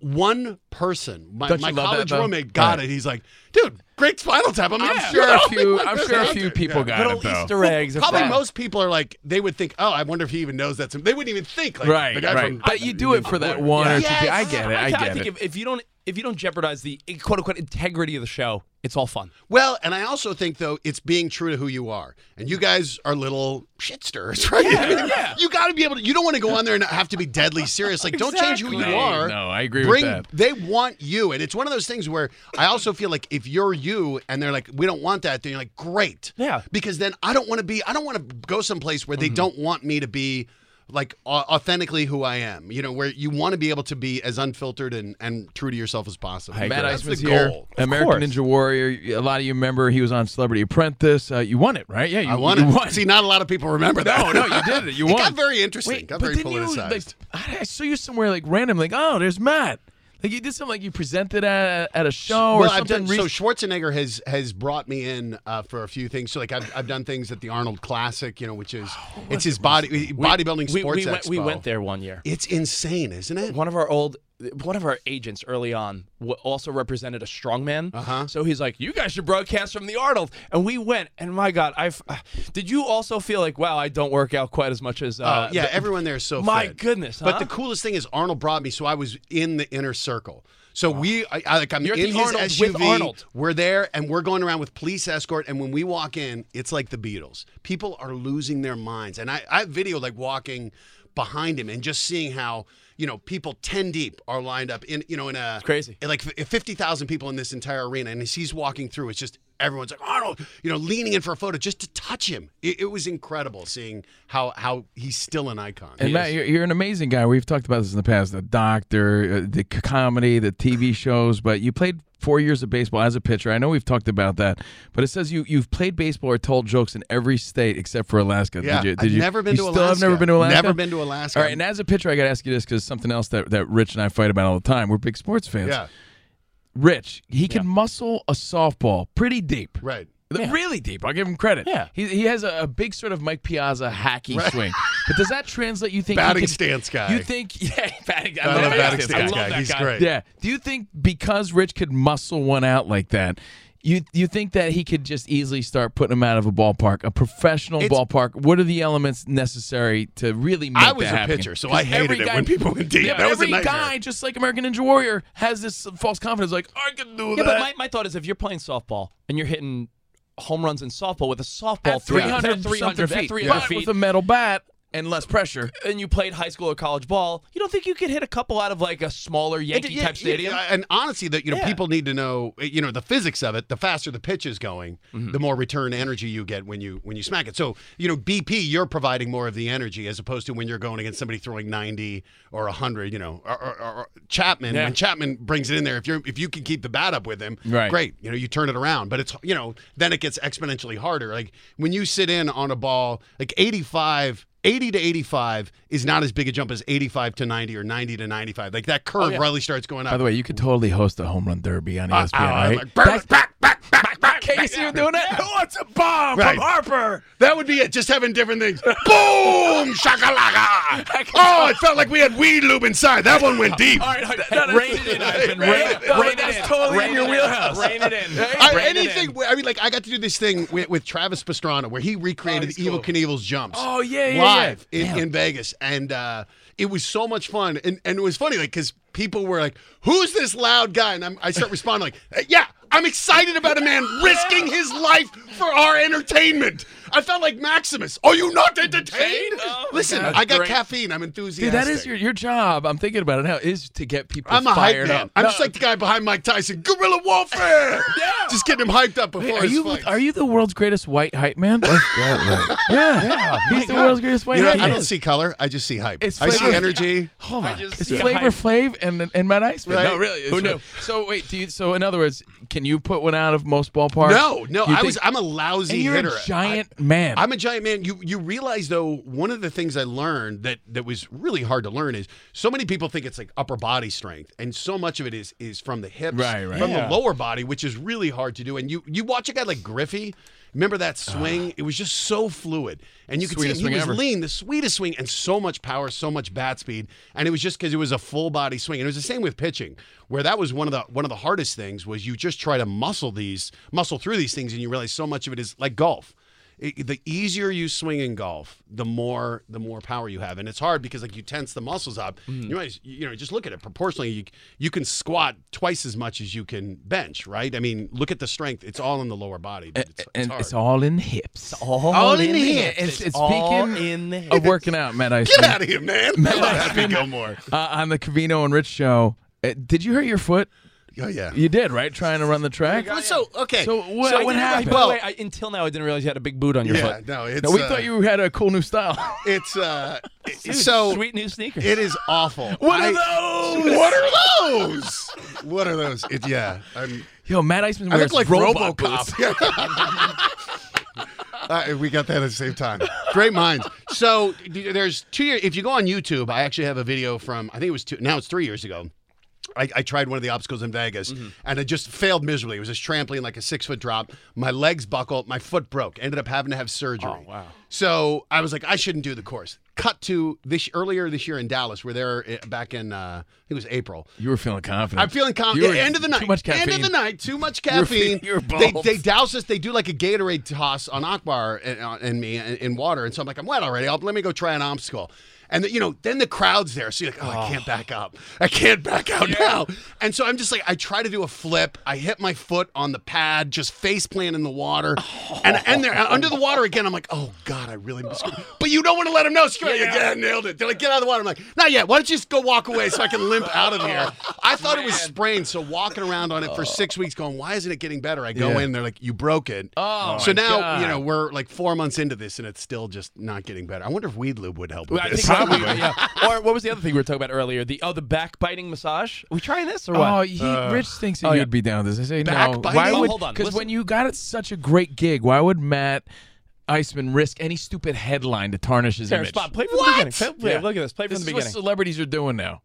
[SPEAKER 11] one person, my,
[SPEAKER 4] Don't you
[SPEAKER 11] my
[SPEAKER 4] love that,
[SPEAKER 11] college
[SPEAKER 4] though?
[SPEAKER 11] roommate, got
[SPEAKER 4] Right.
[SPEAKER 11] it. He's like, "Dude, great Spinal Tap." I'm, like,
[SPEAKER 4] I'm
[SPEAKER 11] "Yeah,
[SPEAKER 4] sure
[SPEAKER 11] (laughs) you're
[SPEAKER 4] a
[SPEAKER 11] the
[SPEAKER 4] few.
[SPEAKER 11] only
[SPEAKER 4] I'm
[SPEAKER 11] person
[SPEAKER 4] sure a
[SPEAKER 11] out
[SPEAKER 4] few
[SPEAKER 11] there."
[SPEAKER 4] people
[SPEAKER 11] Yeah.
[SPEAKER 4] got it
[SPEAKER 2] Little
[SPEAKER 4] though.
[SPEAKER 2] Easter eggs. are
[SPEAKER 11] Probably
[SPEAKER 2] fun.
[SPEAKER 11] most people are like, they would think, "Oh, I wonder if he even knows that." They wouldn't even think, like,
[SPEAKER 4] right,
[SPEAKER 11] The guy
[SPEAKER 4] right.
[SPEAKER 11] From,
[SPEAKER 4] but you do it for that one or two.
[SPEAKER 11] Yes.
[SPEAKER 4] people. I get it.
[SPEAKER 2] I,
[SPEAKER 4] I
[SPEAKER 2] I
[SPEAKER 4] get
[SPEAKER 2] think
[SPEAKER 4] it.
[SPEAKER 2] If, if you don't if you don't jeopardize the eh, quote unquote integrity of the show, It's all fun.
[SPEAKER 11] Well, and I also think though it's being true to who you are, and you guys are little shitsters, (laughs) right? I mean, You got to be able to. You don't want to go on there and have to be deadly serious. Like, don't change who you
[SPEAKER 4] Exactly. No,
[SPEAKER 11] are.
[SPEAKER 4] no, I agree with
[SPEAKER 11] Bring,
[SPEAKER 4] that.
[SPEAKER 11] They want you, and it's one of those things where I also feel like if you're you, and they're like, we don't want that, then you're like, great, yeah, because then I don't want to be. I don't want to go someplace
[SPEAKER 4] Mm-hmm.
[SPEAKER 11] where they don't want me to be. Like au- authentically who I am, you know, where you want to be able to be as unfiltered and, and true to yourself as possible.
[SPEAKER 4] Matt Ice
[SPEAKER 11] That's
[SPEAKER 4] was
[SPEAKER 11] the
[SPEAKER 4] here.
[SPEAKER 11] goal.
[SPEAKER 4] American Ninja Warrior. A lot of you remember he was on Celebrity Apprentice. Uh, you won it, right? Yeah, you
[SPEAKER 11] I won
[SPEAKER 4] you
[SPEAKER 11] it. See, not a lot of people remember that.
[SPEAKER 4] No, no, you did it.
[SPEAKER 11] (laughs)
[SPEAKER 4] You
[SPEAKER 11] It
[SPEAKER 4] won.
[SPEAKER 11] got very interesting. Got
[SPEAKER 4] but
[SPEAKER 11] very
[SPEAKER 4] didn't you,
[SPEAKER 11] politicized.
[SPEAKER 4] like, I I saw you somewhere like random, like oh, there's Matt. Like you did something like you presented at, at a show oh, or
[SPEAKER 11] well, I've
[SPEAKER 4] something.
[SPEAKER 11] done, so Schwarzenegger has has brought me in uh, for a few things. So like I've, I've done things at the Arnold Classic, you know, which is
[SPEAKER 4] Oh,
[SPEAKER 11] it's his body bodybuilding
[SPEAKER 2] we,
[SPEAKER 11] sports
[SPEAKER 2] we went, we
[SPEAKER 11] expo.
[SPEAKER 2] went there one year.
[SPEAKER 11] It's insane, isn't it?
[SPEAKER 2] One of our old, one of our agents early on w- also represented a strongman. Uh-huh. So he's like, "You guys should broadcast from the Arnold," and we went. And my God, I've. Uh, did you also feel like, wow, I don't work out quite as much as? Uh,
[SPEAKER 11] Oh, yeah,
[SPEAKER 2] the-
[SPEAKER 11] everyone there is so.
[SPEAKER 2] My
[SPEAKER 11] fit.
[SPEAKER 2] goodness,
[SPEAKER 11] But
[SPEAKER 2] huh?
[SPEAKER 11] the coolest thing is Arnold brought me, so I was in the inner circle. So we, I, I, like, I'm
[SPEAKER 2] You're at
[SPEAKER 11] in
[SPEAKER 2] the
[SPEAKER 11] his
[SPEAKER 2] Arnold
[SPEAKER 11] SUV.
[SPEAKER 2] with Arnold.
[SPEAKER 11] We're there, and we're going around with police escort. And when we walk in, it's like the Beatles. People are losing their minds, and I, I video like walking behind him and just seeing how you know people ten deep are lined up in you know in a
[SPEAKER 2] crazy
[SPEAKER 11] like fifty thousand people in this entire arena, and as he's walking through, it's just everyone's like Arnold, you know, leaning in for a photo just to touch him. It, it was incredible seeing how how he's still an icon.
[SPEAKER 4] And Matt, you're, you're an amazing guy. We've talked about this in the past. The doctor, uh, the c- comedy,
[SPEAKER 11] (sighs)
[SPEAKER 4] the TV shows, but you played four years of baseball as a pitcher. I know we've talked about that, but it says you you've played baseball or told jokes in every state except for Alaska.
[SPEAKER 11] Yeah,
[SPEAKER 4] did you?
[SPEAKER 11] I've
[SPEAKER 4] Did you,
[SPEAKER 11] never been
[SPEAKER 4] you
[SPEAKER 11] to
[SPEAKER 4] still Have
[SPEAKER 11] Alaska.
[SPEAKER 4] never been to Alaska.
[SPEAKER 11] Never been to Alaska.
[SPEAKER 4] All right, and as a pitcher, I got to ask you this because something else that that Rich and I fight about all the time. We're big sports fans.
[SPEAKER 11] Yeah.
[SPEAKER 4] Rich, he can muscle a softball pretty deep.
[SPEAKER 11] Right.
[SPEAKER 4] Really deep. I'll give him credit. Yeah. He, he has a, a big sort of Mike Piazza hacky
[SPEAKER 11] Right.
[SPEAKER 4] swing. But does that translate? You think he
[SPEAKER 11] Batting
[SPEAKER 4] can-
[SPEAKER 11] stance guy.
[SPEAKER 4] You think? (laughs) Yeah, batting.
[SPEAKER 11] I love
[SPEAKER 4] that
[SPEAKER 11] batting stance guy. He's great.
[SPEAKER 4] Yeah. Do you think because Rich could muscle one out like that? You, you think that he could just easily start putting him out of a ballpark, a professional
[SPEAKER 11] It's-
[SPEAKER 4] ballpark? What are the elements necessary to really make
[SPEAKER 11] I was
[SPEAKER 4] that
[SPEAKER 11] a
[SPEAKER 4] happen?
[SPEAKER 11] pitcher, so
[SPEAKER 4] 'Cause
[SPEAKER 11] I hated
[SPEAKER 4] every
[SPEAKER 11] it when people (laughs) went deep.
[SPEAKER 4] Yeah,
[SPEAKER 11] That was a
[SPEAKER 4] every
[SPEAKER 11] nightmare.
[SPEAKER 4] guy, just like American Ninja Warrior, has this false confidence, like I can do
[SPEAKER 2] yeah,
[SPEAKER 4] that.
[SPEAKER 2] but my, my thought is, if you're playing softball and you're hitting home runs in softball with a softball
[SPEAKER 4] at 300,
[SPEAKER 2] at 300
[SPEAKER 4] something feet,
[SPEAKER 2] at 300
[SPEAKER 4] but
[SPEAKER 2] feet
[SPEAKER 4] with a metal bat and less pressure.
[SPEAKER 2] and you played high school or college ball, you don't think you could hit a couple out of like a smaller Yankee
[SPEAKER 11] yeah,
[SPEAKER 2] type stadium?
[SPEAKER 11] yeah, and honestly, that you know,
[SPEAKER 2] Yeah.
[SPEAKER 11] people need to know, you know, the physics of it. The faster the pitch is going,
[SPEAKER 4] Mm-hmm.
[SPEAKER 11] the more return energy you get when you when you smack it. So you know, BP, you're providing more of the energy as opposed to when you're going against somebody throwing 90 or 100. You know, or, or, or- or Chapman.
[SPEAKER 4] Yeah.
[SPEAKER 11] When Chapman brings it in there, if you're if you can keep the bat up with him,
[SPEAKER 4] Right.
[SPEAKER 11] great. You know, you turn it around. But it's you know, then it gets exponentially harder. Like when you sit in on a ball, like 85. 80 to 85 is not as big a jump as 85 to 90 or 90 to 95. Like that curve
[SPEAKER 4] Oh, yeah.
[SPEAKER 11] really starts going up.
[SPEAKER 4] By the way, you could totally host a home run derby on E
[SPEAKER 11] Uh,
[SPEAKER 4] ESPN,
[SPEAKER 11] uh,
[SPEAKER 4] right?
[SPEAKER 11] like,
[SPEAKER 4] That's- Can you see him doing that? Oh, it's a bomb
[SPEAKER 11] Right.
[SPEAKER 4] from Harper.
[SPEAKER 11] That would be it. Just having different things. (laughs) Boom!
[SPEAKER 4] (laughs)
[SPEAKER 11] Shakalaka! Oh, it felt like we had weed lube inside. That one went deep.
[SPEAKER 4] All right, all right. No, no,
[SPEAKER 11] Rein
[SPEAKER 4] that's-
[SPEAKER 11] it in, Ivan.
[SPEAKER 4] no,
[SPEAKER 11] Rein
[SPEAKER 4] no,
[SPEAKER 11] it in.
[SPEAKER 4] no,
[SPEAKER 11] Rein it
[SPEAKER 4] that's
[SPEAKER 11] in.
[SPEAKER 4] totally
[SPEAKER 11] Rein
[SPEAKER 4] in your
[SPEAKER 11] it in.
[SPEAKER 4] wheelhouse.
[SPEAKER 2] Rein it in.
[SPEAKER 11] I,
[SPEAKER 4] Rein it in.
[SPEAKER 11] anything. I mean, like I got to do this thing with, with Travis Pastrana where he recreated Evil Knievel's jumps.
[SPEAKER 4] Oh, yeah, yeah,
[SPEAKER 11] live
[SPEAKER 4] yeah.
[SPEAKER 11] In, in Vegas, and uh, it was so much fun. And, and it was funny, like because people were like, "Who's this loud guy?" And I'm, I start responding like, "Uh, "Yeah, I'm excited about a man risking his life for our entertainment." I felt like Maximus. Are you not entertained? Listen,
[SPEAKER 4] God,
[SPEAKER 11] I got
[SPEAKER 4] Oh, great.
[SPEAKER 11] caffeine. I'm
[SPEAKER 4] Dude,
[SPEAKER 11] enthusiastic.
[SPEAKER 4] that is your, your job. I'm thinking about it now. Is to get people
[SPEAKER 11] I'm a hype
[SPEAKER 4] fired
[SPEAKER 11] man.
[SPEAKER 4] up.
[SPEAKER 11] I'm
[SPEAKER 4] No,
[SPEAKER 11] just like the guy behind Mike Tyson. Guerrilla
[SPEAKER 4] (laughs)
[SPEAKER 11] warfare. yeah. Just getting him hyped up before
[SPEAKER 4] Wait, are
[SPEAKER 11] his
[SPEAKER 4] you
[SPEAKER 11] fight.
[SPEAKER 4] are you the world's greatest white
[SPEAKER 11] (laughs)
[SPEAKER 4] hype man? yeah,
[SPEAKER 11] Oh
[SPEAKER 4] he's the world's greatest white
[SPEAKER 11] You know,
[SPEAKER 4] hype
[SPEAKER 11] I
[SPEAKER 4] man.
[SPEAKER 11] don't see color. I just see hype.
[SPEAKER 4] It's
[SPEAKER 11] I see
[SPEAKER 4] flavor- Oh
[SPEAKER 11] energy.
[SPEAKER 4] Hold on, it's
[SPEAKER 11] see
[SPEAKER 4] Flavor
[SPEAKER 11] hype.
[SPEAKER 4] Flav and and Matt Iceman.
[SPEAKER 11] Right.
[SPEAKER 4] No, really,
[SPEAKER 11] Who
[SPEAKER 4] it's-
[SPEAKER 11] knew?
[SPEAKER 4] So wait, do you? So in other words, can you put one out of most ballparks?
[SPEAKER 11] No, no.
[SPEAKER 4] You
[SPEAKER 11] I
[SPEAKER 4] think-
[SPEAKER 11] was. I'm a lousy
[SPEAKER 4] And you're a
[SPEAKER 11] hitter.
[SPEAKER 4] giant man.
[SPEAKER 11] I'm a giant man. You you realize though, one of the things I learned that that was really hard to learn is so many people think it's like upper body strength, and so much of it is is from the hips,
[SPEAKER 4] Right, right.
[SPEAKER 11] from
[SPEAKER 4] Yeah.
[SPEAKER 11] the lower body, which is really hard to do. And you you watch a guy like Griffey. Remember that swing? it was just so fluid, and you could
[SPEAKER 4] Ah. Sweetest
[SPEAKER 11] see him.
[SPEAKER 4] swing
[SPEAKER 11] he was
[SPEAKER 4] ever.
[SPEAKER 11] lean, the sweetest swing, and so much power, so much bat speed, and it was just because it was a full body swing. And it was the same with pitching, where that was one of the one of the hardest things was you just try to muscle these, muscle through these things, and you realize so much of it is like golf. it, the easier you swing in golf, the more the more power you have, and it's hard because like you tense the muscles up.
[SPEAKER 4] Mm-hmm.
[SPEAKER 14] Mm.
[SPEAKER 11] You might, you know, just look at it proportionally. You you can squat twice as much as you can bench, right? I mean, look at the strength. It's all in the lower body. dude. It's,
[SPEAKER 4] and
[SPEAKER 11] hard.
[SPEAKER 4] it's all in the hips.
[SPEAKER 2] all,
[SPEAKER 11] in the hips.
[SPEAKER 4] And,
[SPEAKER 11] It's
[SPEAKER 4] and
[SPEAKER 11] all
[SPEAKER 4] speaking
[SPEAKER 2] in the
[SPEAKER 4] of working out, Matt Ice.
[SPEAKER 11] Get out of here,
[SPEAKER 4] (laughs)
[SPEAKER 11] man.
[SPEAKER 4] Matt
[SPEAKER 11] Happy
[SPEAKER 4] Iceman, (laughs)
[SPEAKER 11] Gilmore.
[SPEAKER 4] Uh, on the Cavino and Rich show, uh, did you hurt your foot?
[SPEAKER 11] Oh yeah,
[SPEAKER 4] you did, right? Trying to run the track.
[SPEAKER 11] so okay.
[SPEAKER 4] So what,
[SPEAKER 2] I
[SPEAKER 4] what
[SPEAKER 2] didn't-
[SPEAKER 4] happened?
[SPEAKER 2] By the way, I, until now, I didn't realize you had a big boot on your
[SPEAKER 11] Yeah,
[SPEAKER 2] foot.
[SPEAKER 11] no, it's,
[SPEAKER 4] no, we
[SPEAKER 11] uh,
[SPEAKER 4] thought you had a cool new style.
[SPEAKER 11] It's uh, it-
[SPEAKER 2] Dude,
[SPEAKER 11] so
[SPEAKER 2] sweet new sneakers.
[SPEAKER 11] It is awful.
[SPEAKER 4] (laughs) What are
[SPEAKER 11] those? What are those? what are those? It, yeah, I'm,
[SPEAKER 4] Yo, Matt Iceman
[SPEAKER 11] I
[SPEAKER 4] wears
[SPEAKER 11] look like
[SPEAKER 4] robot
[SPEAKER 11] RoboCop.
[SPEAKER 4] boots.
[SPEAKER 11] (laughs) Uh, we got that at the same time. Great minds. So d- there's two years. If you go on YouTube, I actually have a video from I think it was two. Now it's three years ago. I, I tried one of the obstacles in Vegas and I just failed miserably. It was just trampoline, like a six foot drop. My legs buckled, my foot broke. Ended up having to have surgery. Oh wow! So I was like, I shouldn't do the course. Cut to this earlier this year in Dallas, where they're back in uh, I think it was April.
[SPEAKER 4] You were feeling confident.
[SPEAKER 11] I'm feeling
[SPEAKER 4] You
[SPEAKER 11] confident.
[SPEAKER 4] were-
[SPEAKER 11] end of the night.
[SPEAKER 4] Too much caffeine.
[SPEAKER 11] End of the night. Too much
[SPEAKER 4] You were
[SPEAKER 11] caffeine.
[SPEAKER 4] feeling- (laughs) you were
[SPEAKER 11] they,
[SPEAKER 4] bald.
[SPEAKER 11] they douse us. They do like a Gatorade toss on Akbar and, uh, and me in, in water. And so I'm like, I'm wet already. I'll, let me go try an obstacle. And the, you know, then the crowd's there, so you're like, oh, I can't back up. I can't back out now. And so I'm just like, I try to do a flip. I hit my foot on the pad, just face plant in the water, and I end there and under the water again. I'm like, oh god, I really. But you don't want to let them know. Screw it. yeah, nailed it. They're like, get out of the water. I'm like, not yet. Why don't you just go walk away so I can limp out of here? I thought it was sprained, so walking around on it for six weeks, going, why isn't it getting better? I go
[SPEAKER 4] Yeah.
[SPEAKER 11] in, they're like, you broke it.
[SPEAKER 4] Oh,
[SPEAKER 11] so
[SPEAKER 4] my
[SPEAKER 11] now
[SPEAKER 4] God.
[SPEAKER 11] you know we're like four months into this, and it's still just not getting better. I wonder if weed lube would help. With
[SPEAKER 2] Well, I
[SPEAKER 11] this.
[SPEAKER 2] think probably. yeah. Or what was the other thing we were talking about earlier? The oh, the backbiting massage. Are we trying this or what?
[SPEAKER 4] Oh, he, Rich thinks that
[SPEAKER 2] oh,
[SPEAKER 4] you'd
[SPEAKER 2] yeah.
[SPEAKER 4] be down with this. I say no.
[SPEAKER 2] Backbiting?
[SPEAKER 4] Why
[SPEAKER 2] Oh,
[SPEAKER 4] would?
[SPEAKER 2] hold on.
[SPEAKER 4] Because
[SPEAKER 2] Listen.
[SPEAKER 4] when you got it such a great gig, why would Matt Iceman risk any stupid headline to tarnish his
[SPEAKER 2] Here,
[SPEAKER 4] image?
[SPEAKER 2] Spot, play from the beginning. Play- play- Look at this. Play from
[SPEAKER 4] This
[SPEAKER 2] the
[SPEAKER 4] is what
[SPEAKER 2] beginning.
[SPEAKER 4] celebrities are doing now.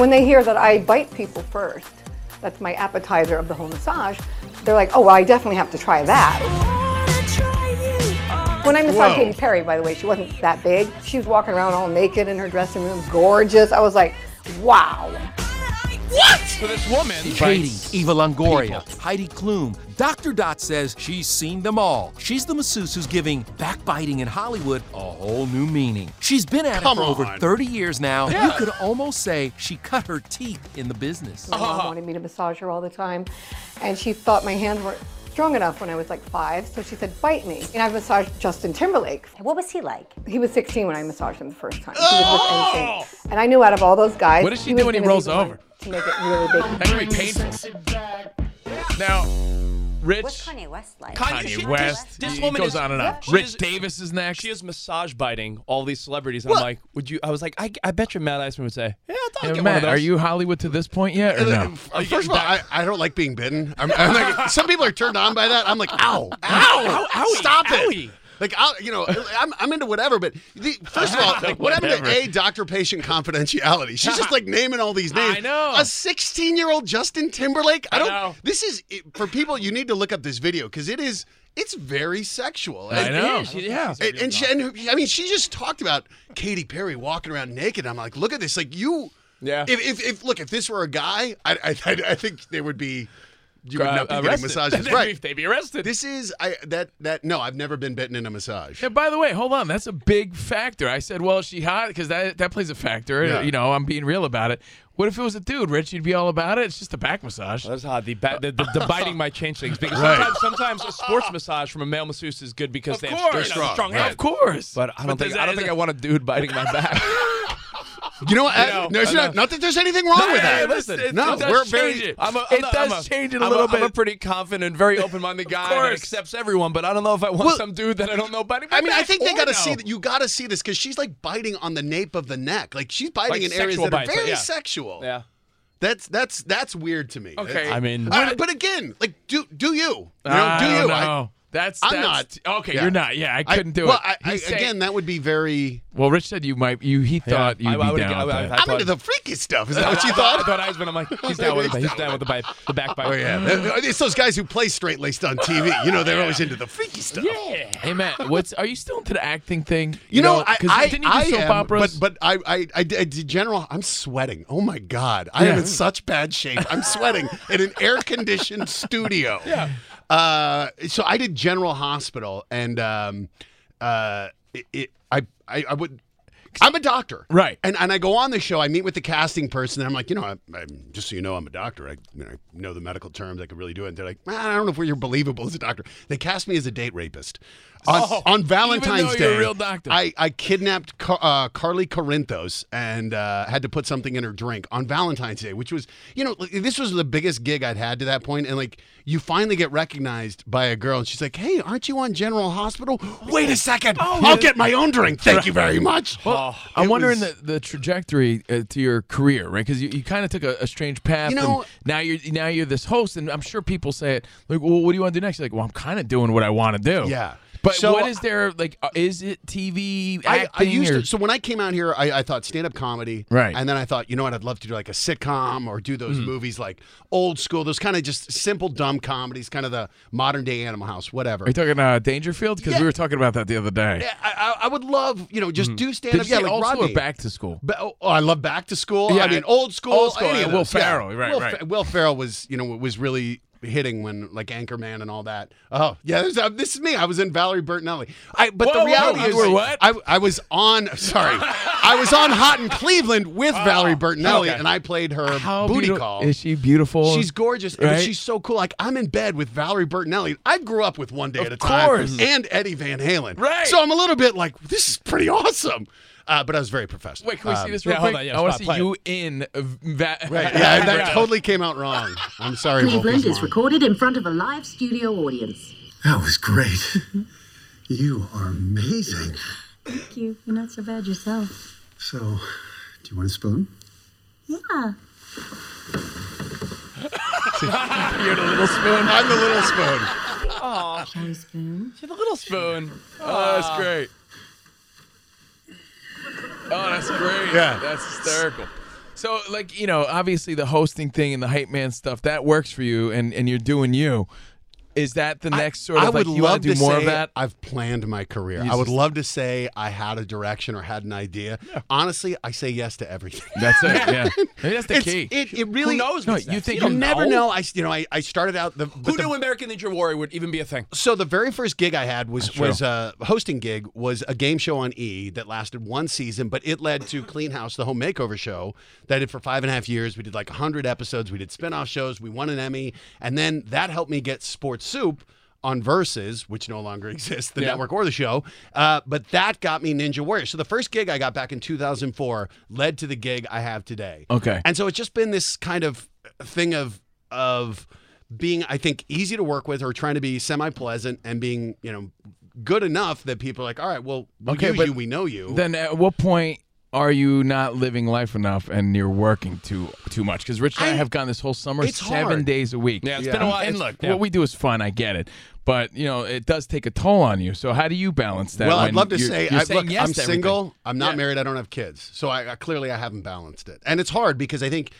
[SPEAKER 15] When they hear that I bite people first, that's my appetizer of the whole massage, they're like, oh, well, I definitely have to try that. When I massaged
[SPEAKER 16] Whoa.
[SPEAKER 15] Katy Perry, by the way, she wasn't that big. She was walking around all naked in her dressing room, gorgeous. I was like, wow.
[SPEAKER 2] What? So this woman.
[SPEAKER 17] Katie,
[SPEAKER 2] bites-
[SPEAKER 17] Eva Longoria, Heidi Klum. Dr. Dot says she's seen them all. She's the masseuse who's giving backbiting in Hollywood a whole new meaning. She's been at
[SPEAKER 15] Come
[SPEAKER 17] it for over
[SPEAKER 15] on.
[SPEAKER 17] 30 years now. You
[SPEAKER 15] Yeah.
[SPEAKER 17] could almost say she cut her teeth in the business.
[SPEAKER 4] Uh-huh.
[SPEAKER 15] My mom wanted me to massage her all the time, and she thought my hands weren't strong enough when I was like five, so she said, bite me. And I massaged Justin Timberlake. What was he like? He was 16 when I massaged him the first time. He was with NSYNC. And I knew out of all those guys,
[SPEAKER 4] What does she
[SPEAKER 15] he
[SPEAKER 4] do
[SPEAKER 15] was
[SPEAKER 4] when he
[SPEAKER 15] gonna be
[SPEAKER 4] rolls
[SPEAKER 15] the one
[SPEAKER 4] over?
[SPEAKER 15] To make it really big.
[SPEAKER 4] That could be painful. Now, Rich. What's
[SPEAKER 18] Kanye West like?
[SPEAKER 2] Kanye,
[SPEAKER 4] Kanye
[SPEAKER 2] West.
[SPEAKER 4] West.
[SPEAKER 2] This,
[SPEAKER 4] He
[SPEAKER 2] woman
[SPEAKER 4] goes
[SPEAKER 2] is,
[SPEAKER 4] on and on.
[SPEAKER 2] she
[SPEAKER 4] Rich
[SPEAKER 2] is-
[SPEAKER 4] Davis is next.
[SPEAKER 2] She is massage biting all these celebrities. I'm
[SPEAKER 4] What?
[SPEAKER 2] like, would you? I was like, I, I bet you Matt Iceman would say, yeah, I'll get
[SPEAKER 4] Hey,
[SPEAKER 2] one of
[SPEAKER 4] Matt,
[SPEAKER 2] those.
[SPEAKER 4] are you Hollywood to this point yet or
[SPEAKER 17] (laughs)
[SPEAKER 4] no?
[SPEAKER 11] Uh, First of all, I, I don't like being bitten. I'm, I'm like, some people are turned on by that. I'm like, ow, ow, stop it. Like, I'll, you know, I'm, I'm into whatever, but the, first (laughs) of all, like, what happened to
[SPEAKER 14] Whatever.
[SPEAKER 11] A, doctor patient confidentiality? She's just like naming all these names. I know. A 16 year old Justin Timberlake? I don't, this is, for people, you need to look up this video because it is, it's very sexual.
[SPEAKER 4] I
[SPEAKER 11] And-
[SPEAKER 4] know.
[SPEAKER 11] and- yeah. And, and she, and her- I mean, she just talked about Katy Perry walking around naked. I'm like, look at this. Like, you.
[SPEAKER 2] Yeah.
[SPEAKER 11] If, if, if look, if this were a guy, I, I, I I think there would be. You would
[SPEAKER 2] Uh,
[SPEAKER 11] not be
[SPEAKER 2] arrested.
[SPEAKER 11] getting massages,
[SPEAKER 2] (laughs)
[SPEAKER 4] (laughs)
[SPEAKER 2] They'd
[SPEAKER 11] right?
[SPEAKER 2] be- they'd be arrested.
[SPEAKER 11] This is I that that no, I've never been bitten in a massage.
[SPEAKER 4] Yeah, by the way, hold on. That's a big factor. I said, well, is she hot? Because that, that plays a factor.
[SPEAKER 11] Yeah.
[SPEAKER 4] You know, I'm being real about it. What if it was a dude, Rich? You'd be all about it. It's just a back massage.
[SPEAKER 2] That's hot. The, ba- the, the, the biting might change things because
[SPEAKER 4] Right.
[SPEAKER 2] sometimes, sometimes a sports massage from a male masseuse is good because they have
[SPEAKER 4] course.
[SPEAKER 2] you know,
[SPEAKER 4] They're strong,
[SPEAKER 2] strong
[SPEAKER 4] right.
[SPEAKER 2] hands.
[SPEAKER 4] Of course.
[SPEAKER 2] But I don't
[SPEAKER 4] But does
[SPEAKER 2] think I
[SPEAKER 4] that-
[SPEAKER 2] don't think I want a dude biting my back.
[SPEAKER 11] You know what?
[SPEAKER 2] You
[SPEAKER 11] I-
[SPEAKER 2] know,
[SPEAKER 11] no, it's
[SPEAKER 2] I
[SPEAKER 11] not,
[SPEAKER 2] know.
[SPEAKER 11] not that there's anything wrong with that. no, we're very.
[SPEAKER 2] I'm a, I'm
[SPEAKER 4] It
[SPEAKER 2] not-
[SPEAKER 4] does
[SPEAKER 2] I'm a-
[SPEAKER 4] change it a
[SPEAKER 2] I'm
[SPEAKER 4] little
[SPEAKER 2] I'm a
[SPEAKER 4] bit.
[SPEAKER 2] pretty confident, very open-minded guy that
[SPEAKER 4] course.
[SPEAKER 2] accepts everyone, but I don't know if I want some dude that I don't know. But
[SPEAKER 11] I mean, I think they
[SPEAKER 2] or
[SPEAKER 11] got to
[SPEAKER 2] no.
[SPEAKER 11] see that. You got to see this because she's like biting on the nape of the neck. Like she's biting
[SPEAKER 2] Like
[SPEAKER 11] in areas
[SPEAKER 2] sexual
[SPEAKER 11] that are
[SPEAKER 2] bites,
[SPEAKER 11] very
[SPEAKER 2] yeah.
[SPEAKER 11] sexual.
[SPEAKER 2] Yeah.
[SPEAKER 11] That's that's that's weird to me.
[SPEAKER 4] Okay.
[SPEAKER 11] That's-
[SPEAKER 4] I mean-
[SPEAKER 11] Uh, but again, like do do you? You know,
[SPEAKER 4] I
[SPEAKER 11] do
[SPEAKER 4] don't
[SPEAKER 11] you?
[SPEAKER 4] know. That's-
[SPEAKER 11] I'm
[SPEAKER 4] that's-
[SPEAKER 11] not.
[SPEAKER 4] okay, you're not. Yeah, I couldn't do
[SPEAKER 11] well,
[SPEAKER 4] it.
[SPEAKER 11] I, I,
[SPEAKER 4] He's saying-
[SPEAKER 11] again, that would be very.
[SPEAKER 4] Well, Rich said you might. You he thought
[SPEAKER 2] I-
[SPEAKER 4] you'd
[SPEAKER 2] I
[SPEAKER 4] be
[SPEAKER 2] would've
[SPEAKER 4] down.
[SPEAKER 2] gu- I
[SPEAKER 4] with
[SPEAKER 2] would've-
[SPEAKER 4] (laughs) that.
[SPEAKER 2] I
[SPEAKER 11] I'm into the freaky stuff. Is
[SPEAKER 2] (laughs)
[SPEAKER 11] that what you thought?
[SPEAKER 2] I thought I was, but I'm like, he's down with it. He's down with the bite, the back bite.
[SPEAKER 11] Oh yeah, it's those guys who play straight laced on TV. You know, they're always into the freaky stuff.
[SPEAKER 4] Yeah. Hey Matt, what's are you still into the acting thing?
[SPEAKER 11] You, know, I,
[SPEAKER 4] 'cause
[SPEAKER 11] I,
[SPEAKER 4] didn't you do
[SPEAKER 11] I
[SPEAKER 4] soap
[SPEAKER 11] am,
[SPEAKER 4] operas?
[SPEAKER 11] but but I, I, I, did- I did general. I'm sweating. Oh my god, I am
[SPEAKER 4] Yeah. (laughs)
[SPEAKER 11] in such bad shape. I'm sweating in an air conditioned studio. Yeah. Uh, so I did General Hospital, and um, uh, it, it, I, I, I would. I'm a doctor, right? And and I go on the show. I meet with the casting person, and I'm like, you know, I, I'm just so you know, I'm a doctor. I, you know, I know the medical terms. I could really do it. And they're like, man, I don't know if you're believable as a doctor. They cast me as a date rapist on,
[SPEAKER 4] Oh,
[SPEAKER 11] on
[SPEAKER 4] even
[SPEAKER 11] Valentine's
[SPEAKER 4] though
[SPEAKER 11] Day.
[SPEAKER 4] you're a real doctor.
[SPEAKER 11] I, I kidnapped Car- uh, Carly Corinthos and uh, had to put something in her drink on Valentine's Day, which was, you know, like, this was the biggest gig I'd had to that point. And like, you finally get recognized by a girl, and she's like, "Hey, aren't you on General Hospital? Wait a second, I'll get my own drink. Thank you very much."
[SPEAKER 4] Well, I'm wondering the, the trajectory uh, to your career, right? Because you, you kind of took a, a strange path.
[SPEAKER 11] You know-
[SPEAKER 4] and now you're now you're this host, and I'm sure people say it like, "Well, what do you want to do next?" You're like, "Well, I'm kind of doing what I want to do."
[SPEAKER 11] Yeah.
[SPEAKER 4] But
[SPEAKER 11] So-
[SPEAKER 4] what is there like? Uh, is it TV
[SPEAKER 11] I,
[SPEAKER 4] acting?
[SPEAKER 11] I used
[SPEAKER 4] or-
[SPEAKER 11] to, so when I came out here, I, I thought stand up comedy,
[SPEAKER 4] Right.
[SPEAKER 11] And then I thought, you know what, I'd love to do like a sitcom or do those
[SPEAKER 4] Mhm.
[SPEAKER 11] movies like old school, those kind of just simple dumb comedies, kind of the modern day Animal House, whatever.
[SPEAKER 4] Are you talking uh, Dangerfield? Because we were talking about that the other day.
[SPEAKER 11] Yeah, I, I- I would love, Mm-hmm. you know, just
[SPEAKER 4] Mhm.
[SPEAKER 11] do
[SPEAKER 4] Did
[SPEAKER 11] stand up.
[SPEAKER 4] you
[SPEAKER 11] Yeah,
[SPEAKER 4] say
[SPEAKER 11] like
[SPEAKER 4] old school or
[SPEAKER 11] Rodney.
[SPEAKER 4] back to school.
[SPEAKER 11] Ba- oh, oh, I love back to school.
[SPEAKER 4] Yeah,
[SPEAKER 11] I mean, old school.
[SPEAKER 4] old school,
[SPEAKER 11] any of
[SPEAKER 4] yeah, Will
[SPEAKER 11] those, yeah.
[SPEAKER 4] Ferrell, right,
[SPEAKER 11] Will,
[SPEAKER 4] right.
[SPEAKER 11] Fer- Will Ferrell was, you know, was really hitting when like Anchorman and all that. Oh, yeah. There's, uh, this is me. I was in Valerie Bertinelli. I, but
[SPEAKER 4] Whoa,
[SPEAKER 11] the reality
[SPEAKER 4] whoa,
[SPEAKER 11] is,
[SPEAKER 4] you were what?
[SPEAKER 11] I, I was on.
[SPEAKER 4] (laughs)
[SPEAKER 11] Sorry, I was on Hot in Cleveland with Valerie Bertinelli,
[SPEAKER 4] okay.
[SPEAKER 11] and I played her
[SPEAKER 4] How
[SPEAKER 11] booty
[SPEAKER 4] beautiful-
[SPEAKER 11] call.
[SPEAKER 4] Is she beautiful?
[SPEAKER 11] She's gorgeous, and
[SPEAKER 4] Right?
[SPEAKER 11] she's so cool. Like I'm in bed with Valerie Bertinelli. I grew up with One Day at a
[SPEAKER 4] course. Mm-hmm.
[SPEAKER 11] Time and Eddie Van Halen. Right. So I'm a little bit like, this is pretty (laughs) awesome. Uh, but I was very professional.
[SPEAKER 4] Wait, can we see
[SPEAKER 11] Um,
[SPEAKER 4] this real quick? I want to see you in uh, that.
[SPEAKER 11] Right, yeah, that totally came out wrong. I'm sorry.
[SPEAKER 14] Cleveland
[SPEAKER 11] Wolf,
[SPEAKER 14] is recorded in front of a live studio audience.
[SPEAKER 9] That was great. you are amazing.
[SPEAKER 14] Thank you. You're not so bad yourself.
[SPEAKER 9] So, do you want a spoon?
[SPEAKER 11] (laughs)
[SPEAKER 14] Yeah.
[SPEAKER 4] You're the little spoon.
[SPEAKER 11] I'm the little spoon.
[SPEAKER 2] Oh,
[SPEAKER 14] spoon.
[SPEAKER 2] She's a little spoon.
[SPEAKER 4] Oh,
[SPEAKER 2] Aw.
[SPEAKER 4] that's great. Oh, that's great.
[SPEAKER 11] Yeah.
[SPEAKER 4] That's hysterical. So, like, you know, obviously the hosting thing and the hype man stuff, that works for you and, and you're doing you. Is that the next sort of
[SPEAKER 11] I
[SPEAKER 4] like
[SPEAKER 11] would
[SPEAKER 4] you
[SPEAKER 11] love
[SPEAKER 4] want to do more
[SPEAKER 11] say
[SPEAKER 4] of that?
[SPEAKER 11] I've planned my career.
[SPEAKER 4] You
[SPEAKER 11] I would
[SPEAKER 4] just-
[SPEAKER 11] love to say I had a direction or had an idea. Honestly, I say yes to everything. (laughs)
[SPEAKER 4] That's it, yeah. Maybe that's the
[SPEAKER 11] It's-
[SPEAKER 4] key.
[SPEAKER 11] It, it really
[SPEAKER 4] knows No, what's you next? think
[SPEAKER 11] you
[SPEAKER 4] you
[SPEAKER 11] never
[SPEAKER 4] know?
[SPEAKER 11] know. I s- you know I, I started out the
[SPEAKER 2] Who knew American Ninja Warrior would even be a thing?
[SPEAKER 11] So the very first gig I had was
[SPEAKER 2] true.
[SPEAKER 11] was a hosting gig was a game show on E that lasted one season, but it led to Clean House, the home makeover show that I did for five and a half years. We did like hundred episodes. We did spin-off shows. We won an Emmy, and then that helped me get Sports Soup on Versus, which no longer (laughs) exists, the
[SPEAKER 4] Yeah.
[SPEAKER 11] network or the show. Uh, but that got me Ninja Warrior. So the first gig I got back in 2004 led to the gig I have today.
[SPEAKER 4] Okay.
[SPEAKER 11] And so it's just been this kind of thing of of being, I think, easy to work with or trying to be semi pleasant and being, you know, good enough that people are like, all right, well, we
[SPEAKER 4] Okay,
[SPEAKER 11] use
[SPEAKER 4] but
[SPEAKER 11] you, we know you.
[SPEAKER 4] Then at what point are you not living life enough and you're working too too much? Because Rich and I, have gone this whole summer
[SPEAKER 11] It's
[SPEAKER 4] seven
[SPEAKER 11] hard.
[SPEAKER 4] days a week.
[SPEAKER 2] Yeah, it's been a while.
[SPEAKER 4] And
[SPEAKER 2] It's-
[SPEAKER 4] look,
[SPEAKER 2] yeah.
[SPEAKER 4] what we do is fun. I get it. But you know, it does take a toll on you. So how do you balance that?
[SPEAKER 11] well, I'd
[SPEAKER 4] when
[SPEAKER 11] love to
[SPEAKER 4] you're-
[SPEAKER 11] say,
[SPEAKER 4] you're
[SPEAKER 11] I,
[SPEAKER 4] saying
[SPEAKER 11] look,
[SPEAKER 4] yes
[SPEAKER 11] I'm
[SPEAKER 4] to everything?
[SPEAKER 11] single, I'm not
[SPEAKER 4] Yeah.
[SPEAKER 11] married, I don't have kids, so I, I clearly I haven't balanced it, and it's hard because I think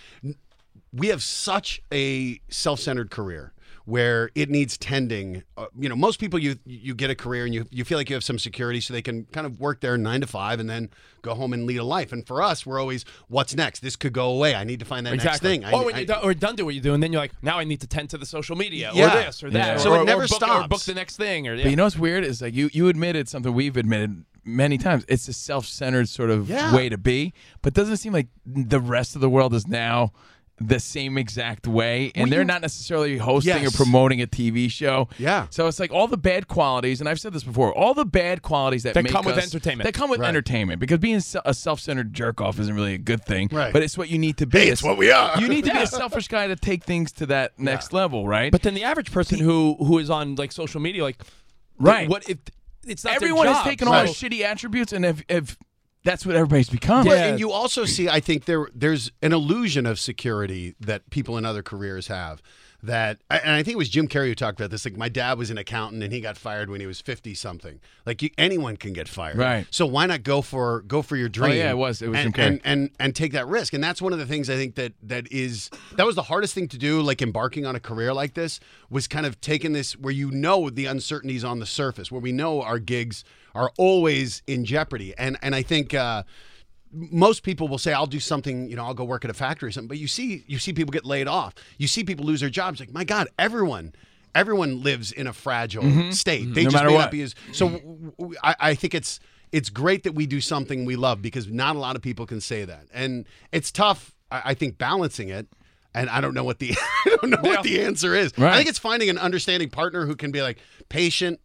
[SPEAKER 11] we have such a self-centered career where it needs tending. Uh, you know, most people you you get a career and you you feel like you have some security, so they can kind of work there nine to five and then go home and lead a life. And for us, we're always, what's next? This could go away. I need to find that
[SPEAKER 2] exactly.
[SPEAKER 11] next thing.
[SPEAKER 2] or
[SPEAKER 11] I,
[SPEAKER 2] when
[SPEAKER 11] I-
[SPEAKER 2] you're done, or done doing what you're doing, then you're like, now I need to tend to the social media
[SPEAKER 11] Yeah.
[SPEAKER 2] or this or that.
[SPEAKER 4] Yeah.
[SPEAKER 2] Or,
[SPEAKER 4] So it
[SPEAKER 2] or
[SPEAKER 4] never
[SPEAKER 2] book, Or
[SPEAKER 4] stops.
[SPEAKER 2] book the next thing. Or yeah.
[SPEAKER 4] But you know what's weird is like you you admitted something we've admitted many times. It's a self-centered sort of
[SPEAKER 2] Yeah.
[SPEAKER 4] way to be, but doesn't it seem like the rest of the world is now the same exact way and
[SPEAKER 11] Well,
[SPEAKER 4] they're
[SPEAKER 11] you-
[SPEAKER 4] not necessarily hosting
[SPEAKER 11] Yes.
[SPEAKER 4] or promoting a TV show.
[SPEAKER 11] Yeah.
[SPEAKER 4] So it's like all the bad qualities and I've said this before, all the bad qualities that,
[SPEAKER 2] That
[SPEAKER 4] make
[SPEAKER 2] come with
[SPEAKER 4] us-
[SPEAKER 2] entertainment.
[SPEAKER 4] That come with
[SPEAKER 2] Right.
[SPEAKER 4] entertainment because being se- a self-centered jerk off isn't really a good thing,
[SPEAKER 2] Right.
[SPEAKER 4] but it's what you need to be.
[SPEAKER 2] Hey, it's what we are.
[SPEAKER 4] You need to
[SPEAKER 2] (laughs)
[SPEAKER 4] be
[SPEAKER 2] Yeah.
[SPEAKER 4] a selfish guy to take things to that next level, right?
[SPEAKER 2] But then the average person who who is on like social media, like,
[SPEAKER 4] Right.
[SPEAKER 2] What if it's not their
[SPEAKER 4] everyone has
[SPEAKER 2] job,
[SPEAKER 4] taken all
[SPEAKER 2] (laughs) so-
[SPEAKER 4] those shitty attributes and have, have that's what everybody's become.
[SPEAKER 11] Well, and you also see, I think there there's an illusion of security that people in other careers have. That and I think it was Jim Carrey who talked about this. Like my dad was an accountant and he got fired when he was fifty something. Like you, anyone can get fired,
[SPEAKER 4] Right. Oh,
[SPEAKER 11] So why not go for go for your dream?
[SPEAKER 4] yeah, it was- it was
[SPEAKER 11] and,
[SPEAKER 4] Jim Carrey.
[SPEAKER 11] and, and and take that risk. And that's one of the things I think that that is that was the hardest thing to do. Like embarking on a career like this was kind of taking this where you know the uncertainties on the surface, where we know our gigs are always in jeopardy. And and I think. Uh, most people will say, "I'll do something," you know, "I'll go work at a factory or something." But you see, you see people get laid off. You see people lose their jobs. Like, my God, everyone everyone lives in a fragile
[SPEAKER 4] Mhm.
[SPEAKER 11] state.
[SPEAKER 4] Mhm.
[SPEAKER 11] They
[SPEAKER 4] No
[SPEAKER 11] just
[SPEAKER 4] matter
[SPEAKER 11] may not
[SPEAKER 4] what.
[SPEAKER 11] be as so. w- w- I, I think it's it's great that we do something we love because not a lot of people can say that, and it's tough. I, I think balancing it. And I don't know what the (laughs) I don't know what the answer is. I
[SPEAKER 4] Right.
[SPEAKER 11] think it's finding an understanding partner who can be like patient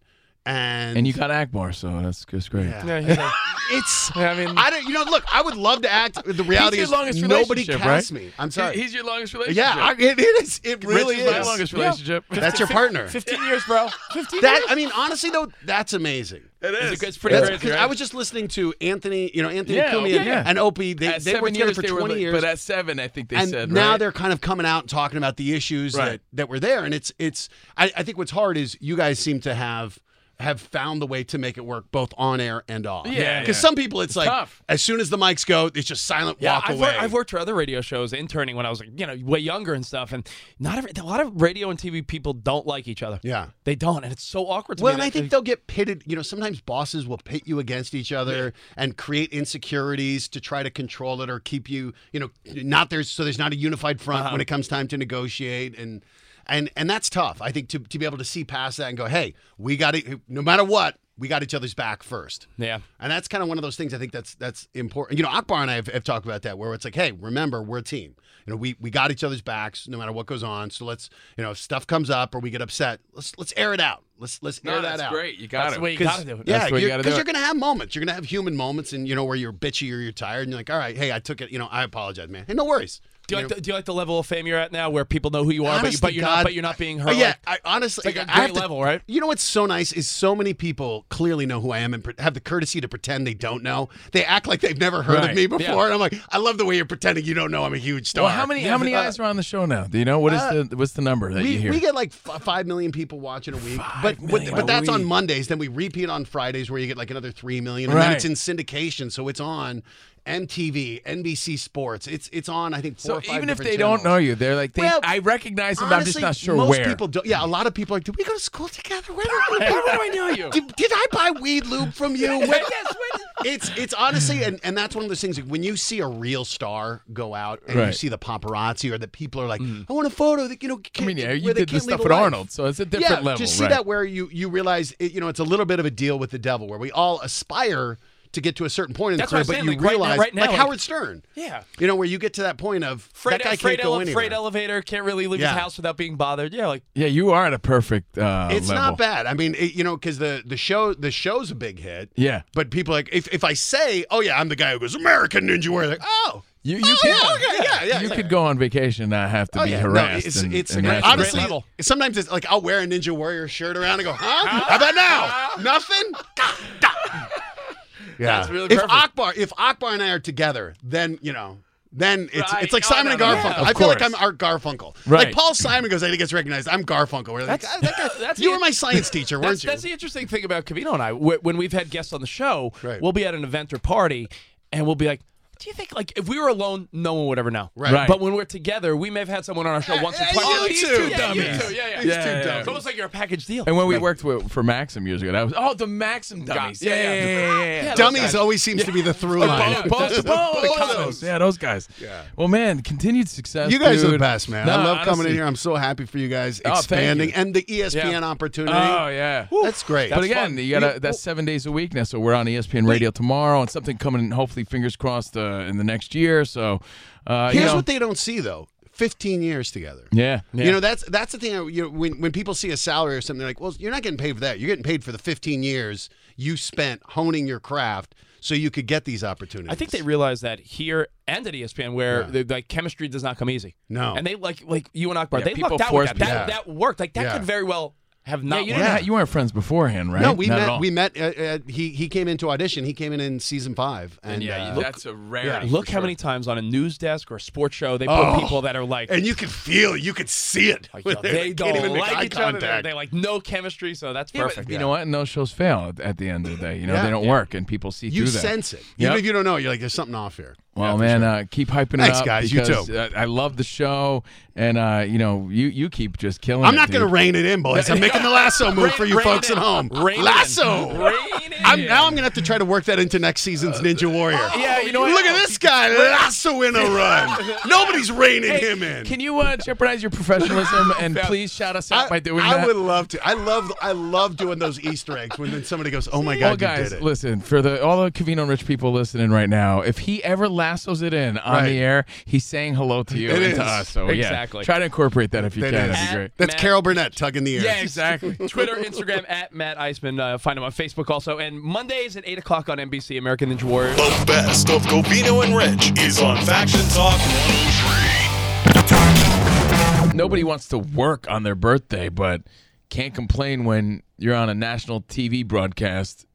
[SPEAKER 11] and
[SPEAKER 4] And you got Akbar, so that's, that's great.
[SPEAKER 11] Yeah. it's. I
[SPEAKER 4] (laughs)
[SPEAKER 11] mean, I don't. You know, look. I would love to act. The reality
[SPEAKER 4] He's
[SPEAKER 11] is,
[SPEAKER 4] your longest
[SPEAKER 11] nobody
[SPEAKER 4] relationship,
[SPEAKER 11] casts
[SPEAKER 4] right?
[SPEAKER 11] me. I'm sorry.
[SPEAKER 4] He- he's your longest
[SPEAKER 11] Yeah,
[SPEAKER 4] relationship.
[SPEAKER 11] I, it, it is. It
[SPEAKER 4] Rich
[SPEAKER 11] really
[SPEAKER 4] is
[SPEAKER 11] is
[SPEAKER 4] my longest Yeah. relationship.
[SPEAKER 11] That's your
[SPEAKER 4] Fifteen-
[SPEAKER 11] partner.
[SPEAKER 4] fifteen
[SPEAKER 11] years, bro. Fifteen. That I mean, honestly though, that's amazing. It
[SPEAKER 4] is. It's a good- it's pretty crazy,
[SPEAKER 11] 'cause
[SPEAKER 4] right?
[SPEAKER 11] I was just listening to Anthony. You know, Anthony
[SPEAKER 4] Yeah,
[SPEAKER 11] Cumia
[SPEAKER 4] yeah, yeah.
[SPEAKER 11] and Opie. They,
[SPEAKER 4] At
[SPEAKER 11] they were
[SPEAKER 4] seven
[SPEAKER 11] together
[SPEAKER 4] years,
[SPEAKER 11] for
[SPEAKER 4] they were
[SPEAKER 11] twenty
[SPEAKER 4] like-
[SPEAKER 11] years.
[SPEAKER 4] But at seven, I think they
[SPEAKER 11] and
[SPEAKER 4] said
[SPEAKER 11] now
[SPEAKER 4] right?
[SPEAKER 11] they're kind of coming out and talking about the issues
[SPEAKER 4] Right.
[SPEAKER 11] that, that were there. And it's it's I, I think what's hard is you guys seem to have have found the way to make it work both on air and off.
[SPEAKER 2] Yeah,
[SPEAKER 11] Because
[SPEAKER 2] yeah.
[SPEAKER 11] some people it's,
[SPEAKER 2] It's
[SPEAKER 11] like
[SPEAKER 2] tough.
[SPEAKER 11] as soon as the mics go, it's just silent walk
[SPEAKER 2] I've
[SPEAKER 11] away.
[SPEAKER 2] Worked, I've worked for other radio shows, interning when I was like, you know, way younger and stuff, and not every, a lot of radio and TV people don't like each other.
[SPEAKER 11] Yeah.
[SPEAKER 2] they don't, and it's so awkward. To
[SPEAKER 11] Well,
[SPEAKER 2] me
[SPEAKER 11] and
[SPEAKER 2] that
[SPEAKER 11] I think they'll get pitted. You know, sometimes bosses will pit you against each other and create insecurities to try to control it or keep you, you know, not there's so there's not a unified front
[SPEAKER 2] Uh-huh.
[SPEAKER 11] when it comes time to negotiate and and and that's tough. I think to to be able to see past that and go, hey, we got it. No matter what, we got each other's back first.
[SPEAKER 2] yeah.
[SPEAKER 11] And that's kind of one of those things I think that's that's important. You know, Akbar and I have, have talked about that where it's like, hey, remember, we're a team. You know, we, we got each other's backs no matter what goes on. So let's, you know, if stuff comes up or we get upset, let's let's air it out. Let's let's
[SPEAKER 4] No,
[SPEAKER 11] air that
[SPEAKER 4] that's
[SPEAKER 11] out.
[SPEAKER 4] great. You gotta- That's the way you
[SPEAKER 11] 'Cause-
[SPEAKER 4] gotta do it.
[SPEAKER 11] Yeah,
[SPEAKER 4] That's the way you gotta do
[SPEAKER 11] because you are
[SPEAKER 4] it.
[SPEAKER 11] gonna have moments. You're gonna have human moments and you know where you're bitchy or you're tired and you're like, all right, hey, I took it, you know, I apologize, man. Hey, no worries.
[SPEAKER 2] Do you,
[SPEAKER 11] know?
[SPEAKER 2] like the, do you like the level of fame you're at now, where people know who you are, but, you,
[SPEAKER 11] Honest
[SPEAKER 2] but
[SPEAKER 11] to
[SPEAKER 2] you're
[SPEAKER 11] God.
[SPEAKER 2] not, but you're not being hurt?
[SPEAKER 11] Oh, yeah,
[SPEAKER 2] like-
[SPEAKER 11] I, honestly,
[SPEAKER 2] it's like a
[SPEAKER 11] I have
[SPEAKER 2] great
[SPEAKER 11] to-
[SPEAKER 2] level, right?
[SPEAKER 11] You know what's so nice is so many people clearly know who I am and pre- have the courtesy to pretend they don't know. They act like they've never heard
[SPEAKER 4] Right,
[SPEAKER 11] of me
[SPEAKER 4] yeah.
[SPEAKER 11] before, and I'm like, I love the way you're pretending you don't know I'm a huge star.
[SPEAKER 4] Well, how many how many
[SPEAKER 11] Uh,
[SPEAKER 4] eyes are on the show now? Do you know what is
[SPEAKER 11] Uh,
[SPEAKER 4] the what's the number that
[SPEAKER 11] we,
[SPEAKER 4] you hear?
[SPEAKER 11] we get like f- five million people watching a week, but but,
[SPEAKER 4] million
[SPEAKER 11] but
[SPEAKER 4] a
[SPEAKER 11] that's on
[SPEAKER 4] week.
[SPEAKER 11] Mondays. Then we repeat on Fridays, where you get like another three million, and then
[SPEAKER 4] Right.
[SPEAKER 11] it's in syndication, so it's on MTV, NBC Sports. It's it's on I think four
[SPEAKER 4] so
[SPEAKER 11] or five
[SPEAKER 4] even if
[SPEAKER 11] different
[SPEAKER 4] they
[SPEAKER 11] channels.
[SPEAKER 4] don't know you, they're like, they,
[SPEAKER 11] Well,
[SPEAKER 4] I recognize them, but I'm just
[SPEAKER 11] Honestly,
[SPEAKER 4] not sure
[SPEAKER 11] most
[SPEAKER 4] where. (laughs)
[SPEAKER 11] people don't. Yeah, a lot of people are like, did we go to school together? Where, do-
[SPEAKER 4] Where do I know you?
[SPEAKER 11] Did, did I buy weed lube from
[SPEAKER 4] (laughs)
[SPEAKER 11] you? (laughs) When- it's it's honestly, and, and that's one of those things. Like, when you see a real star go out and you
[SPEAKER 4] Right. Mm-hmm.
[SPEAKER 11] see the paparazzi or the people are like, I want a photo that you know. Can,
[SPEAKER 4] I mean, yeah, you
[SPEAKER 11] where they
[SPEAKER 4] did this
[SPEAKER 11] can't lead a
[SPEAKER 4] stuff at
[SPEAKER 11] life."
[SPEAKER 4] Arnold, so it's a different
[SPEAKER 11] yeah,
[SPEAKER 4] level.
[SPEAKER 11] Just see
[SPEAKER 4] right.
[SPEAKER 11] that where you you realize it, you know it's a little bit of a deal with the devil, where we all aspire to get to a certain point in
[SPEAKER 2] That's
[SPEAKER 11] the
[SPEAKER 2] what
[SPEAKER 11] career,
[SPEAKER 2] I'm
[SPEAKER 11] but
[SPEAKER 2] saying,
[SPEAKER 11] you
[SPEAKER 2] like, right now-
[SPEAKER 11] realize
[SPEAKER 2] right now,
[SPEAKER 11] like
[SPEAKER 2] like-
[SPEAKER 11] Howard Stern.
[SPEAKER 2] Yeah.
[SPEAKER 11] You know where you get to that point of
[SPEAKER 2] Freight,
[SPEAKER 11] that guy
[SPEAKER 2] freight,
[SPEAKER 11] can't go
[SPEAKER 2] ele-
[SPEAKER 11] anywhere.
[SPEAKER 2] freight elevator can't really leave
[SPEAKER 11] Yeah.
[SPEAKER 2] his house without being bothered. Yeah, like
[SPEAKER 4] Yeah, you are at a perfect uh,
[SPEAKER 11] it's
[SPEAKER 4] level.
[SPEAKER 11] not bad. I mean, it, you know, because the the show the show's a big hit.
[SPEAKER 4] Yeah.
[SPEAKER 11] But people like if, if I say, oh yeah, I'm the guy who goes American Ninja Warrior, like oh
[SPEAKER 4] you you
[SPEAKER 11] oh,
[SPEAKER 4] can,
[SPEAKER 11] yeah, okay, yeah, yeah,
[SPEAKER 4] you
[SPEAKER 11] yeah.
[SPEAKER 4] could go on vacation and not have to
[SPEAKER 11] Oh,
[SPEAKER 4] be
[SPEAKER 11] yeah. No,
[SPEAKER 4] harassed.
[SPEAKER 11] it's
[SPEAKER 4] and-
[SPEAKER 11] it's a
[SPEAKER 4] and
[SPEAKER 11] great,
[SPEAKER 4] that's
[SPEAKER 11] honestly sometimes it's like I'll wear a Ninja Warrior shirt around and go, huh? How about now? Nothing. Da, da. (laughs) Yeah.
[SPEAKER 4] That's really
[SPEAKER 11] if
[SPEAKER 4] perfect.
[SPEAKER 11] Akbar if Akbar and I are together, then you know. Then it's
[SPEAKER 4] Right.
[SPEAKER 11] it's like
[SPEAKER 4] Oh,
[SPEAKER 11] Simon
[SPEAKER 4] no,
[SPEAKER 11] and
[SPEAKER 4] no, no.
[SPEAKER 11] Garfunkel.
[SPEAKER 4] Yeah,
[SPEAKER 11] I
[SPEAKER 4] of
[SPEAKER 11] feel like
[SPEAKER 4] course.
[SPEAKER 11] I'm Art Garfunkel.
[SPEAKER 4] Right.
[SPEAKER 11] Like Paul Simon goes, I think it's recognized. I'm Garfunkel. We're like, "Ah, that guy-
[SPEAKER 2] that's
[SPEAKER 11] you
[SPEAKER 2] the-
[SPEAKER 11] were my science teacher, weren't
[SPEAKER 2] that's,
[SPEAKER 11] you?
[SPEAKER 2] that's the interesting thing about Cavino and I. Wh- When we've had guests on the show, we'll be at an event or party, and we'll be like, "Do you think like if we were alone, no one would ever know?"
[SPEAKER 4] Right. Right.
[SPEAKER 2] But when we're together, we may have had someone on our show once or twice.
[SPEAKER 4] yeah,
[SPEAKER 2] Like,
[SPEAKER 4] these
[SPEAKER 2] "These
[SPEAKER 4] two
[SPEAKER 2] yeah, you Oh,
[SPEAKER 4] dummies.
[SPEAKER 2] two, yeah, yeah.
[SPEAKER 4] These Yeah, two yeah, yeah.
[SPEAKER 2] It's almost like you're a package deal.
[SPEAKER 4] And when we
[SPEAKER 2] Like,
[SPEAKER 4] worked with, for Maxim years ago, that was oh the Maxim dummies. Yeah, yeah, yeah. yeah, yeah, yeah.
[SPEAKER 11] Dummies always seems to be the through line.
[SPEAKER 4] Both, both, both,
[SPEAKER 11] Both of
[SPEAKER 4] of
[SPEAKER 11] those.
[SPEAKER 4] those. Yeah, those guys. Yeah. Well, man, continued success.
[SPEAKER 11] You guys are the
[SPEAKER 4] dude.
[SPEAKER 11] best, man.
[SPEAKER 4] No,
[SPEAKER 11] I love coming in
[SPEAKER 4] honestly.
[SPEAKER 11] here. I'm so happy for you guys
[SPEAKER 4] Oh, thank
[SPEAKER 11] expanding
[SPEAKER 4] you.
[SPEAKER 11] and the E ESPN opportunity.
[SPEAKER 4] Oh yeah,
[SPEAKER 11] that's great.
[SPEAKER 4] but again, you got to that's seven days a week now. So we're on E ESPN Radio tomorrow, and something coming. Hopefully, fingers crossed uh, in the next year. So uh, you
[SPEAKER 11] Here's
[SPEAKER 4] know,
[SPEAKER 11] what they don't see though: 15 years together.
[SPEAKER 4] Yeah, yeah.
[SPEAKER 11] You know that's that's the thing. I- You know, when when people see a salary or something, they're like, "Well, you're not getting paid for that. You're getting paid for the 15 years you spent honing your craft so you could get these opportunities."
[SPEAKER 2] I think they realize that here and at E ESPN, where
[SPEAKER 11] Yeah.
[SPEAKER 2] the like chemistry does not come easy.
[SPEAKER 11] No.
[SPEAKER 2] and they like like you and Akbar,
[SPEAKER 4] Yeah,
[SPEAKER 2] they
[SPEAKER 4] people
[SPEAKER 2] lucked out
[SPEAKER 4] force
[SPEAKER 2] with that. That,
[SPEAKER 4] people.
[SPEAKER 2] that worked. Like that
[SPEAKER 4] Yeah.
[SPEAKER 2] could very well have
[SPEAKER 4] yeah,
[SPEAKER 2] not.
[SPEAKER 4] you,
[SPEAKER 2] worked.
[SPEAKER 4] didn't ha- you weren't friends beforehand, right?
[SPEAKER 11] No, we
[SPEAKER 4] Not at
[SPEAKER 11] met.
[SPEAKER 4] all.
[SPEAKER 11] We met. Uh, uh, he he came into audition. He came in in season five, and,
[SPEAKER 4] And yeah,
[SPEAKER 11] uh,
[SPEAKER 4] that's a rarity.
[SPEAKER 2] Look how many times on a news desk or a sports show they put
[SPEAKER 11] Oh.
[SPEAKER 2] people that are like,
[SPEAKER 11] (laughs) and you could feel, you could see it.
[SPEAKER 2] Like,
[SPEAKER 11] (laughs)
[SPEAKER 2] yo,
[SPEAKER 11] They
[SPEAKER 2] they
[SPEAKER 11] can't
[SPEAKER 2] don't
[SPEAKER 11] even make eye
[SPEAKER 2] like each other.
[SPEAKER 11] contact.
[SPEAKER 2] They like no chemistry, so that's
[SPEAKER 4] Yeah, but
[SPEAKER 2] perfect.
[SPEAKER 4] You know what? And those shows fail at, at the end of the day. You know
[SPEAKER 11] Yeah.
[SPEAKER 4] they don't
[SPEAKER 11] Yeah.
[SPEAKER 4] work, and people see
[SPEAKER 11] you
[SPEAKER 4] through that.
[SPEAKER 11] sense it.
[SPEAKER 4] Yep.
[SPEAKER 11] Even if you don't know, you're like, "There's something off here."
[SPEAKER 4] Well, man, uh, keep hyping it
[SPEAKER 11] Thanks,
[SPEAKER 4] up.
[SPEAKER 11] guys. You too.
[SPEAKER 4] because, uh, I love the show, and uh, you know, you you keep just killing.
[SPEAKER 11] I'm
[SPEAKER 4] it,
[SPEAKER 11] not going to
[SPEAKER 4] dude.
[SPEAKER 11] rein it in, boys.
[SPEAKER 4] (laughs)
[SPEAKER 11] I'm making the lasso move for you
[SPEAKER 4] Rein- rein
[SPEAKER 11] folks
[SPEAKER 4] it
[SPEAKER 11] at
[SPEAKER 4] in.
[SPEAKER 11] home.
[SPEAKER 4] Rein it in.
[SPEAKER 11] lasso.
[SPEAKER 4] Rein Uh,
[SPEAKER 11] I'm now. I'm going to have to try to work that into next season's Ninja Warrior.
[SPEAKER 4] oh, yeah, you know what?
[SPEAKER 11] Look at this guy.
[SPEAKER 4] Rein it in.
[SPEAKER 11] Picasso in a
[SPEAKER 4] (laughs)
[SPEAKER 11] run. Nobody's reining
[SPEAKER 4] Hey,
[SPEAKER 11] him in.
[SPEAKER 4] Can you uh, jeopardize your professionalism
[SPEAKER 11] (laughs)
[SPEAKER 4] and please shout us out by doing
[SPEAKER 11] I
[SPEAKER 4] that?
[SPEAKER 11] would love to. I love I love doing those Easter eggs when then somebody goes, "Oh my god,
[SPEAKER 4] Well, guys,
[SPEAKER 11] you did it."
[SPEAKER 4] listen for the all the Cavino Rich people listening right now. If he ever lassos it in on
[SPEAKER 11] Right.
[SPEAKER 4] the air, he's saying hello to you
[SPEAKER 11] It
[SPEAKER 4] and
[SPEAKER 11] is.
[SPEAKER 4] to us. So
[SPEAKER 11] Exactly.
[SPEAKER 4] yeah, try to incorporate that if you
[SPEAKER 11] That
[SPEAKER 4] can.
[SPEAKER 11] is.
[SPEAKER 4] That'd be great.
[SPEAKER 11] That's Carol Burnett tugging the air.
[SPEAKER 2] Yeah, exactly.
[SPEAKER 11] (laughs)
[SPEAKER 2] Twitter, Instagram at Matt Eisman. Uh, find him on Facebook also. And Mondays at 8 o'clock on NBC, American Ninja Warrior.
[SPEAKER 1] The best of Covino and Rich is on Faction Talk. oh
[SPEAKER 4] Nobody wants to work on their birthday, but can't complain when you're on a national TV broadcast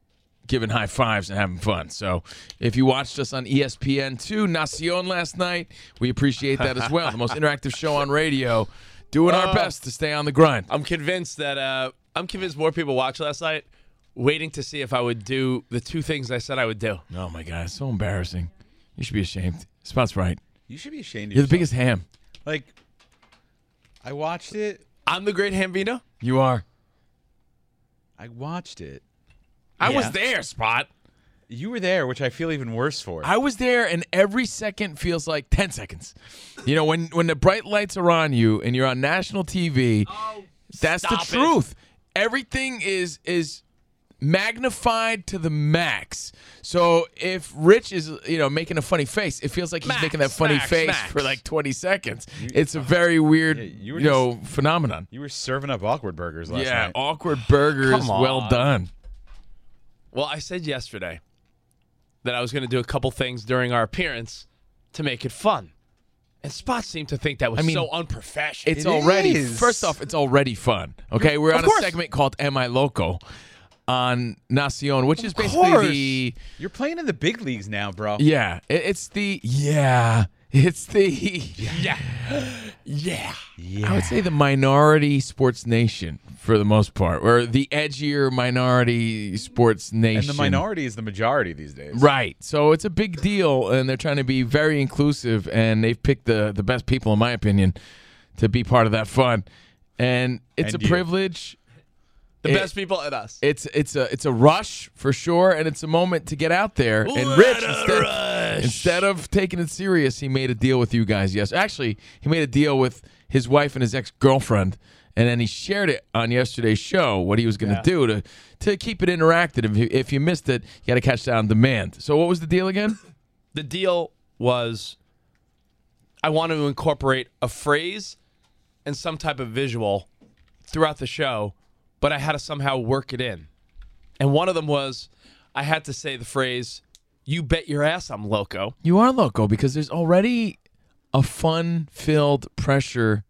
[SPEAKER 4] giving high fives and having fun. So if you watched us on E ESPN2 Nacion last night, we appreciate that as well. The most interactive show on radio, doing our
[SPEAKER 2] Oh.
[SPEAKER 4] best to stay on the grind.
[SPEAKER 2] I'm convinced that uh, I'm convinced more people watched last night waiting to see if I would do the two things I said I would do.
[SPEAKER 4] Oh my god, it's so embarrassing. You should be ashamed. Spot's right.
[SPEAKER 5] (laughs) You should be ashamed of
[SPEAKER 4] You're the
[SPEAKER 5] yourself.
[SPEAKER 4] biggest ham.
[SPEAKER 5] Like, I watched it.
[SPEAKER 2] I'm the great Hambino.
[SPEAKER 4] You are.
[SPEAKER 5] I watched it.
[SPEAKER 4] I was there, Spot.
[SPEAKER 5] You were there, which I feel even worse for.
[SPEAKER 4] I was there, and every second feels like ten seconds. You know, when when the bright lights are on you and you're on national TV, that's the
[SPEAKER 2] Oh, stop it.
[SPEAKER 4] truth. Everything is is magnified to the max. So if Rich is you know making a funny face, it feels like he's making that funny
[SPEAKER 5] max,
[SPEAKER 4] face
[SPEAKER 5] max.
[SPEAKER 4] for like 20 seconds. it's a very weird
[SPEAKER 5] you
[SPEAKER 4] you,
[SPEAKER 5] were
[SPEAKER 4] know phenomenon.
[SPEAKER 5] you were serving up awkward burgers last
[SPEAKER 4] yeah,
[SPEAKER 5] night.
[SPEAKER 4] awkward burgers.
[SPEAKER 2] Come
[SPEAKER 4] Well
[SPEAKER 2] on.
[SPEAKER 4] done.
[SPEAKER 2] Well, I said yesterday that I was going to do a couple things during our appearance to make it fun. And Spot seemed to think that was
[SPEAKER 4] I mean,
[SPEAKER 2] so unprofessional.
[SPEAKER 4] It's already first off, it's already fun. Okay, we're
[SPEAKER 2] Of
[SPEAKER 4] on
[SPEAKER 2] course.
[SPEAKER 4] a segment called "Am I Loco" on Nacion, which is basically the
[SPEAKER 5] You're playing in the big leagues now, bro.
[SPEAKER 4] yeah. it- it's the yeah. (laughs) It's the yeah. Yeah. I would say the minority sports nation for the most part, or the edgier minority sports
[SPEAKER 5] And
[SPEAKER 4] nation.
[SPEAKER 5] the minority is the majority these days.
[SPEAKER 4] Right. So it's a big deal, and they're trying to be very inclusive, and they've picked the, the best people, in my opinion, to be part of that fun. And it's
[SPEAKER 2] And
[SPEAKER 4] a
[SPEAKER 2] you.
[SPEAKER 4] privilege.
[SPEAKER 2] the
[SPEAKER 4] It-
[SPEAKER 2] best people at us.
[SPEAKER 4] It's it's a it's a rush for sure, and it's a moment to get out there. And
[SPEAKER 2] What
[SPEAKER 4] Rich,
[SPEAKER 2] a
[SPEAKER 4] instead, instead of taking it serious, he made a deal with you guys. Yes, actually, he made a deal with his wife and his ex girlfriend, and then he shared it on yesterday's show what he was going to
[SPEAKER 5] Yeah.
[SPEAKER 4] do to to keep it interactive. If you, if you missed it, you got to catch that on demand. So what was the deal again?
[SPEAKER 2] The deal was I want to incorporate a phrase and some type of visual throughout the show, but I had to somehow work it in. And one of them was I had to say the phrase, You bet your ass I'm loco.
[SPEAKER 4] You are loco because there's already a fun filled pressure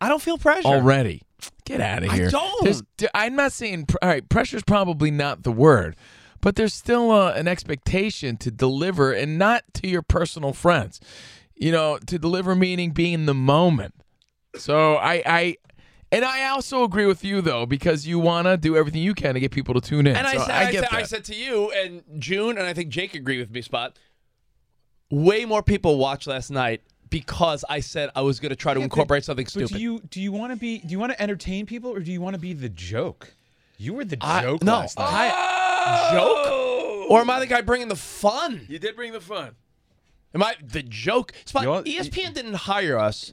[SPEAKER 2] I don't feel pressure.
[SPEAKER 4] already. Get out of
[SPEAKER 2] I
[SPEAKER 4] here.
[SPEAKER 2] don't.
[SPEAKER 4] There's- d- I'm not saying, pr- all right, pressure's probably not the word, but there's still uh, an expectation to deliver and not to your personal friends. You know, to deliver meaning being in the moment. So I, I, and I also agree with you though, because you want to do everything you can to get people to tune in.
[SPEAKER 2] And I
[SPEAKER 4] So
[SPEAKER 2] said,
[SPEAKER 4] I,
[SPEAKER 2] I,
[SPEAKER 4] get
[SPEAKER 2] said,
[SPEAKER 4] that.
[SPEAKER 2] I said to you and June, and I think Jake agreed with me, Spot. Way more people watched last night because I said I was going to try to
[SPEAKER 5] Yeah, but-
[SPEAKER 2] incorporate something
[SPEAKER 5] But
[SPEAKER 2] stupid.
[SPEAKER 5] do you do you want to be do you want to entertain people or do you want to be the joke? You were the
[SPEAKER 2] I-
[SPEAKER 5] joke
[SPEAKER 2] no,
[SPEAKER 5] last night.
[SPEAKER 2] I- joke, or am I the guy bringing the fun?
[SPEAKER 4] You did bring the fun.
[SPEAKER 2] Am I the joke? Spot, E
[SPEAKER 5] You're-
[SPEAKER 2] ESPN didn't hire us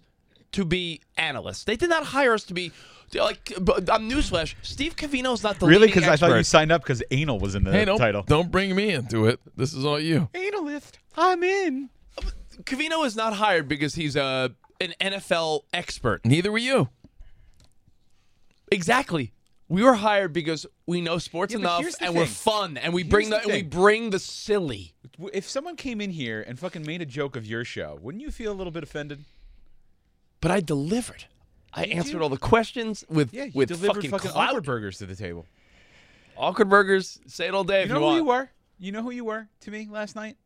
[SPEAKER 2] to be analysts. They did not hire us to be like. but, Um, newsflash: Steve Cavino's not the
[SPEAKER 5] really?
[SPEAKER 2] Because
[SPEAKER 5] Because I thought you signed up because anal was in the
[SPEAKER 4] Hey, don't,
[SPEAKER 5] title.
[SPEAKER 4] don't bring me into it. This is all you.
[SPEAKER 5] Analyst, I'm in.
[SPEAKER 2] Cavino is not hired because he's a an NFL expert.
[SPEAKER 4] Neither were you.
[SPEAKER 2] Exactly. We were hired because we know sports
[SPEAKER 5] Yeah, but
[SPEAKER 2] enough
[SPEAKER 5] here's
[SPEAKER 2] and
[SPEAKER 5] the
[SPEAKER 2] we're
[SPEAKER 5] thing.
[SPEAKER 2] fun and we
[SPEAKER 5] Here's
[SPEAKER 2] bring
[SPEAKER 5] the
[SPEAKER 2] the, and we
[SPEAKER 5] thing.
[SPEAKER 2] bring the silly.
[SPEAKER 5] If someone came in here and fucking made a joke of your show, wouldn't you feel a little bit offended?
[SPEAKER 2] But I delivered. I
[SPEAKER 5] Did
[SPEAKER 2] answered
[SPEAKER 5] you?
[SPEAKER 2] all the questions with
[SPEAKER 5] Yeah, you
[SPEAKER 2] with
[SPEAKER 5] delivered
[SPEAKER 2] fucking,
[SPEAKER 5] fucking
[SPEAKER 2] clout.
[SPEAKER 5] awkward burgers to the table.
[SPEAKER 2] Awkward burgers. Say it all day if
[SPEAKER 5] You know
[SPEAKER 2] you
[SPEAKER 5] who
[SPEAKER 2] want.
[SPEAKER 5] you were? You know who you were to me last night?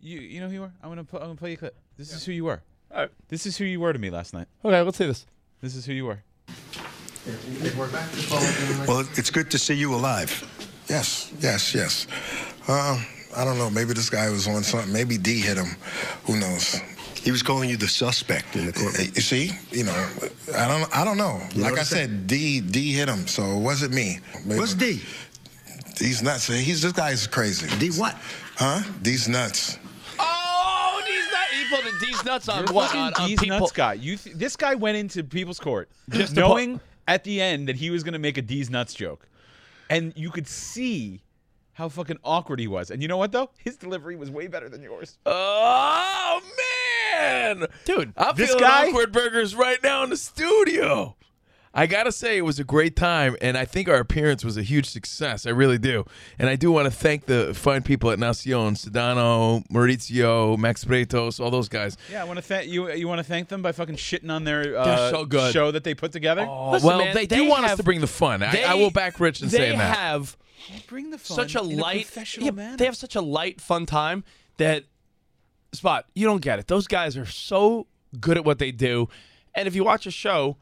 [SPEAKER 5] You you know who you were? I'm gonna pu- I'm gonna play you a clip. This is who you were.
[SPEAKER 2] All right.
[SPEAKER 5] This is who you were to me last night.
[SPEAKER 2] Okay, let's see this.
[SPEAKER 5] This is who you were.
[SPEAKER 16] Well, it's good to see you alive.
[SPEAKER 18] Yes, yes, yes. Um, I don't know. Maybe this guy was on something. Maybe D hit him. Who knows? He was calling you the suspect in the courtroom. You see, you know, I don't, I don't know.
[SPEAKER 16] You know
[SPEAKER 18] like
[SPEAKER 16] what
[SPEAKER 18] I
[SPEAKER 16] I'm saying?
[SPEAKER 18] said, D, D hit him, so it wasn't me.
[SPEAKER 16] What's
[SPEAKER 18] D? He's nuts. He's this guy's crazy. D what? Huh? D's nuts.
[SPEAKER 2] Oh, these nuts. he pulled a D's nuts on
[SPEAKER 5] You're
[SPEAKER 2] what?
[SPEAKER 5] fucking
[SPEAKER 2] On, on
[SPEAKER 5] D's
[SPEAKER 2] people.
[SPEAKER 5] nuts guy. You th- this guy went into people's court (laughs) just
[SPEAKER 2] to pu-
[SPEAKER 5] knowing at the end that he was going to make a D's nuts joke, and you could see how fucking awkward he was. And you know what though? His delivery was way better than yours.
[SPEAKER 4] Oh man,
[SPEAKER 2] dude,
[SPEAKER 4] I'm
[SPEAKER 5] This
[SPEAKER 4] feeling
[SPEAKER 5] guy-
[SPEAKER 4] awkward burgers right now in the studio. I gotta say, it was a great time, and I think our appearance was a huge success. I really do, and I do want to thank the fine people at Nacion, Sedano, Maurizio, Max Bretos, all those guys.
[SPEAKER 5] (laughs) Yeah, I want to thank you. You want to thank them by fucking shitting on their
[SPEAKER 4] They're
[SPEAKER 5] uh,
[SPEAKER 4] so good.
[SPEAKER 5] show that they put together.
[SPEAKER 4] Oh, well, they, do want us to bring the fun. I, I will back Rich and
[SPEAKER 2] they
[SPEAKER 4] say that.
[SPEAKER 2] have
[SPEAKER 5] bring the fun
[SPEAKER 2] such a
[SPEAKER 5] in a
[SPEAKER 2] light
[SPEAKER 5] professional
[SPEAKER 2] yeah,
[SPEAKER 5] manner.
[SPEAKER 2] They have such a light, fun time that spot. You don't get it. Those guys are so good at what they do, and if you watch a show,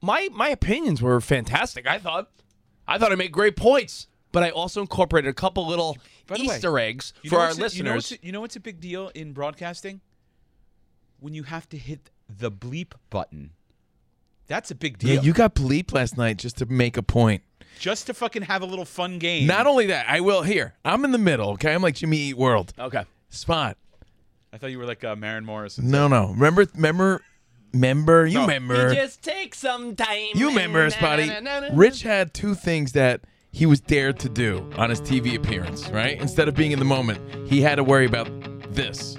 [SPEAKER 2] my my opinions were fantastic. I thought, I thought I made great points, but I also incorporated a couple little
[SPEAKER 5] By the way,
[SPEAKER 2] Easter eggs
[SPEAKER 5] you know
[SPEAKER 2] for our
[SPEAKER 5] what's a- You know, what's
[SPEAKER 2] listeners.
[SPEAKER 5] a, you know what's a big deal in broadcasting? When you have to hit the bleep button. That's a big deal.
[SPEAKER 4] Yeah, you got bleeped last night just to make a point.
[SPEAKER 5] just to fucking have a little fun game.
[SPEAKER 4] Not only that, I will here. I'm in the middle. Okay, I'm like Jimmy Eat World.
[SPEAKER 2] Okay.
[SPEAKER 4] Spot.
[SPEAKER 5] I thought you were like uh, Marin Morris.
[SPEAKER 4] No, no. Remember, remember, remember. You
[SPEAKER 5] No.
[SPEAKER 4] remember.
[SPEAKER 2] just take some time.
[SPEAKER 4] you remember us, buddy. Rich had two things that he was dared to do on his TV appearance. Right. Instead of being in the moment, he had to worry about this.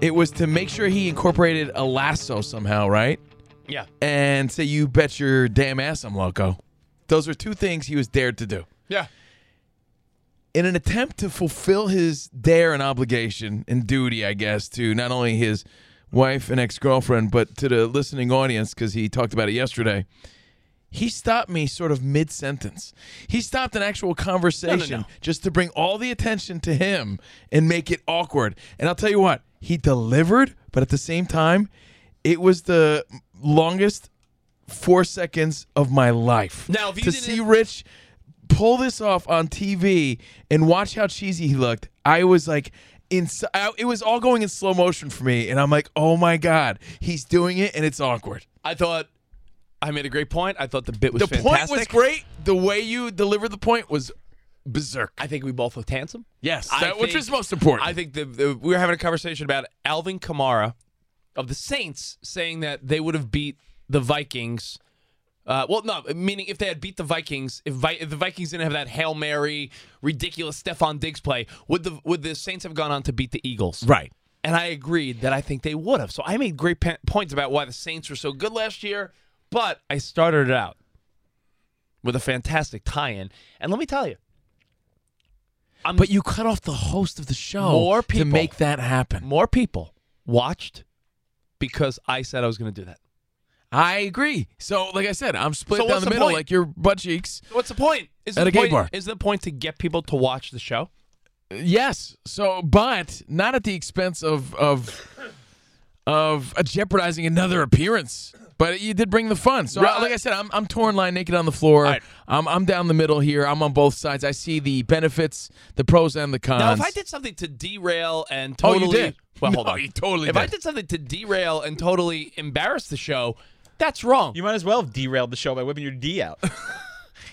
[SPEAKER 4] It was to make sure he incorporated a lasso somehow. Right.
[SPEAKER 2] Yeah.
[SPEAKER 4] And say, "You bet your damn ass, I'm loco." Those are two things he was dared to do.
[SPEAKER 2] Yeah.
[SPEAKER 4] in an attempt to fulfill his dare and obligation and duty, I guess, to not only his wife and ex girlfriend, but to the listening audience, because he talked about it yesterday, he stopped me sort of mid sentence. He stopped an actual conversation just to bring all the attention to him and make it awkward. And I'll tell you what, he delivered, but at the same time, it was the longest four seconds of my life.
[SPEAKER 2] Now, if you
[SPEAKER 4] to
[SPEAKER 2] didn't-
[SPEAKER 4] see Rich pull this off on TV and watch how cheesy he looked, I was like, ins- I, it was all going in slow motion for me, and I'm like, oh my god, he's doing it, and it's awkward.
[SPEAKER 2] I thought I made a great point. I thought the bit was
[SPEAKER 4] The
[SPEAKER 2] fantastic.
[SPEAKER 4] point was great. The way you delivered the point was berserk.
[SPEAKER 2] I think we both looked handsome.
[SPEAKER 4] Yes,
[SPEAKER 2] I
[SPEAKER 4] that- which
[SPEAKER 2] think-
[SPEAKER 4] is most important.
[SPEAKER 2] I think the, the, we were having a conversation about Alvin Kamara of the Saints saying that they would have beat the Vikings. Uh, well, no, meaning if they had beat the Vikings, if, Vi- if the Vikings didn't have that hail mary, ridiculous Stephon Diggs play, would the would the Saints have gone on to beat the Eagles?
[SPEAKER 4] Right.
[SPEAKER 2] And I agreed that I think they would have. So I made great pa- points about why the Saints were so good last year, but I started it out with a fantastic tie-in. And let me tell you,
[SPEAKER 4] but you cut off the host of the show
[SPEAKER 2] more people
[SPEAKER 4] to make that happen.
[SPEAKER 2] More people watched because I said I was going to do that.
[SPEAKER 4] I agree. So, like I said, I'm split
[SPEAKER 2] So
[SPEAKER 4] down
[SPEAKER 2] what's
[SPEAKER 4] the
[SPEAKER 2] the
[SPEAKER 4] middle,
[SPEAKER 2] point?
[SPEAKER 4] like your butt cheeks.
[SPEAKER 2] What's the point? Is
[SPEAKER 4] At
[SPEAKER 2] the
[SPEAKER 4] a gay
[SPEAKER 2] point,
[SPEAKER 4] bar.
[SPEAKER 2] Is the point to get people to watch the show?
[SPEAKER 4] Yes. So, but not at the expense of of of uh, jeopardizing another appearance. But you did bring the fun. So,
[SPEAKER 2] Right.
[SPEAKER 4] like I said, I'm, I'm torn, lying naked on the floor. I'm I'm down the middle here. I'm on both sides. I see the benefits, the pros, and the cons.
[SPEAKER 2] Now, if I did something to derail and
[SPEAKER 4] Oh, you
[SPEAKER 2] totally,
[SPEAKER 4] did.
[SPEAKER 2] well, hold
[SPEAKER 4] No,
[SPEAKER 2] on,
[SPEAKER 4] you totally
[SPEAKER 2] If I
[SPEAKER 4] did.
[SPEAKER 2] did something to derail and totally embarrass the show, that's wrong.
[SPEAKER 5] You might as well have derailed the show by whipping your D out.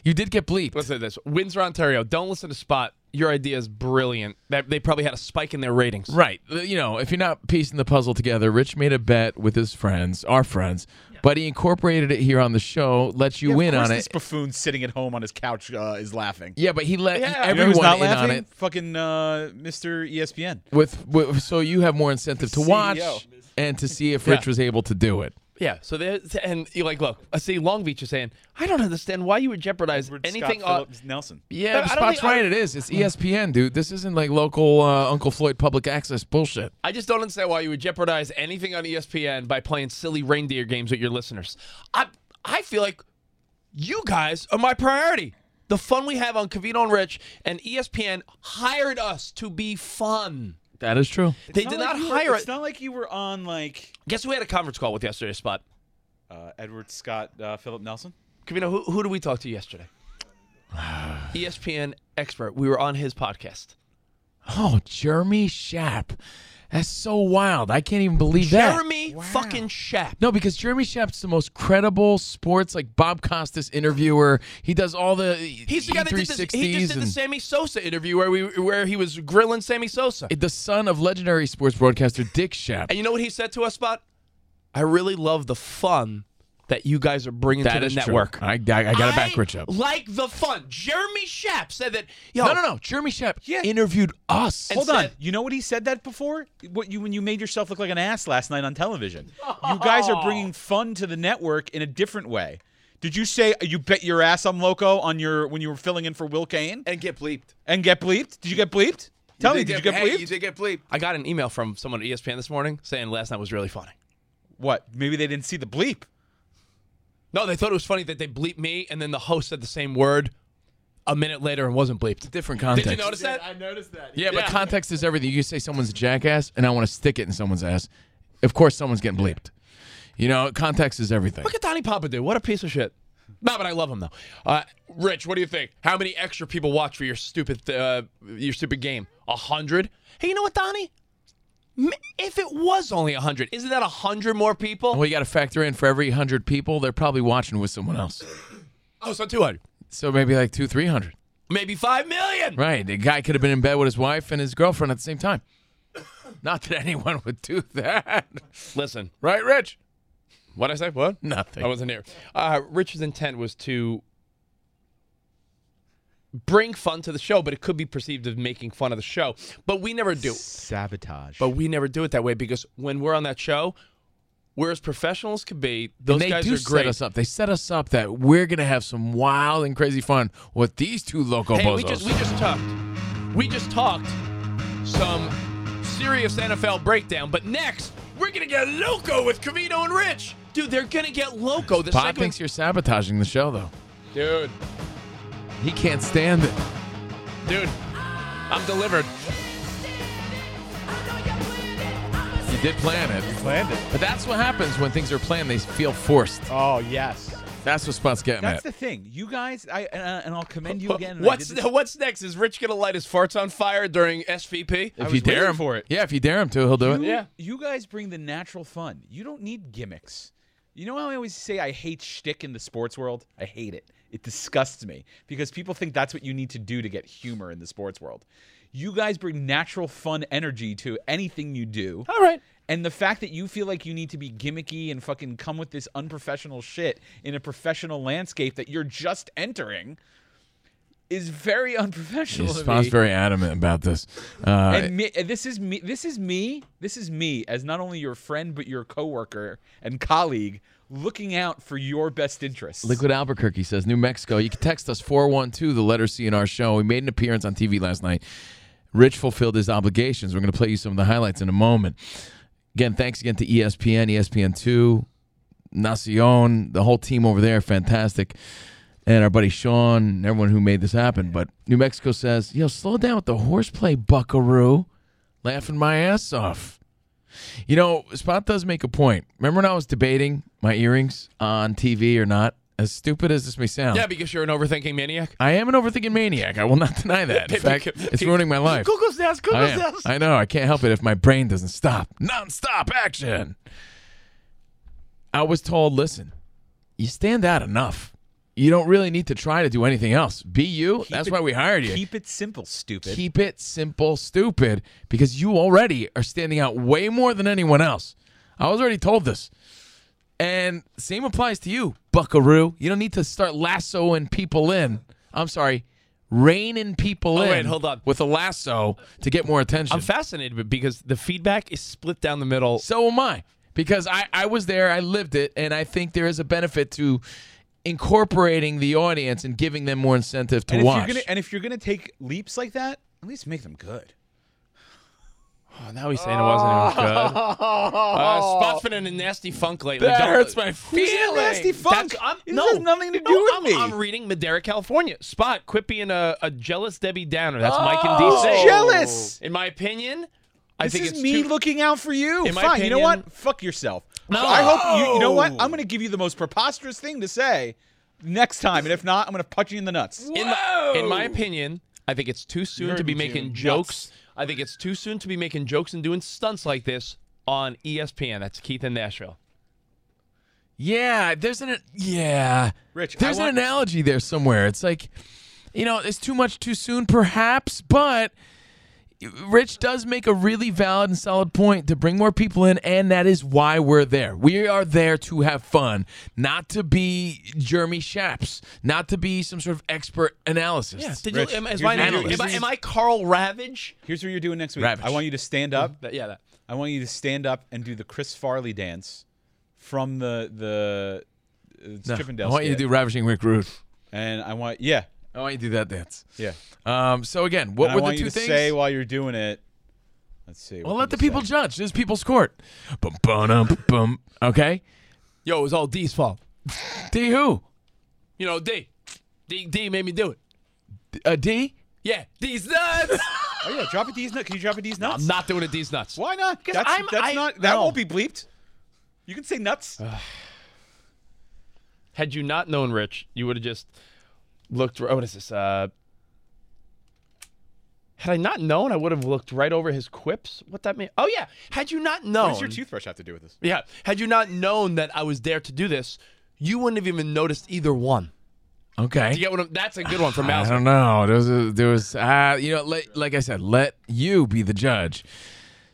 [SPEAKER 4] you did get bleeped.
[SPEAKER 2] Listen to this, Windsor, Ontario. Don't listen to Spot. Your idea is brilliant. That they probably had a spike in their ratings.
[SPEAKER 4] Right. Uh, You know, if you're not piecing the puzzle together, Rich made a bet with his friends, our friends, but he incorporated it here on the show, let (laughs) you
[SPEAKER 5] Yeah, of
[SPEAKER 4] in
[SPEAKER 5] course
[SPEAKER 4] on
[SPEAKER 5] This
[SPEAKER 4] it.
[SPEAKER 5] beffoon sitting at home on his couch uh, is laughing.
[SPEAKER 4] Yeah, but he let e-
[SPEAKER 5] You know who's
[SPEAKER 4] everyone
[SPEAKER 5] not
[SPEAKER 4] in on
[SPEAKER 5] laughing?
[SPEAKER 4] it.
[SPEAKER 5] Fucking uh, Mr. ESPN.
[SPEAKER 4] With, with so you have more incentive to watch
[SPEAKER 5] CEO.
[SPEAKER 4] and to see if
[SPEAKER 2] Yeah.
[SPEAKER 4] Rich was able to do it.
[SPEAKER 2] Yeah. So there, and you like, look, I see Long Beach is saying, I don't understand why you would jeopardize anything.
[SPEAKER 5] Scott
[SPEAKER 2] on-
[SPEAKER 5] Phillips Nelson.
[SPEAKER 4] Yeah,
[SPEAKER 2] I
[SPEAKER 4] but
[SPEAKER 2] don't
[SPEAKER 4] Spot's
[SPEAKER 2] think- I-
[SPEAKER 4] right. It is. It's E ESPN, dude. This isn't like local uh, Uncle Floyd public access bullshit.
[SPEAKER 2] I just don't understand why you would jeopardize anything on E ESPN by playing silly reindeer games with your listeners. I I feel like you guys are my priority. The fun we have on Cavino and Rich and E ESPN hired us to be fun.
[SPEAKER 4] That is true.
[SPEAKER 2] they
[SPEAKER 5] It's
[SPEAKER 2] did
[SPEAKER 5] like
[SPEAKER 2] not
[SPEAKER 5] you were-
[SPEAKER 2] hire
[SPEAKER 5] It's
[SPEAKER 2] it.
[SPEAKER 5] not like you were on like
[SPEAKER 2] Guess who we had a conference call with yesterday, Spot?
[SPEAKER 5] uh, Edward Scott uh, Philip Nelson.
[SPEAKER 2] Cavino, who, who did we talk
[SPEAKER 5] (sighs)
[SPEAKER 2] to yesterday? E ESPN expert. We were on his podcast.
[SPEAKER 4] Oh, Jeremy Schapp. That's so wild. I can't even believe that.
[SPEAKER 2] Jeremy fucking Shap.
[SPEAKER 4] No, because Jeremy Shep's the most credible sports like Bob Costas interviewer. He does all the E
[SPEAKER 2] He's the guy that did this.
[SPEAKER 5] E
[SPEAKER 2] He just did the
[SPEAKER 4] and-
[SPEAKER 2] Sammy Sosa interview where we where he was grilling Sammy Sosa.
[SPEAKER 4] the son of legendary sports broadcaster Dick Shep.
[SPEAKER 2] And you know what he said to us, Spot? I really love the fun that you guys are bringing
[SPEAKER 4] That
[SPEAKER 2] to
[SPEAKER 4] is
[SPEAKER 2] the
[SPEAKER 4] true.
[SPEAKER 2] network.
[SPEAKER 4] I, I, I got it backwards up.
[SPEAKER 2] Like the fun. Jeremy Shap said that. Yo,
[SPEAKER 4] No, no, no. Jeremy Shep interviewed us.
[SPEAKER 5] Hold on. You know what he said that before? What you when you made yourself look like an ass last night on television? You guys are (laughs) bringing fun to the network in a different way. Did you say you bet your ass I'm loco on your when you were filling in for Will Kane
[SPEAKER 2] and get bleeped?
[SPEAKER 5] And get bleeped? Did you get bleeped? Tell me, did you get bleeped?
[SPEAKER 2] did get bleeped. I got an email from someone at E ESPN this morning saying last night was really funny.
[SPEAKER 5] What? Maybe they didn't see the bleep.
[SPEAKER 2] No, they thought it was funny that they bleeped me and then the host said the same word a minute later and wasn't bleeped.
[SPEAKER 4] Different
[SPEAKER 2] Did
[SPEAKER 4] context.
[SPEAKER 2] you notice that?
[SPEAKER 5] I noticed that.
[SPEAKER 4] Yeah, but context is everything. You say someone's a jackass, and I want to stick it in someone's ass. Of course, someone's getting bleeped. You know, context is everything.
[SPEAKER 2] Look at Donnie Papa, dude. What a piece of shit. No, but I love him though. Uh, Rich, what do you think? How many extra people watch for your stupid, uh, your stupid game? A hundred. Hey, you know what, Donnie? M- If it was only a hundred, isn't that a hundred more people?
[SPEAKER 4] Well, you got to factor in for every hundred people, they're probably watching with someone else.
[SPEAKER 2] Oh, so two hundred.
[SPEAKER 4] So maybe like two, three hundred.
[SPEAKER 2] Maybe five million.
[SPEAKER 4] Right. The guy could have been in bed with his wife and his girlfriend at the same time. (coughs) Not that anyone would do that.
[SPEAKER 2] Listen.
[SPEAKER 4] Right, Rich?
[SPEAKER 2] What I say? What?
[SPEAKER 4] Nothing.
[SPEAKER 2] I wasn't here. Uh, Rich's intent was to bring fun to the show, but it could be perceived as making fun of the show. But we never do.
[SPEAKER 5] Sabotage.
[SPEAKER 2] But we never do it that way because when we're on that show, we're as professional as could be. Those
[SPEAKER 4] And they
[SPEAKER 2] guys
[SPEAKER 4] do
[SPEAKER 2] are great.
[SPEAKER 4] set us up. They set us up that we're gonna have some wild and crazy fun with these two loco
[SPEAKER 2] hey,
[SPEAKER 4] bozos.
[SPEAKER 2] we just we just talked. We just talked some serious NFL breakdown. But next, we're gonna get loco with Cavino and Rich. Dude, they're gonna get loco. The
[SPEAKER 4] Bob
[SPEAKER 2] segment-
[SPEAKER 4] thinks you're sabotaging the show, though.
[SPEAKER 2] dude,
[SPEAKER 4] He can't stand it.
[SPEAKER 2] dude, I'm delivered.
[SPEAKER 4] You did plan it. You
[SPEAKER 5] planned it.
[SPEAKER 4] But that's what happens when things are planned. They feel forced.
[SPEAKER 5] Oh yes.
[SPEAKER 4] That's what Spot's getting
[SPEAKER 5] That's
[SPEAKER 4] at.
[SPEAKER 5] the thing. You guys, I and, I- and I'll commend you again. and I
[SPEAKER 2] What's
[SPEAKER 5] did this-
[SPEAKER 2] what's next? Is Rich gonna light his farts on fire during SVP?
[SPEAKER 4] if you dare him for it. Yeah, if you dare him to, he'll do it.
[SPEAKER 5] You, (laughs) You guys bring the natural fun. You don't need gimmicks. You know how I always say I hate shtick in the sports world? I hate it. It disgusts me because people think that's what you need to do to get humor in the sports world. You guys bring natural fun energy to anything you do.
[SPEAKER 2] All right.
[SPEAKER 5] And the fact that you feel like you need to be gimmicky and fucking come with this unprofessional shit in a professional landscape that you're just entering is very unprofessional.
[SPEAKER 4] His
[SPEAKER 5] to
[SPEAKER 4] Spot's
[SPEAKER 5] me.
[SPEAKER 4] very adamant about this. Uh,
[SPEAKER 5] and me, and this is me. This is me. This is me as not only your friend but your coworker and colleague, looking out for your best interests.
[SPEAKER 4] Liquid Albuquerque says New Mexico. You can text us 412 the letter C in our show. We made an appearance on TV last night. Rich fulfilled his obligations. We're going to play you some of the highlights in a moment. Again, thanks again to E ESPN, ESPN2, Nacion, the whole team over there. Fantastic. And our buddy Sean, and everyone who made this happen. But New Mexico says, yo, slow down with the horseplay, buckaroo. Laughing my ass off. You know, Spot does make a point. Remember when I was debating my earrings on TV or not? As stupid as this may sound,
[SPEAKER 2] Yeah, because you're an overthinking maniac.
[SPEAKER 4] I am an overthinking maniac. I will not
[SPEAKER 2] (laughs)
[SPEAKER 4] deny that. In fact, it's ruining my life.
[SPEAKER 2] Google's desk.
[SPEAKER 4] I,
[SPEAKER 2] Google's
[SPEAKER 4] am.
[SPEAKER 2] desk.
[SPEAKER 4] I know. I can't help it if my brain doesn't stop. Non-stop action. I was told, listen, you stand out enough. You don't really need to try to do anything else. Be you. That's
[SPEAKER 5] it-
[SPEAKER 4] why we hired you.
[SPEAKER 5] Keep it simple, stupid.
[SPEAKER 4] Keep it simple, stupid, because you already are standing out way more than anyone else. I was already told this. And same applies to you, buckaroo. You don't need to start lassoing people in. I'm sorry, reining people
[SPEAKER 2] Oh,
[SPEAKER 4] in.
[SPEAKER 2] wait, hold on.
[SPEAKER 4] With a lasso to get more attention.
[SPEAKER 2] I'm fascinated because the feedback is split down the middle.
[SPEAKER 4] So am I. Because I, I was there, I lived it, and I think there is a benefit to incorporating the audience and giving them more incentive to
[SPEAKER 5] and
[SPEAKER 4] watch.
[SPEAKER 5] If you're gonna, and if you're gonna take leaps like that, at least make them good.
[SPEAKER 2] Oh, now he's saying it wasn't even (laughs) good. Uh, Spot's been in a nasty funk lately.
[SPEAKER 4] That
[SPEAKER 2] Don't-
[SPEAKER 4] hurts my
[SPEAKER 2] Who's in a
[SPEAKER 5] nasty
[SPEAKER 2] That's-
[SPEAKER 5] funk?
[SPEAKER 2] I'm,
[SPEAKER 5] This
[SPEAKER 2] no,
[SPEAKER 5] has nothing to
[SPEAKER 2] No,
[SPEAKER 5] do with
[SPEAKER 2] I'm,
[SPEAKER 5] me.
[SPEAKER 2] I'm reading Madera, California. Spot, quit being a, a jealous Debbie Downer. That's Mike and
[SPEAKER 5] Oh,
[SPEAKER 2] DC.
[SPEAKER 5] jealous.
[SPEAKER 2] In my opinion, I
[SPEAKER 5] This
[SPEAKER 2] think
[SPEAKER 5] is
[SPEAKER 2] it's
[SPEAKER 5] me
[SPEAKER 2] too-
[SPEAKER 5] looking out for you.
[SPEAKER 2] In my
[SPEAKER 5] Fine. you know
[SPEAKER 2] opinion-
[SPEAKER 5] what? Fuck yourself.
[SPEAKER 2] No.
[SPEAKER 5] I hope you. You know what? I'm gonna give you the most preposterous thing to say next time, and if not, I'm gonna punch you in the nuts.
[SPEAKER 2] In my, in my opinion, I think it's too soon
[SPEAKER 5] You're
[SPEAKER 2] to be
[SPEAKER 5] in
[SPEAKER 2] making
[SPEAKER 5] June.
[SPEAKER 2] jokes I think it's too soon to be making jokes and doing stunts like this on E ESPN. That's Keith in Nashville.
[SPEAKER 4] Yeah, there's an yeah.
[SPEAKER 5] Rich, I
[SPEAKER 4] there's
[SPEAKER 5] want-
[SPEAKER 4] an analogy there somewhere. It's like, you know, it's too much too soon, perhaps, but Rich does make a really valid and solid point to bring more people in, and that is why we're there. We are there to have fun, not to be Jeremy Shaps, not to be some sort of expert analysis.
[SPEAKER 2] Yeah, did you- Rich, am- is my- here's what you- am I- am I Carl Ravage?
[SPEAKER 5] Here's what you're doing next week.
[SPEAKER 4] Ravage.
[SPEAKER 5] I want you to stand up.
[SPEAKER 4] Mm-hmm.
[SPEAKER 2] yeah, that.
[SPEAKER 5] I want you to stand up and do the Chris Farley dance from the the uh,
[SPEAKER 4] No,
[SPEAKER 5] Chippendales.
[SPEAKER 4] I want you to
[SPEAKER 5] skit.
[SPEAKER 4] do Ravishing Rick Rude.
[SPEAKER 5] And I want yeah.
[SPEAKER 4] I want you to do that dance.
[SPEAKER 5] Yeah.
[SPEAKER 4] Um. So again, what
[SPEAKER 5] And I
[SPEAKER 4] were
[SPEAKER 5] want
[SPEAKER 4] the
[SPEAKER 5] you
[SPEAKER 4] two
[SPEAKER 5] to
[SPEAKER 4] things?
[SPEAKER 5] Say while you're doing it. Let's see.
[SPEAKER 4] well, let the people judge. This is people's court. Bum bum um, bum, bum. Okay.
[SPEAKER 2] Yo, it was all D's fault.
[SPEAKER 4] D who?
[SPEAKER 2] You know, D. D, D made me do it.
[SPEAKER 4] A Uh, D?
[SPEAKER 2] Yeah, D's nuts. (laughs)
[SPEAKER 5] oh yeah, drop a D's nuts. Can you drop a D's nuts?
[SPEAKER 2] I'm not doing a D's nuts.
[SPEAKER 5] Why not?
[SPEAKER 2] Because
[SPEAKER 5] That's,
[SPEAKER 2] I'm
[SPEAKER 5] that's
[SPEAKER 2] I-
[SPEAKER 5] not that
[SPEAKER 2] no.
[SPEAKER 5] won't be bleeped. You can say nuts.
[SPEAKER 4] Oh,
[SPEAKER 2] Had you not known Rich, you would have just looked. Oh, what is this? Uh, had I not known, I would have looked right over his quips. What that mean? Oh yeah. Had you not known,
[SPEAKER 5] What does your
[SPEAKER 4] um,
[SPEAKER 5] toothbrush have to do with this?
[SPEAKER 2] yeah. Had you not known that I was there to do this, you wouldn't have even noticed either one.
[SPEAKER 4] Okay.
[SPEAKER 2] Do you get what I'm, That's a good one for
[SPEAKER 4] (sighs) I
[SPEAKER 2] Mouse.
[SPEAKER 4] don't know. There was, a, there was uh, you know, like, like I said, let you be the judge.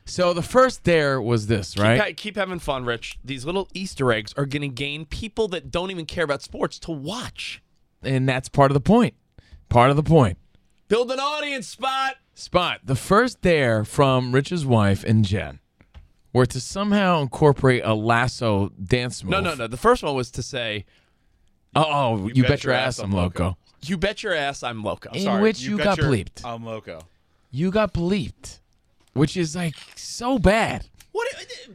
[SPEAKER 4] So the first there was this,
[SPEAKER 2] Keep,
[SPEAKER 4] right?
[SPEAKER 2] ha- keep having fun, Rich. These little Easter eggs are going to gain people that don't even care about sports to watch.
[SPEAKER 4] and that's part of the point. Part of the point.
[SPEAKER 2] Build an audience spot.
[SPEAKER 4] Spot. The first there from Rich's wife and Jen were to somehow incorporate a lasso dance move.
[SPEAKER 2] No, no, no. The first one was to say,
[SPEAKER 4] Oh, oh, you, bet, your ass I'm loco.
[SPEAKER 2] You bet your ass I'm loco.
[SPEAKER 4] In which you, got bleeped.
[SPEAKER 5] I'm loco.
[SPEAKER 4] You got bleeped, which is like so bad.
[SPEAKER 2] What?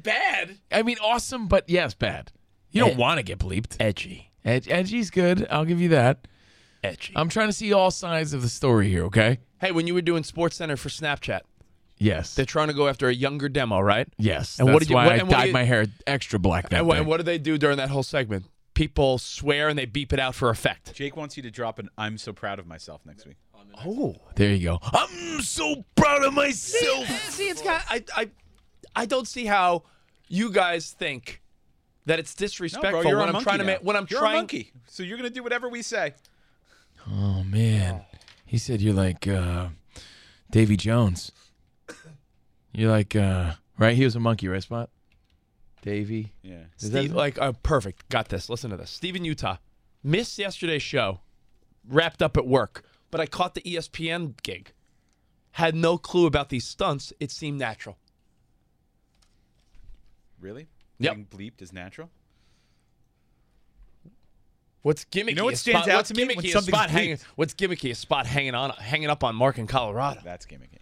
[SPEAKER 2] Bad?
[SPEAKER 4] I mean, awesome, but yes, bad. You don't want to get bleeped.
[SPEAKER 2] Edgy.
[SPEAKER 4] Ed- edgy's good. I'll give you that.
[SPEAKER 2] Edgy.
[SPEAKER 4] I'm trying to see all sides of the story here, okay?
[SPEAKER 2] Hey, when you were doing Sports Center for Snapchat,
[SPEAKER 4] Yes.
[SPEAKER 2] they're trying to go after a younger demo, right?
[SPEAKER 4] Yes.
[SPEAKER 2] And
[SPEAKER 4] that's
[SPEAKER 2] what did you?
[SPEAKER 4] why
[SPEAKER 2] what,
[SPEAKER 4] I
[SPEAKER 2] and what
[SPEAKER 4] dyed
[SPEAKER 2] did-
[SPEAKER 4] my hair extra black that
[SPEAKER 2] And, what- and
[SPEAKER 4] day.
[SPEAKER 2] what do they do during that whole segment? People swear and they beep it out for effect.
[SPEAKER 5] Jake wants you to drop an "I'm so proud of myself" next week.
[SPEAKER 2] Oh,
[SPEAKER 4] There you go. I'm so proud of myself.
[SPEAKER 2] See, see, it's got. I, I, I don't see how you guys think that it's disrespectful
[SPEAKER 5] no, bro, you're a
[SPEAKER 2] when I'm
[SPEAKER 5] monkey
[SPEAKER 2] trying to
[SPEAKER 5] now.
[SPEAKER 2] make when I'm
[SPEAKER 5] you're
[SPEAKER 2] trying.
[SPEAKER 5] a monkey, so you're gonna do whatever we say.
[SPEAKER 4] Oh man, he said you're like uh, Davy Jones. You're like uh, right. He was a monkey, right? Spot. Davy.
[SPEAKER 5] Yeah.
[SPEAKER 4] Is that-
[SPEAKER 2] Steve, like, uh, perfect. Got this. Listen to this. Steve in Utah missed yesterday's show, wrapped up at work, but I caught the E ESPN gig. Had no clue about these stunts. It seemed natural.
[SPEAKER 5] Really?
[SPEAKER 2] Yep.
[SPEAKER 5] Being bleeped is natural.
[SPEAKER 2] What's gimmicky?
[SPEAKER 5] You know what
[SPEAKER 2] is
[SPEAKER 5] stands
[SPEAKER 2] spot,
[SPEAKER 5] out
[SPEAKER 2] what's
[SPEAKER 5] to me?
[SPEAKER 2] gimmicky
[SPEAKER 5] When
[SPEAKER 2] is
[SPEAKER 5] something's
[SPEAKER 2] spot hanging,
[SPEAKER 5] bleeped.
[SPEAKER 2] what's gimmicky is spot hanging on, hanging up on Mark in Colorado.
[SPEAKER 5] That's gimmicky.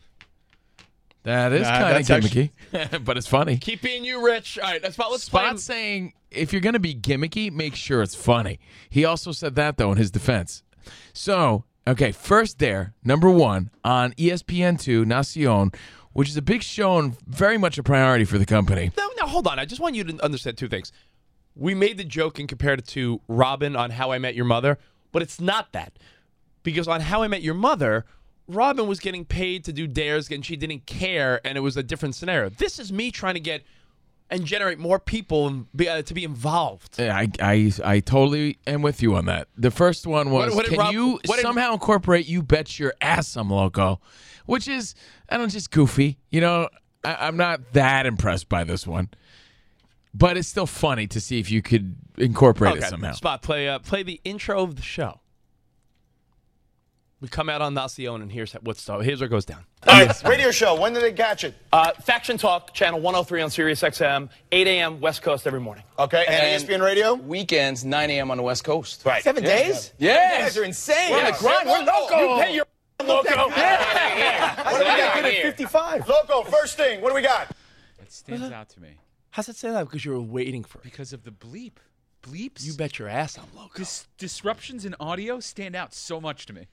[SPEAKER 4] That is
[SPEAKER 5] Nah,
[SPEAKER 4] kind of
[SPEAKER 5] that's actually-
[SPEAKER 4] gimmicky, but it's funny.
[SPEAKER 2] Keep being you, Rich. All right, that's spot. Let's play.
[SPEAKER 4] Spot saying if you're gonna be gimmicky, make sure it's funny. He also said that though in his defense. So okay, first there, number one on E ESPN two Nacion, which is a big show and very much a priority for the company.
[SPEAKER 2] No, no, hold on. I just want you to understand two things. We made the joke and compared it to Robin on How I Met Your Mother, but it's not that. Because on How I Met Your Mother, Robin was getting paid to do dares and she didn't care, and it was a different scenario. This is me trying to get and generate more people and be, uh, to be involved.
[SPEAKER 4] Yeah, I, I I totally am with you on that. The first one was
[SPEAKER 2] What- what did
[SPEAKER 4] can
[SPEAKER 2] Rob-
[SPEAKER 4] you
[SPEAKER 2] what did-
[SPEAKER 4] somehow incorporate "You bet your ass I'm loco," which is I don't know, just goofy. You know, I, I'm not that impressed by this one, but it's still funny to see if you could incorporate it somehow.
[SPEAKER 2] Spot play uh, play the intro of the show. We come out on Nacion, and here's what's here's what goes down.
[SPEAKER 13] All right, radio show. When did they catch it?
[SPEAKER 19] Uh, Faction Talk, Channel 103 on Sirius XM, 8 a.m. West Coast every morning.
[SPEAKER 12] Okay, and, E ESPN Radio?
[SPEAKER 19] Weekends, 9 a.m. on the West Coast. Right.
[SPEAKER 12] Seven
[SPEAKER 19] Yeah.
[SPEAKER 12] days? You
[SPEAKER 19] Yeah.
[SPEAKER 12] guys are insane.
[SPEAKER 19] We're on the grind. We're loco.
[SPEAKER 12] You pay your
[SPEAKER 19] Loco.
[SPEAKER 12] Yeah. What do we got good at 55? Loco, first thing. What do we got?
[SPEAKER 5] It stands out to me
[SPEAKER 2] How's it say that? Because you were waiting for it.
[SPEAKER 5] because of the bleep. Bleeps.
[SPEAKER 2] You bet your ass I'm loco.
[SPEAKER 5] Dis- disruptions in audio stand out so much to me.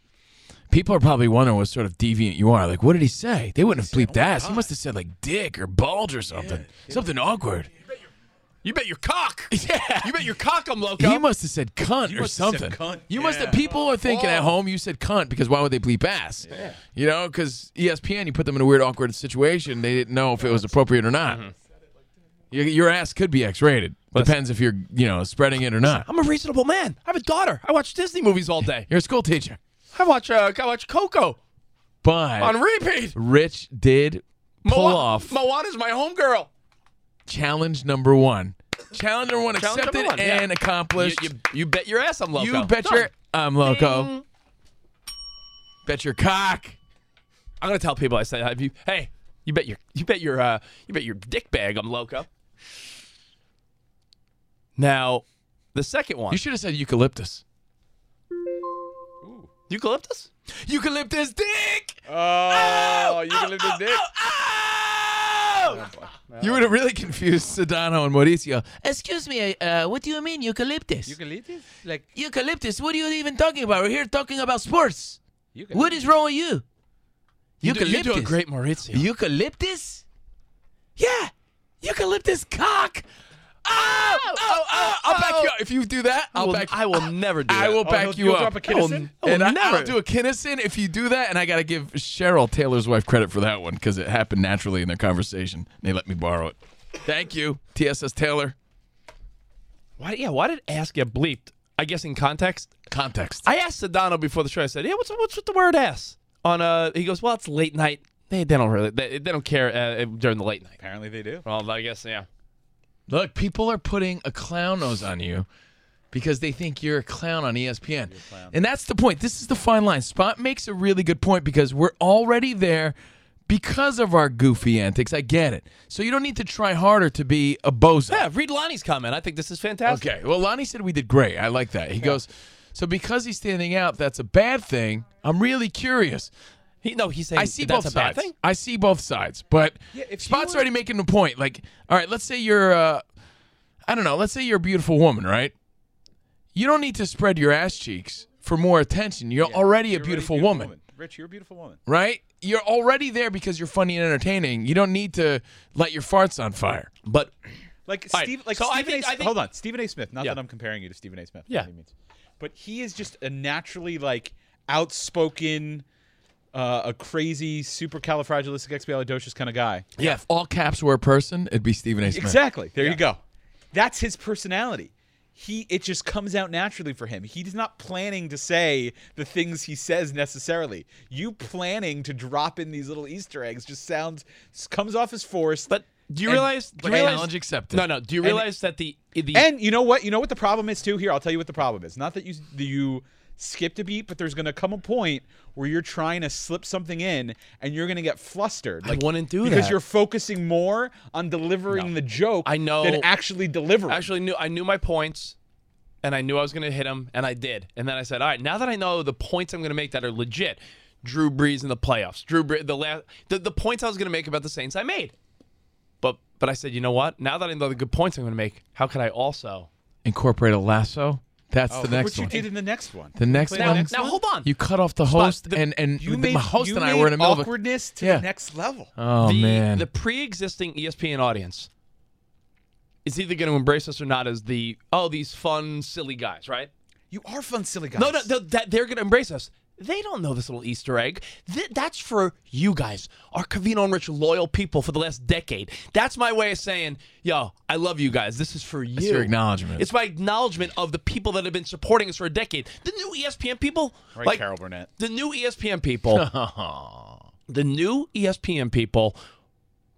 [SPEAKER 4] People are probably wondering what sort of deviant you are. Like, what did he say? They wouldn't have bleeped ass. He must have said like dick or bulge or something, something awkward.
[SPEAKER 2] You bet your (laughs) cock.
[SPEAKER 4] (laughs)
[SPEAKER 2] Yeah. You bet your cock I'm loco.
[SPEAKER 4] He must have said cunt
[SPEAKER 2] You
[SPEAKER 4] or
[SPEAKER 2] must have said
[SPEAKER 4] something.
[SPEAKER 2] cunt.
[SPEAKER 4] You must
[SPEAKER 2] Yeah.
[SPEAKER 4] have. People are thinking at
[SPEAKER 2] Oh.
[SPEAKER 4] home you said cunt because why would they bleep ass? You know, E because ESPN you put them in a weird awkward situation. They didn't know if it was appropriate or not.
[SPEAKER 2] Mm-hmm.
[SPEAKER 4] Your, your ass could be X-rated. Depends if you're you know spreading it or not.
[SPEAKER 2] I'm a reasonable man. I have a daughter. I watch Disney movies all day.
[SPEAKER 4] You're a school teacher.
[SPEAKER 2] I watch uh, I watch Coco
[SPEAKER 4] But
[SPEAKER 2] on repeat.
[SPEAKER 4] Rich did pull
[SPEAKER 2] Moana-
[SPEAKER 4] off
[SPEAKER 2] Moana's my homegirl.
[SPEAKER 4] challenge number one. Challenge number one
[SPEAKER 2] Challenge
[SPEAKER 4] accepted
[SPEAKER 2] number one, yeah.
[SPEAKER 4] and accomplished.
[SPEAKER 2] You, you, you bet your ass I'm loco.
[SPEAKER 4] You bet
[SPEAKER 2] Done.
[SPEAKER 4] your I'm loco. Bet your cock.
[SPEAKER 2] I'm gonna tell people I said have you hey, you bet your you bet your uh you bet your dick bag I'm loco. Now, the second one.
[SPEAKER 4] You should have said eucalyptus.
[SPEAKER 2] Eucalyptus?
[SPEAKER 4] Eucalyptus dick!
[SPEAKER 5] Oh, eucalyptus dick.
[SPEAKER 4] oh,
[SPEAKER 2] Oh,
[SPEAKER 4] You would have really confused Sedano and Mauricio. Excuse me, uh, what do you mean eucalyptus? Eucalyptus? Like eucalyptus? What are you even talking about? We're here talking about sports. What is wrong with you?
[SPEAKER 2] You do- you do a great
[SPEAKER 4] Maurizio. Eucalyptus? Yeah, eucalyptus cock. Oh, oh, oh, I'll back you up. If you do that, I'll
[SPEAKER 2] will-
[SPEAKER 4] back.
[SPEAKER 2] I will never do
[SPEAKER 4] I
[SPEAKER 2] that.
[SPEAKER 4] will
[SPEAKER 2] Oh,
[SPEAKER 4] back
[SPEAKER 2] you'll-
[SPEAKER 4] you
[SPEAKER 2] you'll
[SPEAKER 4] up.
[SPEAKER 2] drop a Kinnison? I will
[SPEAKER 4] and I,
[SPEAKER 2] never.
[SPEAKER 4] will do a Kinnison if you do that. And I got to give Cheryl Taylor's wife credit for that one because it happened naturally in their conversation. They let me borrow it. Thank you, TSS Taylor.
[SPEAKER 2] Why yeah, why did ass get bleeped? I guess in context.
[SPEAKER 4] Context.
[SPEAKER 2] I asked Sedano before the show, I said, Yeah, what's what's with the word ass? On uh he goes, Well, it's late night. They, they don't really they, they don't care uh, during the late night.
[SPEAKER 5] Apparently they do.
[SPEAKER 2] Well, I guess yeah.
[SPEAKER 4] Look, people are putting a clown nose on you because they think you're a clown on E ESPN. And that's the point. This is the fine line. Spot makes a really good point because we're already there because of our goofy antics. I get it. So you don't need to try harder to be a bozo.
[SPEAKER 2] Yeah, read Lonnie's comment. I think this is fantastic.
[SPEAKER 4] Okay. Well, Lonnie said we did great. I like that. He goes, so because he's standing out, that's a bad thing. I'm really curious.
[SPEAKER 2] He, no, he's saying
[SPEAKER 4] I see
[SPEAKER 2] that's a
[SPEAKER 4] both
[SPEAKER 2] bad
[SPEAKER 4] sides.
[SPEAKER 2] thing?
[SPEAKER 4] I see both sides, but Spot's already making the point. Like, all right, let's say you're, uh, I don't know, let's say you're a beautiful woman, right? You don't need to spread your ass cheeks for more attention. You're already a beautiful, woman,
[SPEAKER 5] Rich, you're a beautiful woman.
[SPEAKER 4] right? You're already there because you're funny and entertaining. You don't need to light your farts on fire.
[SPEAKER 2] But
[SPEAKER 5] Like
[SPEAKER 4] All right,
[SPEAKER 5] Steve, like
[SPEAKER 4] so I
[SPEAKER 5] Stephen
[SPEAKER 4] think-
[SPEAKER 5] A.
[SPEAKER 4] I
[SPEAKER 5] Smith.
[SPEAKER 4] think-
[SPEAKER 5] Hold on, Stephen A. Smith. Not
[SPEAKER 4] Yeah.
[SPEAKER 5] that I'm comparing you to Stephen A. Smith. by
[SPEAKER 4] Yeah.
[SPEAKER 5] any means. but he is just a naturally like outspoken, uh, a crazy, supercalifragilisticexpialidocious kind of guy.
[SPEAKER 4] yeah, if all caps were a person, it'd be Stephen A. Smith.
[SPEAKER 5] Exactly. There you go. That's his personality. He it just comes out naturally for him. He's not planning to say the things he says necessarily. You planning to drop in these little Easter eggs just sounds comes off as forced. But
[SPEAKER 2] Do you realize? Do you realize, No, no. Do you realize that the the
[SPEAKER 5] and you know what? You know what the problem is too. Here, I'll tell you what the problem is. Not that you that you skipped a beat, but there's going to come a point where you're trying to slip something in, and you're going to get flustered.
[SPEAKER 2] I wouldn't do
[SPEAKER 5] because
[SPEAKER 2] that.
[SPEAKER 5] you're focusing more on delivering the joke.
[SPEAKER 2] I know
[SPEAKER 5] than actually delivering.
[SPEAKER 2] Actually, knew I knew my points, and I knew I was going to hit them, and I did. And then I said, all right, now that I know the points I'm going to make that are legit, Drew Brees in the playoffs, Drew Brees, the last the, the points I was going to make about the Saints, I made. But but I said, you know what? Now that I know the good points I'm going to make, how could I also?
[SPEAKER 4] Incorporate a lasso. That's
[SPEAKER 5] Oh,
[SPEAKER 4] the next
[SPEAKER 5] what you
[SPEAKER 4] one.
[SPEAKER 5] did in the next one.
[SPEAKER 4] The next
[SPEAKER 5] Play the
[SPEAKER 4] one.
[SPEAKER 5] next Now, one? hold on.
[SPEAKER 4] You cut off the
[SPEAKER 5] Spot,
[SPEAKER 4] host,
[SPEAKER 5] the-
[SPEAKER 4] and and
[SPEAKER 5] you
[SPEAKER 4] the,
[SPEAKER 5] made-
[SPEAKER 4] my host
[SPEAKER 5] you
[SPEAKER 4] and I
[SPEAKER 5] made
[SPEAKER 4] were in the middle of a-
[SPEAKER 5] awkwardness to
[SPEAKER 4] yeah.
[SPEAKER 5] the next level.
[SPEAKER 4] Oh
[SPEAKER 2] the,
[SPEAKER 4] man.
[SPEAKER 2] the pre-existing E ESPN audience is either going to embrace us or not as the oh these fun silly guys, right?
[SPEAKER 5] You are fun silly guys.
[SPEAKER 2] No, no, no that they're going to embrace us. They don't know this little Easter egg. Th- that's for you guys, our Cavino and Rich loyal people for the last decade. That's my way of saying, yo, I love you guys. This is for you.
[SPEAKER 4] It's your acknowledgement.
[SPEAKER 2] It's my acknowledgement of the people that have been supporting us for a decade. The new E ESPN people,
[SPEAKER 5] Right, Carol Burnett.
[SPEAKER 2] The new E ESPN
[SPEAKER 4] (laughs)
[SPEAKER 2] people, the new E ESPN people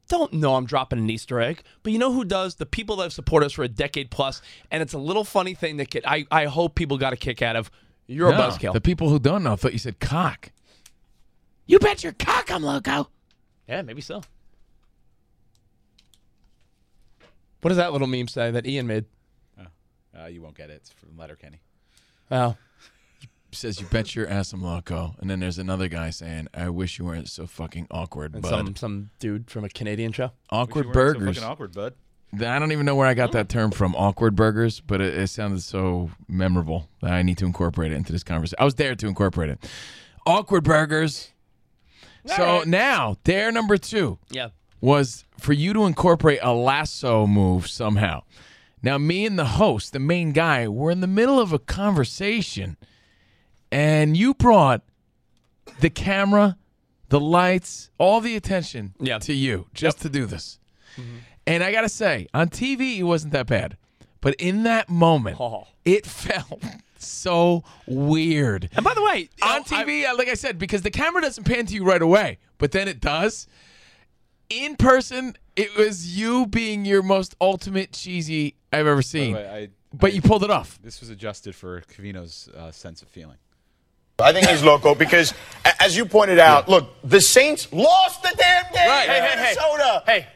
[SPEAKER 2] don't know I'm dropping an Easter egg, but you know who does? The people that have supported us for a decade plus, and it's a little funny thing that could, I I hope people got a kick out of. You're
[SPEAKER 4] No,
[SPEAKER 2] a buzzkill.
[SPEAKER 4] The people who don't know thought you said cock.
[SPEAKER 2] you bet your cock I'm loco. Yeah, maybe so. What does that little meme say that Ian made?
[SPEAKER 5] Uh, you won't get it. It's from Letterkenny.
[SPEAKER 2] Oh,
[SPEAKER 4] Says you bet your ass I'm loco, and then there's another guy saying, "I wish you weren't so fucking awkward,
[SPEAKER 2] and
[SPEAKER 4] bud."
[SPEAKER 2] some some dude from a Canadian show.
[SPEAKER 4] awkward
[SPEAKER 5] You weren't so
[SPEAKER 4] burgers.
[SPEAKER 5] fucking awkward, bud.
[SPEAKER 4] Th- I don't even know where I got that
[SPEAKER 2] Oh.
[SPEAKER 4] term from, awkward burgers, but it, it sounded so memorable that I need to incorporate it into this conversation. I was there to incorporate it. Awkward burgers. so now, dare number two
[SPEAKER 2] Yeah.
[SPEAKER 4] was for you to incorporate a lasso move somehow. Now, me and the host, the main guy, were in the middle of a conversation, and you brought the camera, the lights, all the attention to you just to do this. And I got to say, on TV, it wasn't that bad. But in that moment, it (laughs) felt so weird.
[SPEAKER 2] And by the way,
[SPEAKER 4] on TV, uh, like I said, because the camera doesn't pan to you right away, but then it does. In person, it was you being your most ultimate cheesy I've ever seen. but you pulled it off.
[SPEAKER 5] This was adjusted for Cavino's uh, sense of feeling.
[SPEAKER 12] I think he's loco because, a- as you pointed out, look, the Saints lost the damn game.
[SPEAKER 13] Right.
[SPEAKER 12] to
[SPEAKER 13] Hey, hey, hey.
[SPEAKER 12] Minnesota.
[SPEAKER 13] Hey.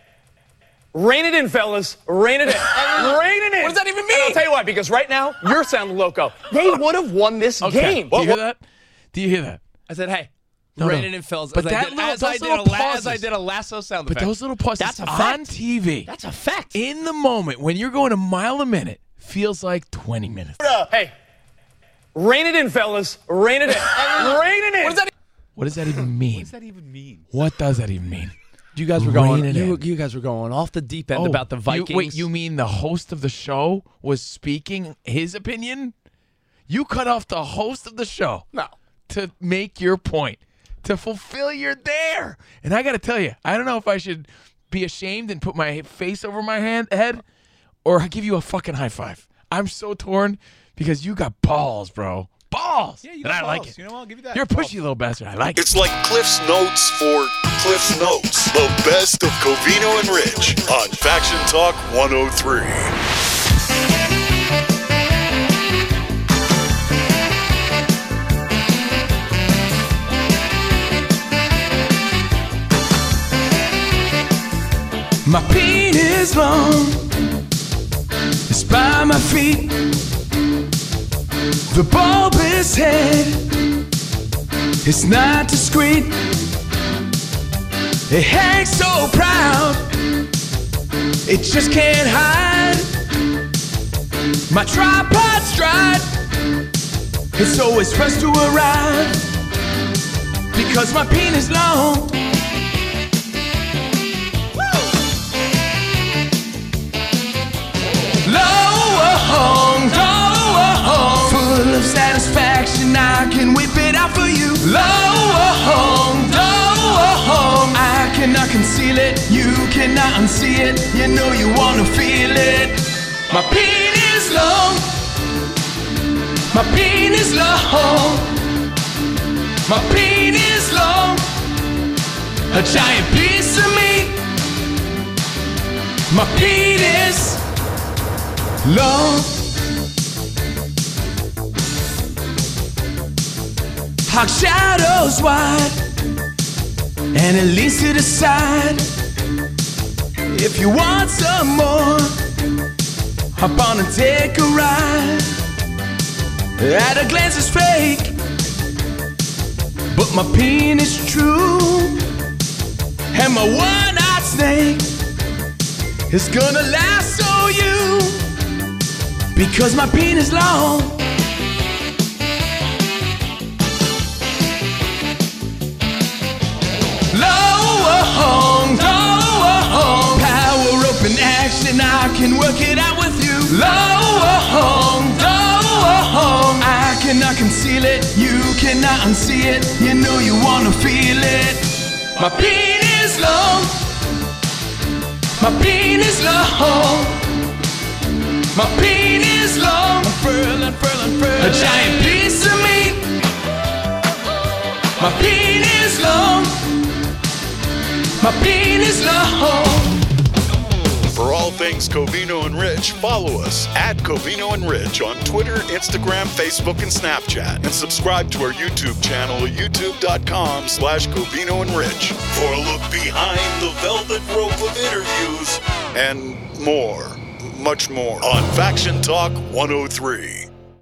[SPEAKER 13] Rein it in, fellas. Rein (laughs) it in. Rein it in. What does that even mean? I'll tell you why. Because right now you're sounding loco. They would have won this game.
[SPEAKER 4] Do you hear that? Do you hear that?
[SPEAKER 2] I said, hey.
[SPEAKER 4] No,
[SPEAKER 2] Brandon
[SPEAKER 4] no.
[SPEAKER 2] and Phil's.
[SPEAKER 4] But
[SPEAKER 2] as
[SPEAKER 4] that
[SPEAKER 2] I did,
[SPEAKER 4] little-
[SPEAKER 2] as, I
[SPEAKER 4] those
[SPEAKER 2] did
[SPEAKER 4] little
[SPEAKER 2] a la- as I
[SPEAKER 4] pauses.
[SPEAKER 2] did a lasso sound
[SPEAKER 4] But
[SPEAKER 2] effect.
[SPEAKER 4] those little pauses
[SPEAKER 2] That's a
[SPEAKER 4] on
[SPEAKER 2] fact.
[SPEAKER 4] TV.
[SPEAKER 2] That's a fact.
[SPEAKER 4] In the moment, when you're going a mile a minute, feels like 20 minutes.
[SPEAKER 13] Uh, Hey. Rein it in, fellas. Rein
[SPEAKER 2] (laughs)
[SPEAKER 13] it in. Rein it in. What does that
[SPEAKER 4] What does that even mean? what does that even mean? What does that even mean? You guys
[SPEAKER 2] were going- you were- you
[SPEAKER 4] guys were going off the deep
[SPEAKER 2] end about the
[SPEAKER 4] Oh, You, wait,
[SPEAKER 2] Vikings.
[SPEAKER 4] you mean the host of the show was speaking his opinion? You cut off the host of the show. No. To make your point, to fulfill your dare. And I got to tell you, I don't know if I should be ashamed and put my face over my hand head or I give you a fucking high five. I'm so torn because you got balls, bro. Balls. Yeah, you and I like it. You know, I'll give you that. You're a pushy little bastard. I like it.
[SPEAKER 1] It's like Cliff's Notes for Cliff's Notes, the best of Covino and Rich on Faction Talk 103.
[SPEAKER 20] My penis long. It's by my feet. The bulbous head. It's not discreet. It hangs so proud. It just can't hide. My tripod's stride. It's always first to arrive. Because my penis long. Lower home, lower home. Full of satisfaction, I can whip it out for you. Lower home, lower home. I cannot conceal it, you cannot unsee it. You know you wanna feel it. My penis long, my penis long, my penis long. A giant piece of me, my penis long. Hawk shadows wide, and it leads to the side. If you want some more, hop on and take a ride. At a glance, it's fake, but my pen is true, and my one-eyed snake is gonna lasso you because my penis long. Lower home, lower home. Power up in action, I can work it out with you. Lower home, lower home. I cannot conceal it, you cannot unsee it. You know you wanna feel it. My penis long, my penis long. My penis long, furlin, furlin, furlin. A giant piece of meat. My penis long. My penis long.
[SPEAKER 1] For all things Covino and Rich, follow us at Covino and Rich on Twitter, Instagram, Facebook, and Snapchat. And subscribe to our YouTube channel, youtube.com slash Covino and Rich. For a look behind the velvet rope of oh interviews and more, much more on Faction Talk 103.